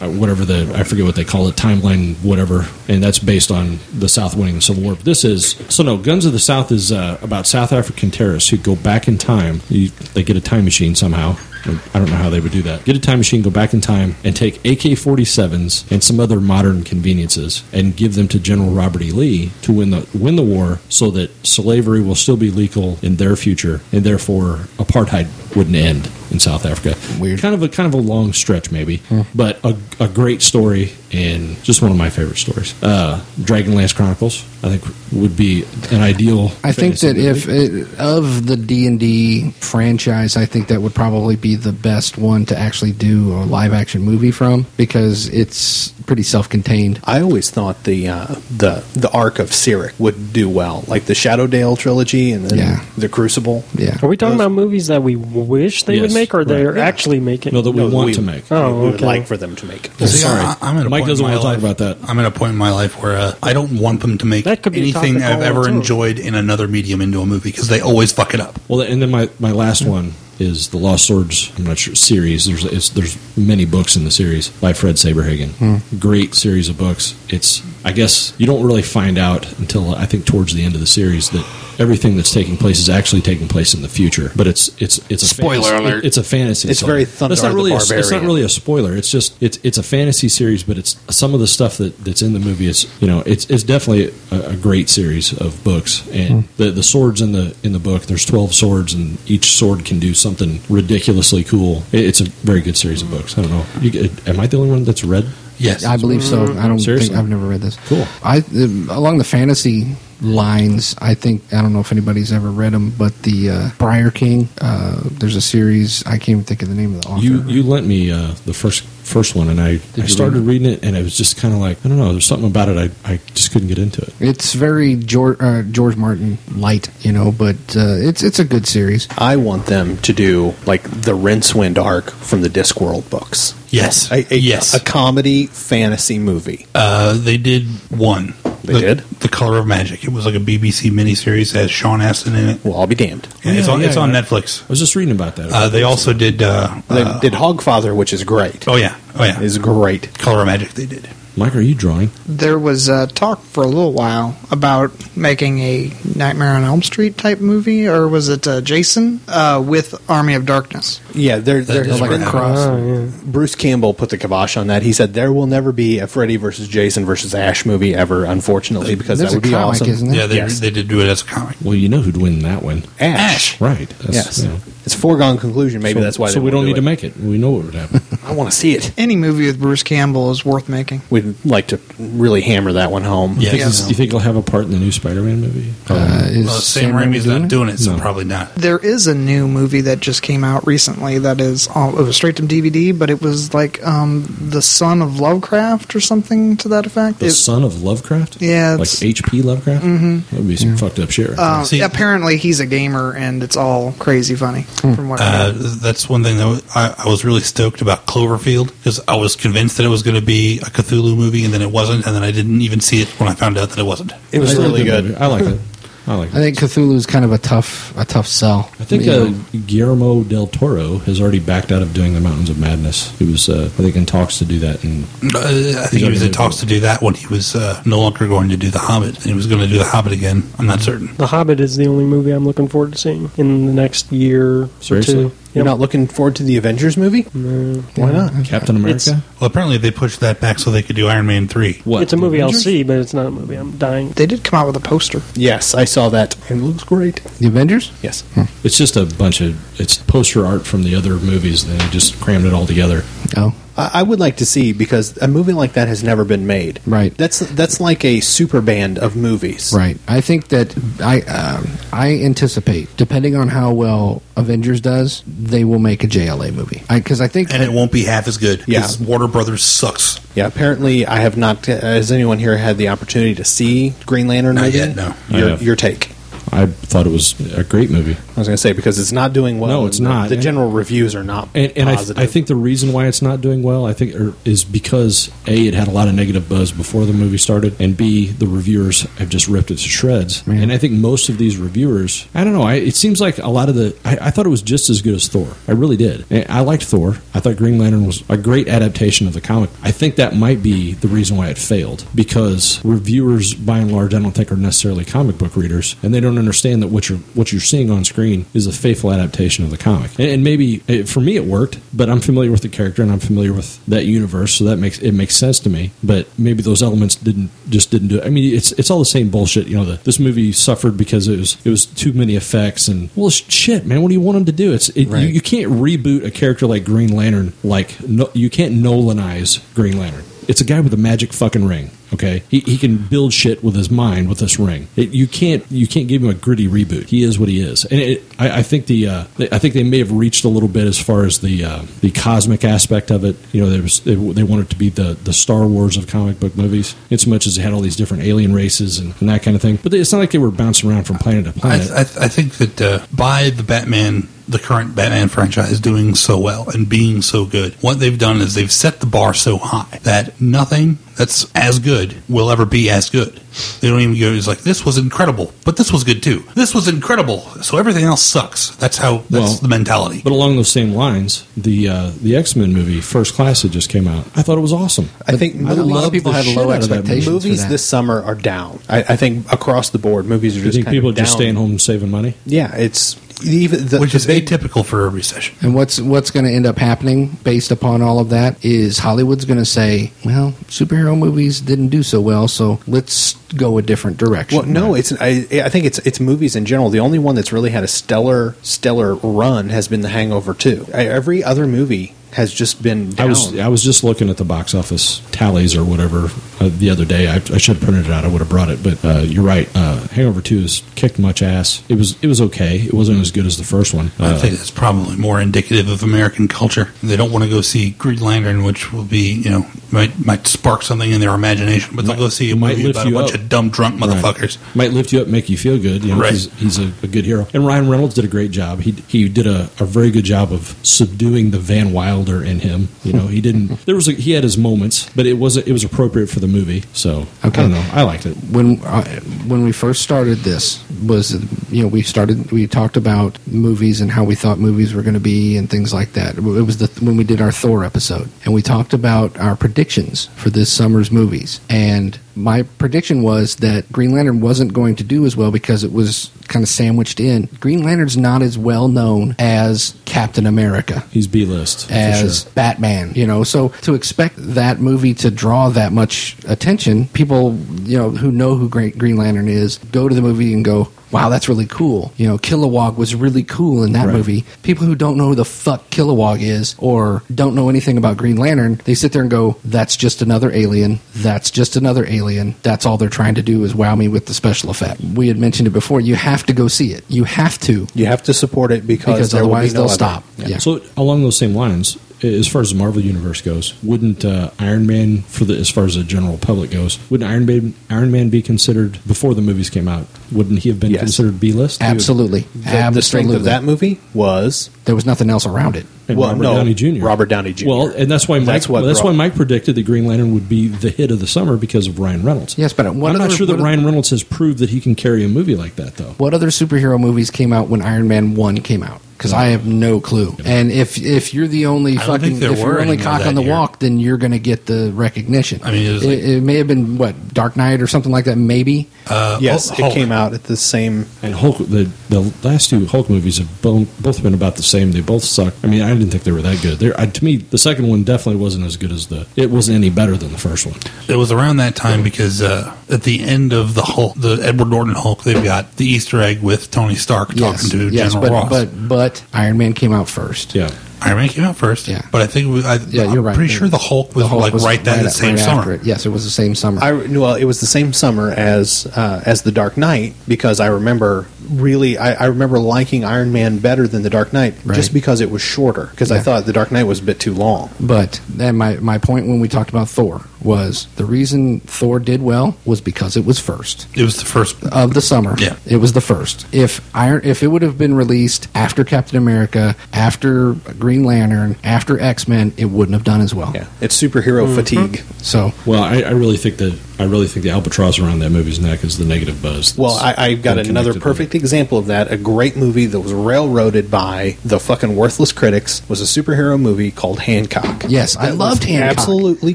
[SPEAKER 7] uh, whatever the I forget what they call it timeline whatever, and that's based on the South winning the Civil War. But this is so no Guns of the South is uh, about South African terrorists who go back in time. You, they get a time machine somehow. I don't know how they would do that. Get a time machine, go back in time, and take AK 47s and some other modern conveniences and give them to General Robert E. Lee to win the win the war so that slavery will still be legal in their future and therefore apartheid wouldn't end in South Africa.
[SPEAKER 2] Weird. Hmm.
[SPEAKER 7] Kind of a kind of a long stretch maybe, but a, a great story and just one of my favorite stories. Uh, Dragonlance Chronicles, I think would be an ideal
[SPEAKER 2] I think
[SPEAKER 7] fantasy
[SPEAKER 2] that if
[SPEAKER 7] movie.
[SPEAKER 2] it, of the D and D franchise, I think that would probably be the best one to actually do a live action movie from because it's pretty self contained.
[SPEAKER 1] I always thought the uh, the the arc of Cyric would do well, like the Shadowdale trilogy and then
[SPEAKER 2] Yeah.
[SPEAKER 1] the Crucible.
[SPEAKER 2] Yeah.
[SPEAKER 3] Are we talking about movies that we wish they
[SPEAKER 7] Yes,
[SPEAKER 3] would make or they're
[SPEAKER 7] right.
[SPEAKER 3] actually making?
[SPEAKER 7] no that we
[SPEAKER 1] No,
[SPEAKER 7] want
[SPEAKER 1] we-
[SPEAKER 7] to make.
[SPEAKER 3] Oh,
[SPEAKER 1] we would
[SPEAKER 3] okay.
[SPEAKER 1] like for them to make.
[SPEAKER 4] See,
[SPEAKER 7] sorry.
[SPEAKER 4] I, I'm at a
[SPEAKER 7] Mike
[SPEAKER 4] point
[SPEAKER 7] doesn't
[SPEAKER 4] in my
[SPEAKER 7] wanna talk
[SPEAKER 4] life-
[SPEAKER 7] about that.
[SPEAKER 4] I'm at a point in my life where uh, I don't want them to make
[SPEAKER 3] That could be a
[SPEAKER 4] anything
[SPEAKER 3] topic
[SPEAKER 4] I've
[SPEAKER 3] all
[SPEAKER 4] ever
[SPEAKER 3] on its own.
[SPEAKER 4] enjoyed in another medium into a movie because they always fuck it up.
[SPEAKER 7] Well, and then my, my last one is the Lost Swords. I'm not sure series. There's it's, there's many books in the series by Fred Saberhagen.
[SPEAKER 1] Hmm.
[SPEAKER 7] Great series of books. It's I guess you don't really find out until I think towards the end of the series that everything that's taking place is actually taking place in the future. But it's it's it's a
[SPEAKER 2] Spoiler
[SPEAKER 7] fantasy-
[SPEAKER 2] alert.
[SPEAKER 7] It's a fantasy.
[SPEAKER 1] It's very Thunder
[SPEAKER 7] That's not
[SPEAKER 1] the
[SPEAKER 7] really. A, it's not
[SPEAKER 1] Barbarian.
[SPEAKER 7] really a spoiler. It's just it's it's a fantasy series, but it's some of the stuff that, that's in the movie is you know it's it's definitely a, a great series of books
[SPEAKER 2] Hmm.
[SPEAKER 7] and the the swords in the in the book. There's twelve swords, and each sword can do something ridiculously cool. It, it's a very good series of books. I don't know. You, get- am I the only one that's read?
[SPEAKER 4] Yes,
[SPEAKER 2] I believe so. I don't
[SPEAKER 7] Seriously?
[SPEAKER 2] think I've never read this.
[SPEAKER 7] Cool.
[SPEAKER 2] I um, along the fantasy lines. I think I don't know if anybody's ever read them, but the uh, Briar King. Uh, there's a series. I can't even think of the name of the author.
[SPEAKER 7] You you lent me uh, the first first one, and I, I
[SPEAKER 2] you
[SPEAKER 7] started
[SPEAKER 2] read it?
[SPEAKER 7] reading it, and I was just kind of like I don't know. There's something about it I I just couldn't get into it.
[SPEAKER 2] It's very George, uh, George Martin light, you know, but uh, it's it's a good series.
[SPEAKER 1] I want them to do like the Rincewind arc from the Discworld books.
[SPEAKER 4] yes,
[SPEAKER 1] A, a,
[SPEAKER 4] yes.
[SPEAKER 1] a comedy fantasy movie.
[SPEAKER 4] Uh, they did one.
[SPEAKER 1] They
[SPEAKER 4] the,
[SPEAKER 1] did?
[SPEAKER 4] The Color of Magic. It was like a BBC miniseries that has Sean Astin in it.
[SPEAKER 1] Well, I'll be damned.
[SPEAKER 4] And it's
[SPEAKER 7] Yeah,
[SPEAKER 4] on,
[SPEAKER 7] yeah,
[SPEAKER 4] it's on
[SPEAKER 7] yeah.
[SPEAKER 4] Netflix.
[SPEAKER 7] I was just reading about that.
[SPEAKER 4] Uh, they also did. Uh,
[SPEAKER 1] They
[SPEAKER 4] uh,
[SPEAKER 1] did Hogfather, which is great.
[SPEAKER 4] oh yeah, oh yeah.
[SPEAKER 1] Is great.
[SPEAKER 4] Color of Magic. They did.
[SPEAKER 7] Mike, are you drawing?
[SPEAKER 6] There was uh, talk for a little while about making a Nightmare on Elm Street type movie, or was it uh, Jason uh, with Army of Darkness?
[SPEAKER 1] Yeah, there, there
[SPEAKER 4] is
[SPEAKER 1] has
[SPEAKER 4] where
[SPEAKER 1] been
[SPEAKER 4] it
[SPEAKER 3] Oh, yeah.
[SPEAKER 1] Bruce Campbell put the kibosh on that. He said there will never be a Freddy versus Jason versus Ash movie ever, unfortunately, because
[SPEAKER 2] There's
[SPEAKER 1] that would
[SPEAKER 2] a
[SPEAKER 1] be
[SPEAKER 2] comic,
[SPEAKER 1] awesome.
[SPEAKER 2] isn't there?
[SPEAKER 4] Yeah, they,
[SPEAKER 1] Yes.
[SPEAKER 4] they did do it as a comic.
[SPEAKER 7] Well, you know who'd win that one.
[SPEAKER 1] Ash.
[SPEAKER 7] Right. That's,
[SPEAKER 1] Yes,
[SPEAKER 7] you know.
[SPEAKER 1] it's a foregone conclusion. Maybe
[SPEAKER 7] So-
[SPEAKER 1] that's why.
[SPEAKER 7] So
[SPEAKER 1] they
[SPEAKER 7] we
[SPEAKER 1] won't
[SPEAKER 7] don't
[SPEAKER 1] do
[SPEAKER 7] need
[SPEAKER 1] it.
[SPEAKER 7] to make it. We know what would happen.
[SPEAKER 1] I want to see it.
[SPEAKER 6] Any movie with Bruce Campbell is worth making.
[SPEAKER 1] We'd like to really hammer that one home.
[SPEAKER 4] Yeah.
[SPEAKER 6] Yeah.
[SPEAKER 7] Do you think it'll have a part in the new Spider-Man movie?
[SPEAKER 1] Oh,
[SPEAKER 2] Uh, is
[SPEAKER 4] Well, Sam,
[SPEAKER 2] Raimi
[SPEAKER 4] Raimi's not doing it, so
[SPEAKER 7] No.
[SPEAKER 4] probably not.
[SPEAKER 6] There is a new movie that just came out recently that is all, it was straight to DVD, but it was like um, the Son of Lovecraft or something to that effect.
[SPEAKER 7] the
[SPEAKER 6] It-
[SPEAKER 7] son of Lovecraft?
[SPEAKER 6] Yeah,
[SPEAKER 7] Like
[SPEAKER 6] it's-
[SPEAKER 7] H.P. Lovecraft? That would be some fucked up shit. Right
[SPEAKER 6] uh,
[SPEAKER 4] See-
[SPEAKER 6] apparently, he's a gamer, and it's all crazy funny.
[SPEAKER 7] Hmm.
[SPEAKER 6] From what I
[SPEAKER 4] Uh,
[SPEAKER 6] heard.
[SPEAKER 4] that's one thing that wa- I, I was really stoked about Cloverfield because I was convinced that it was going to be a Cthulhu movie, and then it wasn't, and then I didn't even see it when I found out that it wasn't.
[SPEAKER 1] It was
[SPEAKER 7] It's a
[SPEAKER 1] really good.
[SPEAKER 7] movie. I like it. I like it.
[SPEAKER 2] I think Cthulhu is kind of a tough, a tough sell.
[SPEAKER 7] I think
[SPEAKER 2] You
[SPEAKER 7] uh,
[SPEAKER 2] know,
[SPEAKER 7] Guillermo del Toro has already backed out of doing the Mountains of Madness. He was, uh, I think, in talks to do that. And
[SPEAKER 4] Uh, I think he was in talks to do that when he was uh, no longer going to do The Hobbit. He was going to do The Hobbit again. I'm not certain.
[SPEAKER 3] The Hobbit is the only movie I'm looking forward to seeing in the next year
[SPEAKER 7] Seriously?
[SPEAKER 3] or two.
[SPEAKER 1] You're
[SPEAKER 3] Yep.
[SPEAKER 1] not looking forward to the Avengers movie?
[SPEAKER 3] No.
[SPEAKER 1] Why not?
[SPEAKER 7] Captain America.
[SPEAKER 4] Well, apparently they pushed that back so they could do Iron Man 3.
[SPEAKER 7] What?
[SPEAKER 3] It's a movie I'll
[SPEAKER 7] Avengers?
[SPEAKER 3] see, but it's not a movie I'm dying.
[SPEAKER 6] they did come out with a poster.
[SPEAKER 1] Yes, I saw that. It looks great.
[SPEAKER 2] the Avengers.
[SPEAKER 1] Yes.
[SPEAKER 7] It's just a bunch of it's poster art from the other movies. They just crammed it all together.
[SPEAKER 2] Oh,
[SPEAKER 1] I I would like to see because a movie like that has never been made.
[SPEAKER 2] Right.
[SPEAKER 1] That's that's like a super band of movies.
[SPEAKER 2] right. I think that I, um, I anticipate, depending on how well Avengers does, they will make a JLA movie. Because I, think
[SPEAKER 4] And it won't be half as good.
[SPEAKER 1] Yeah.
[SPEAKER 4] 'cause Warner Brothers sucks.
[SPEAKER 1] Yeah. Apparently, I have not. uh, Has anyone here had the opportunity to see Green Lantern?
[SPEAKER 4] Not
[SPEAKER 1] movie?
[SPEAKER 4] yet, no.
[SPEAKER 7] I
[SPEAKER 1] Your,
[SPEAKER 7] have.
[SPEAKER 1] your take.
[SPEAKER 7] I thought it was a great movie.
[SPEAKER 1] I was going to say because it's not doing well.
[SPEAKER 7] No, it's
[SPEAKER 1] The-
[SPEAKER 7] not.
[SPEAKER 1] The general reviews are not
[SPEAKER 7] And, and I,
[SPEAKER 1] positive.
[SPEAKER 7] I think the reason why it's not doing well, I think, er, is because a it had a lot of negative buzz before the movie started, and b the reviewers have just ripped it to shreds.
[SPEAKER 2] Man.
[SPEAKER 7] And I think most of these reviewers, I don't know, I, it seems like a lot of the. I, I thought it was just as good as Thor. I really did. And I liked Thor. I thought Green Lantern was a great adaptation of the comic. I think that might be the reason why it failed because reviewers, by and large, I don't think are necessarily comic book readers, and they don't understand that what you're what you're seeing on screen is a faithful adaptation of the comic. And, and maybe eh, for me it worked, but I'm familiar with the character and I'm familiar with that universe, so that makes it makes sense to me. But maybe those elements didn't just didn't do it. I mean, it's it's all the same bullshit. You know, the, this movie suffered because it was it was too many effects and well, sh- shit, man. What do you want them to do? It's it, you, you can't reboot a character like Green Lantern. Like no, you can't Nolanize Green Lantern. It's a guy with a magic fucking ring. Okay, he, he can build shit with his mind with this ring. It, you can't you can't give him a gritty reboot. He is what he is, and it, I, I think the uh, I think they may have reached a little bit as far as the uh, the cosmic aspect of it. You know, there was, they, they wanted to be the the Star Wars of comic book movies, in so much as they had all these different alien races and, and that kind of thing. But it's not like they were bouncing around from planet to
[SPEAKER 4] I,
[SPEAKER 7] planet.
[SPEAKER 4] I, I think that uh, by the Batman, the current Batman franchise doing so well and being so good, what they've done is they've set the bar so high that nothing that's as good will ever be as good. They don't even go, it's like, this was incredible, but this was good too. This was incredible, so everything else sucks. That's how, that's
[SPEAKER 7] Well,
[SPEAKER 4] the mentality.
[SPEAKER 7] but along those same lines, the uh, the X Men movie First Class that just came out, I thought it was awesome.
[SPEAKER 1] I think
[SPEAKER 2] I think a lot of people had low
[SPEAKER 7] out of that
[SPEAKER 2] expectations. for
[SPEAKER 1] movies
[SPEAKER 2] that.
[SPEAKER 1] this summer are down. I, I think across the board, movies are
[SPEAKER 7] You
[SPEAKER 1] just
[SPEAKER 7] think
[SPEAKER 1] kind
[SPEAKER 7] people are
[SPEAKER 1] of down.
[SPEAKER 7] just staying home and saving money?
[SPEAKER 1] Yeah, it's even the,
[SPEAKER 4] Which
[SPEAKER 1] the
[SPEAKER 4] is
[SPEAKER 1] big-
[SPEAKER 4] atypical for a recession.
[SPEAKER 2] And what's what's going to end up happening based upon all of that is Hollywood's going to say, well, superhero movies didn't do so well, so let's go a different direction.
[SPEAKER 1] Well, no, it's I, I think it's it's movies in general. The only one that's really had a stellar stellar run has been The Hangover Two. I, every other movie has just been down.
[SPEAKER 7] I was I was just looking at the box office tallies or whatever uh, the other day. I, I should have printed it out. I would have brought it, but uh, you're right. Uh, Hangover Two has kicked much ass. It was it was okay. It wasn't as good as the first one.
[SPEAKER 4] I
[SPEAKER 7] Uh,
[SPEAKER 4] think that's probably more indicative of American culture. They don't want to go see Green Lantern, which will be, you know, might might spark something in their imagination, but they'll
[SPEAKER 7] Might-
[SPEAKER 4] go see a
[SPEAKER 7] might
[SPEAKER 4] movie
[SPEAKER 7] lift
[SPEAKER 4] about a
[SPEAKER 7] you
[SPEAKER 4] bunch
[SPEAKER 7] up.
[SPEAKER 4] of dumb drunk
[SPEAKER 7] Right.
[SPEAKER 4] motherfuckers.
[SPEAKER 7] Might lift you up, make you feel good. You know,
[SPEAKER 4] Right.
[SPEAKER 7] he's, he's a, a good hero. And Ryan Reynolds did a great job. He he did a, a very good job of subduing the Van Wilder in him. You know, he didn't. There was a, he had his moments, but it wasn't. It was appropriate for the movie. So I
[SPEAKER 2] Okay.
[SPEAKER 7] don't know. I liked it.
[SPEAKER 2] when I, when we uh, first started this, was you know we started we talked about movies and how we thought movies were going to be and things like that. It was the when we did our Thor episode and we talked about our predictions for this summer's movies and my prediction was that Green Lantern wasn't going to do as well because it was kind of sandwiched in. Green Lantern's not as well known as Captain America
[SPEAKER 7] He's B list.
[SPEAKER 2] as Batman, you know. So to expect that movie to draw that much attention, people, you know, who know who Green, Green Lantern is, go to the movie and go, "Wow, that's really cool." You know, Kilowog was really cool in that
[SPEAKER 7] Right.
[SPEAKER 2] movie. People who don't know who the fuck Kilowog is or don't know anything about Green Lantern, they sit there and go, "That's just another alien. That's just another alien. That's all they're trying to do is wow me with the special effect." We had mentioned it before. You have to go see it. You have to.
[SPEAKER 1] You have to support it because,
[SPEAKER 2] Because
[SPEAKER 1] there will be
[SPEAKER 2] otherwise
[SPEAKER 1] no
[SPEAKER 2] they'll
[SPEAKER 1] other.
[SPEAKER 2] stop. Yeah.
[SPEAKER 7] So along those same lines, i- as far as the Marvel universe goes, wouldn't uh, Iron Man, for the as far as the general public goes, wouldn't Iron Man Iron Man be considered before the movies came out? Wouldn't he have been
[SPEAKER 1] Yes.
[SPEAKER 7] considered B list?
[SPEAKER 2] Absolutely.
[SPEAKER 1] The, the strength
[SPEAKER 2] Absolutely.
[SPEAKER 1] of that movie was
[SPEAKER 2] there was nothing else around it.
[SPEAKER 7] And
[SPEAKER 1] Well,
[SPEAKER 7] Robert
[SPEAKER 1] no,
[SPEAKER 7] Downey Jr.
[SPEAKER 1] Robert Downey Jr..
[SPEAKER 7] Well, and that's why Mike.
[SPEAKER 1] That's
[SPEAKER 7] That's,
[SPEAKER 1] what
[SPEAKER 7] that's
[SPEAKER 1] brought-
[SPEAKER 7] why Mike predicted that Green Lantern would be the hit of the summer because of Ryan Reynolds.
[SPEAKER 2] Yes, but what
[SPEAKER 7] I'm not
[SPEAKER 2] other-
[SPEAKER 7] sure that
[SPEAKER 2] what other-
[SPEAKER 7] Ryan Reynolds has proved that he can carry a movie like that, though.
[SPEAKER 2] What other superhero movies came out when Iron Man One came out? Because I have no clue. And if if you're the only
[SPEAKER 4] I don't think
[SPEAKER 2] fucking
[SPEAKER 4] there
[SPEAKER 2] if
[SPEAKER 4] were
[SPEAKER 2] you're only
[SPEAKER 4] anymore
[SPEAKER 2] cock
[SPEAKER 4] that
[SPEAKER 2] on the
[SPEAKER 4] year.
[SPEAKER 2] walk, then you're going to get the recognition.
[SPEAKER 4] I mean, it was like-
[SPEAKER 2] it may have been what Dark Knight or something like that. Maybe
[SPEAKER 4] Uh,
[SPEAKER 1] yes,
[SPEAKER 4] Hulk-
[SPEAKER 1] it came out at the same.
[SPEAKER 7] And Hulk, the the last two Hulk movies have bo- both been about the same. They both suck. I mean, I didn't think they were that good. They're, I, to me, the second one definitely wasn't as good as the. It wasn't any better than the first one.
[SPEAKER 4] It was around that time because uh, at the end of the Hulk, the Edward Norton Hulk, they've got the Easter egg with Tony Stark
[SPEAKER 2] yes,
[SPEAKER 4] talking to
[SPEAKER 2] yes,
[SPEAKER 4] General
[SPEAKER 2] but,
[SPEAKER 4] Ross.
[SPEAKER 2] but but Iron Man came out first.
[SPEAKER 7] Yeah,
[SPEAKER 4] Iron Man came out first,
[SPEAKER 2] Yeah.
[SPEAKER 4] but I think it was, I,
[SPEAKER 2] Yeah,
[SPEAKER 4] I'm
[SPEAKER 2] you're right.
[SPEAKER 4] pretty sure the Hulk was
[SPEAKER 2] The Hulk
[SPEAKER 4] like
[SPEAKER 2] was
[SPEAKER 4] right that
[SPEAKER 2] right
[SPEAKER 4] the
[SPEAKER 2] at-
[SPEAKER 4] same
[SPEAKER 2] right after
[SPEAKER 4] summer.
[SPEAKER 2] it. Yes, it was the same summer.
[SPEAKER 1] I well, it was the same summer as uh, as the Dark Knight because I remember really I, I remember liking Iron Man better than the Dark Knight
[SPEAKER 2] Right.
[SPEAKER 1] just because it was shorter because I
[SPEAKER 2] Yeah.
[SPEAKER 1] thought the Dark Knight was a bit too long.
[SPEAKER 2] But then my, my point when we talked about Thor was the reason Thor did well was because it was first
[SPEAKER 4] It was the first.
[SPEAKER 2] of the summer.
[SPEAKER 4] Yeah.
[SPEAKER 2] It was the first. If Iron if it would have been released after Captain America, after Green Lantern, after X-Men, it wouldn't have done as well.
[SPEAKER 1] Yeah, it's superhero fatigue.
[SPEAKER 2] So
[SPEAKER 7] Well, I, I really think that I really think the albatross around that movie's neck is the negative buzz. that's
[SPEAKER 1] Well, I, I got
[SPEAKER 7] been
[SPEAKER 1] another
[SPEAKER 7] connected with it.
[SPEAKER 1] perfect example of that. A great movie that was railroaded by the fucking worthless critics was a superhero movie called Hancock.
[SPEAKER 2] Yes, I
[SPEAKER 1] That
[SPEAKER 2] loved
[SPEAKER 1] was
[SPEAKER 2] Hancock.
[SPEAKER 1] Absolutely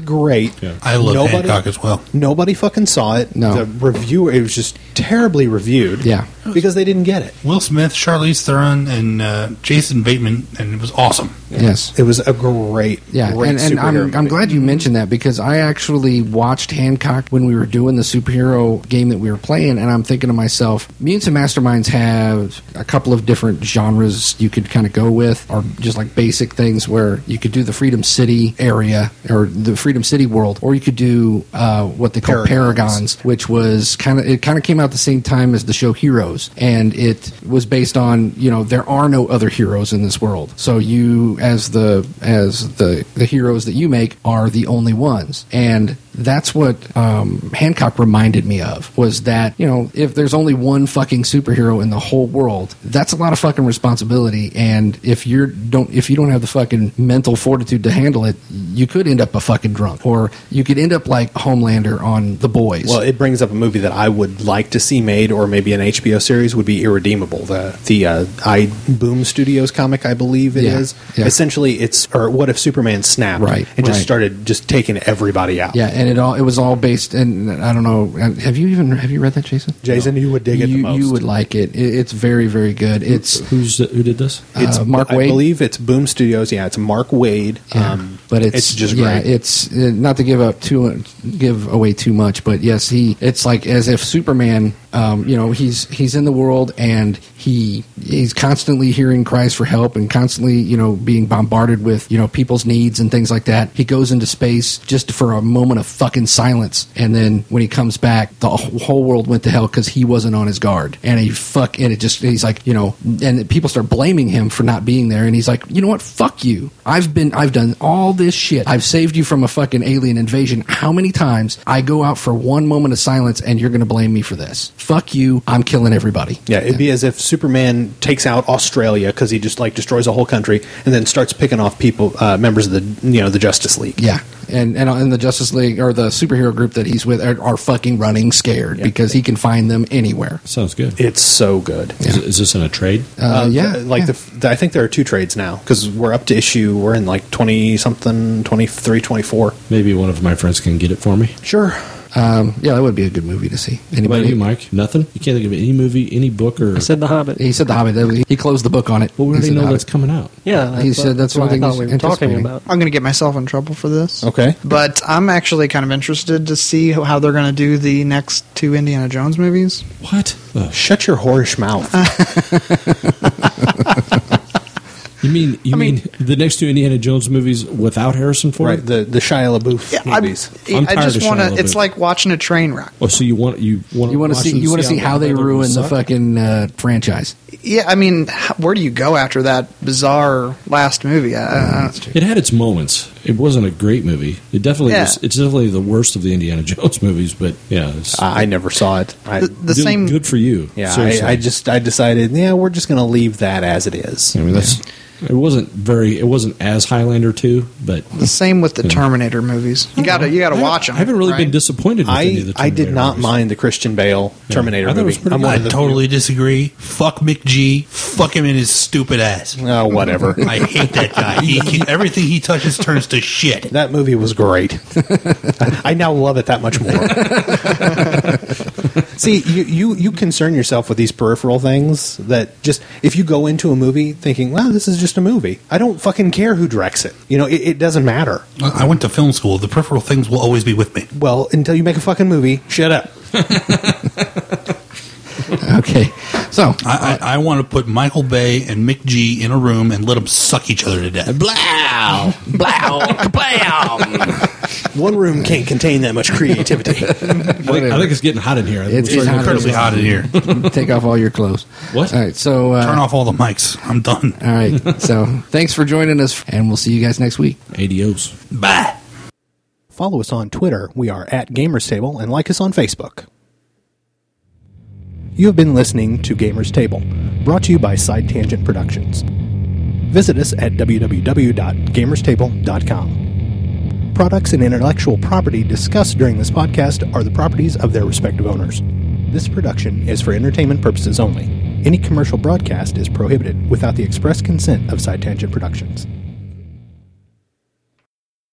[SPEAKER 1] great.
[SPEAKER 7] Yeah.
[SPEAKER 4] I love Hancock as well.
[SPEAKER 1] Nobody fucking saw it.
[SPEAKER 2] No.
[SPEAKER 1] The reviewer, it was just terribly reviewed.
[SPEAKER 2] Yeah.
[SPEAKER 1] Because they didn't get it.
[SPEAKER 4] Will Smith, Charlize Theron, and uh, Jason Bateman, and it was awesome.
[SPEAKER 2] yes.
[SPEAKER 1] It was a great,
[SPEAKER 2] Yeah,
[SPEAKER 1] great
[SPEAKER 2] and, and
[SPEAKER 1] superhero
[SPEAKER 2] I'm, I'm
[SPEAKER 1] movie.
[SPEAKER 2] glad you mentioned that because I actually watched Hancock when we were doing the superhero game that we were playing, and I'm thinking to myself, mutants and masterminds have a couple of different genres you could kind of go with, or just like basic things where you could do the Freedom City area or the Freedom City world, or you could do uh, what they call
[SPEAKER 1] Paragons.
[SPEAKER 2] paragons, which was kind of it kind of came out at the same time as the show Heroes, and it was based on you know there are no other heroes in this world, so you as the as the the heroes that you make are the only ones, and that's what um, Hancock reminded me of was that you know if there's only one fucking superhero in the whole world, that's a lot of fucking responsibility, and if you're don't if you don't have the fucking mental fortitude to handle it, you could end up a fucking drunk, or you could end up like Homelander on The Boys.
[SPEAKER 1] Well, it brings up a movie that I would like to see made, or maybe an HBO series would be Irredeemable. The the uh, I Boom Studios comic, I believe it is.
[SPEAKER 2] Yeah, yeah.
[SPEAKER 1] Essentially, it's or what if Superman snapped
[SPEAKER 2] Right,
[SPEAKER 1] and just
[SPEAKER 2] right.
[SPEAKER 1] started just taking everybody out?
[SPEAKER 2] Yeah, and it all it was all based in I don't know. Have you even have you read that, Jason?
[SPEAKER 1] Jason, you would dig it the
[SPEAKER 2] you, You
[SPEAKER 1] most.
[SPEAKER 2] would like it. it. It's very very good. It's
[SPEAKER 7] Who's who did this?
[SPEAKER 1] It's
[SPEAKER 2] Uh, Mark
[SPEAKER 1] I
[SPEAKER 2] Waid?
[SPEAKER 1] believe it's Boom Studios. Yeah, it's Mark Wade.
[SPEAKER 2] yeah,
[SPEAKER 1] Um,
[SPEAKER 2] but it's,
[SPEAKER 1] just
[SPEAKER 2] yeah,
[SPEAKER 1] great.
[SPEAKER 2] it's uh, not to give up too give away too much, but yes, he it's like as if Superman, um, you know, he's he's in the world and he he's constantly hearing cries for help and constantly you know being bombarded with you know people's needs and things like that. He goes into space just for a moment of fucking silence, and then when he comes back, the wh- whole world went to hell because he wasn't on his guard, and he fuck and it just he's like you know, and people start blaming him for not being there, and he's like, you know what, fuck you. I've been I've done all this shit. I've saved you from a fucking alien invasion. How many times I go out for one moment of silence and you're going to blame me for this? fuck you, I'm killing everybody.
[SPEAKER 1] Yeah, it'd be as if Superman takes out Australia because he just like destroys a whole country and then starts picking off people, uh, members of the you know the Justice League.
[SPEAKER 2] Yeah, and and and the Justice League or the superhero group that he's with are, are fucking running scared because he can find them anywhere.
[SPEAKER 7] Sounds good.
[SPEAKER 1] It's so good.
[SPEAKER 7] Is, is this in a trade?
[SPEAKER 2] Uh, yeah,
[SPEAKER 1] th- Um, like
[SPEAKER 2] yeah.
[SPEAKER 1] the f The, I think there are two trades now because we're up to issue. We're in like twenty something, 23, 24.
[SPEAKER 7] Maybe one of my friends can get it for me.
[SPEAKER 1] Sure.
[SPEAKER 2] um, yeah, that would be a good movie to see.
[SPEAKER 7] What about
[SPEAKER 2] Anybody?
[SPEAKER 7] you, Mike? Nothing? You can't think of any movie, any book, or.
[SPEAKER 3] I said The Hobbit.
[SPEAKER 2] He said the Hobbit. that- He closed the book on it.
[SPEAKER 7] well,
[SPEAKER 2] He
[SPEAKER 7] we already
[SPEAKER 2] said The
[SPEAKER 7] know
[SPEAKER 2] Hobbit.
[SPEAKER 7] that's coming out.
[SPEAKER 3] Yeah,
[SPEAKER 2] He
[SPEAKER 3] thought-
[SPEAKER 2] said that's
[SPEAKER 3] what
[SPEAKER 2] what
[SPEAKER 3] I
[SPEAKER 2] he
[SPEAKER 3] thought
[SPEAKER 2] was
[SPEAKER 3] we were talking
[SPEAKER 2] anticipating.
[SPEAKER 3] about.
[SPEAKER 6] I'm going to get myself in trouble for this.
[SPEAKER 1] Okay.
[SPEAKER 6] But I'm actually kind of interested to see how how they're going to do the next two Indiana Jones movies.
[SPEAKER 7] What? Oh, sh-
[SPEAKER 1] Shut your whorish mouth.
[SPEAKER 7] you mean you
[SPEAKER 6] I mean-
[SPEAKER 7] mean, the next two Indiana Jones movies without Harrison Ford?
[SPEAKER 1] right. The the Shia LaBeouf
[SPEAKER 6] Yeah, I'm-
[SPEAKER 1] movies.
[SPEAKER 7] I'm
[SPEAKER 6] I
[SPEAKER 7] tired
[SPEAKER 6] just
[SPEAKER 7] of
[SPEAKER 6] want
[SPEAKER 7] Shia
[SPEAKER 6] to.
[SPEAKER 7] LaBeouf.
[SPEAKER 6] It's like watching a train wreck.
[SPEAKER 7] Oh, so you want you want
[SPEAKER 2] You want to
[SPEAKER 7] watch
[SPEAKER 2] see?
[SPEAKER 7] and
[SPEAKER 2] You want to see how they
[SPEAKER 7] whether it
[SPEAKER 2] ruin the
[SPEAKER 7] suck?
[SPEAKER 2] fucking uh, franchise?
[SPEAKER 6] Yeah, I mean, h- where do you go after that bizarre last movie? Uh,
[SPEAKER 7] Uh,
[SPEAKER 6] I, I-
[SPEAKER 7] It had its moments. It wasn't a great movie. It definitely
[SPEAKER 6] Yeah.
[SPEAKER 7] was, it's definitely the worst of the Indiana Jones movies. But yeah, it's
[SPEAKER 1] I I never saw it. I,
[SPEAKER 6] the Uh, the
[SPEAKER 7] good-
[SPEAKER 6] same.
[SPEAKER 7] Good for you.
[SPEAKER 1] yeah,
[SPEAKER 7] Seriously.
[SPEAKER 1] I, I just I decided. Yeah, we're just gonna leave that as it is.
[SPEAKER 7] I mean that's it wasn't very it wasn't as Highlander two, but
[SPEAKER 6] The same with the Terminator movies. You gotta you gotta
[SPEAKER 7] I-
[SPEAKER 6] watch them.
[SPEAKER 7] I haven't really been disappointed. With any of
[SPEAKER 1] I
[SPEAKER 7] the
[SPEAKER 1] I did
[SPEAKER 7] Terminator
[SPEAKER 1] not
[SPEAKER 7] movies.
[SPEAKER 1] mind the Christian Bale Terminator
[SPEAKER 7] I thought it was
[SPEAKER 1] movie.
[SPEAKER 7] pretty
[SPEAKER 1] one
[SPEAKER 4] I
[SPEAKER 1] of the few-
[SPEAKER 4] totally disagree. Fuck McG. Fuck him in his stupid ass.
[SPEAKER 1] Oh, whatever.
[SPEAKER 4] I hate that guy. He, he- everything he touches turns to shit.
[SPEAKER 1] that movie was great. I now love it that much more. See, you, you you concern yourself with these peripheral things that just if you go into a movie thinking, "Wow, this is just a movie," I don't fucking care who directs it. You know, it, it doesn't matter.
[SPEAKER 4] I went to film school. The peripheral things will always be with me.
[SPEAKER 1] Well, until you make a fucking movie, shut up.
[SPEAKER 2] Okay, so
[SPEAKER 4] I, I, I want to put Michael Bay and Mick G in a room and let them suck each other to death.
[SPEAKER 2] blow, blow, blow.
[SPEAKER 1] One room can't contain that much creativity.
[SPEAKER 7] I think, I think it's getting hot in here.
[SPEAKER 2] It's
[SPEAKER 4] It's
[SPEAKER 2] hot as
[SPEAKER 4] incredibly
[SPEAKER 2] well.
[SPEAKER 4] hot in here. Turn
[SPEAKER 2] Take off all your clothes.
[SPEAKER 7] What?
[SPEAKER 2] All right, so uh,
[SPEAKER 4] off all the mics. I'm done.
[SPEAKER 2] All right, so thanks for joining us, and we'll see you guys next week.
[SPEAKER 7] ADOs.
[SPEAKER 4] Bye.
[SPEAKER 1] Follow us on Twitter. We are at Gamers Table and like us on Facebook. You have been listening to Gamers Table, brought to you by Side Tangent Productions. Visit us at www.gamerstable.com. Products and intellectual property discussed during this podcast are the properties of their respective owners. This production is for entertainment purposes only. Any commercial broadcast is prohibited without the express consent of Side Tangent Productions.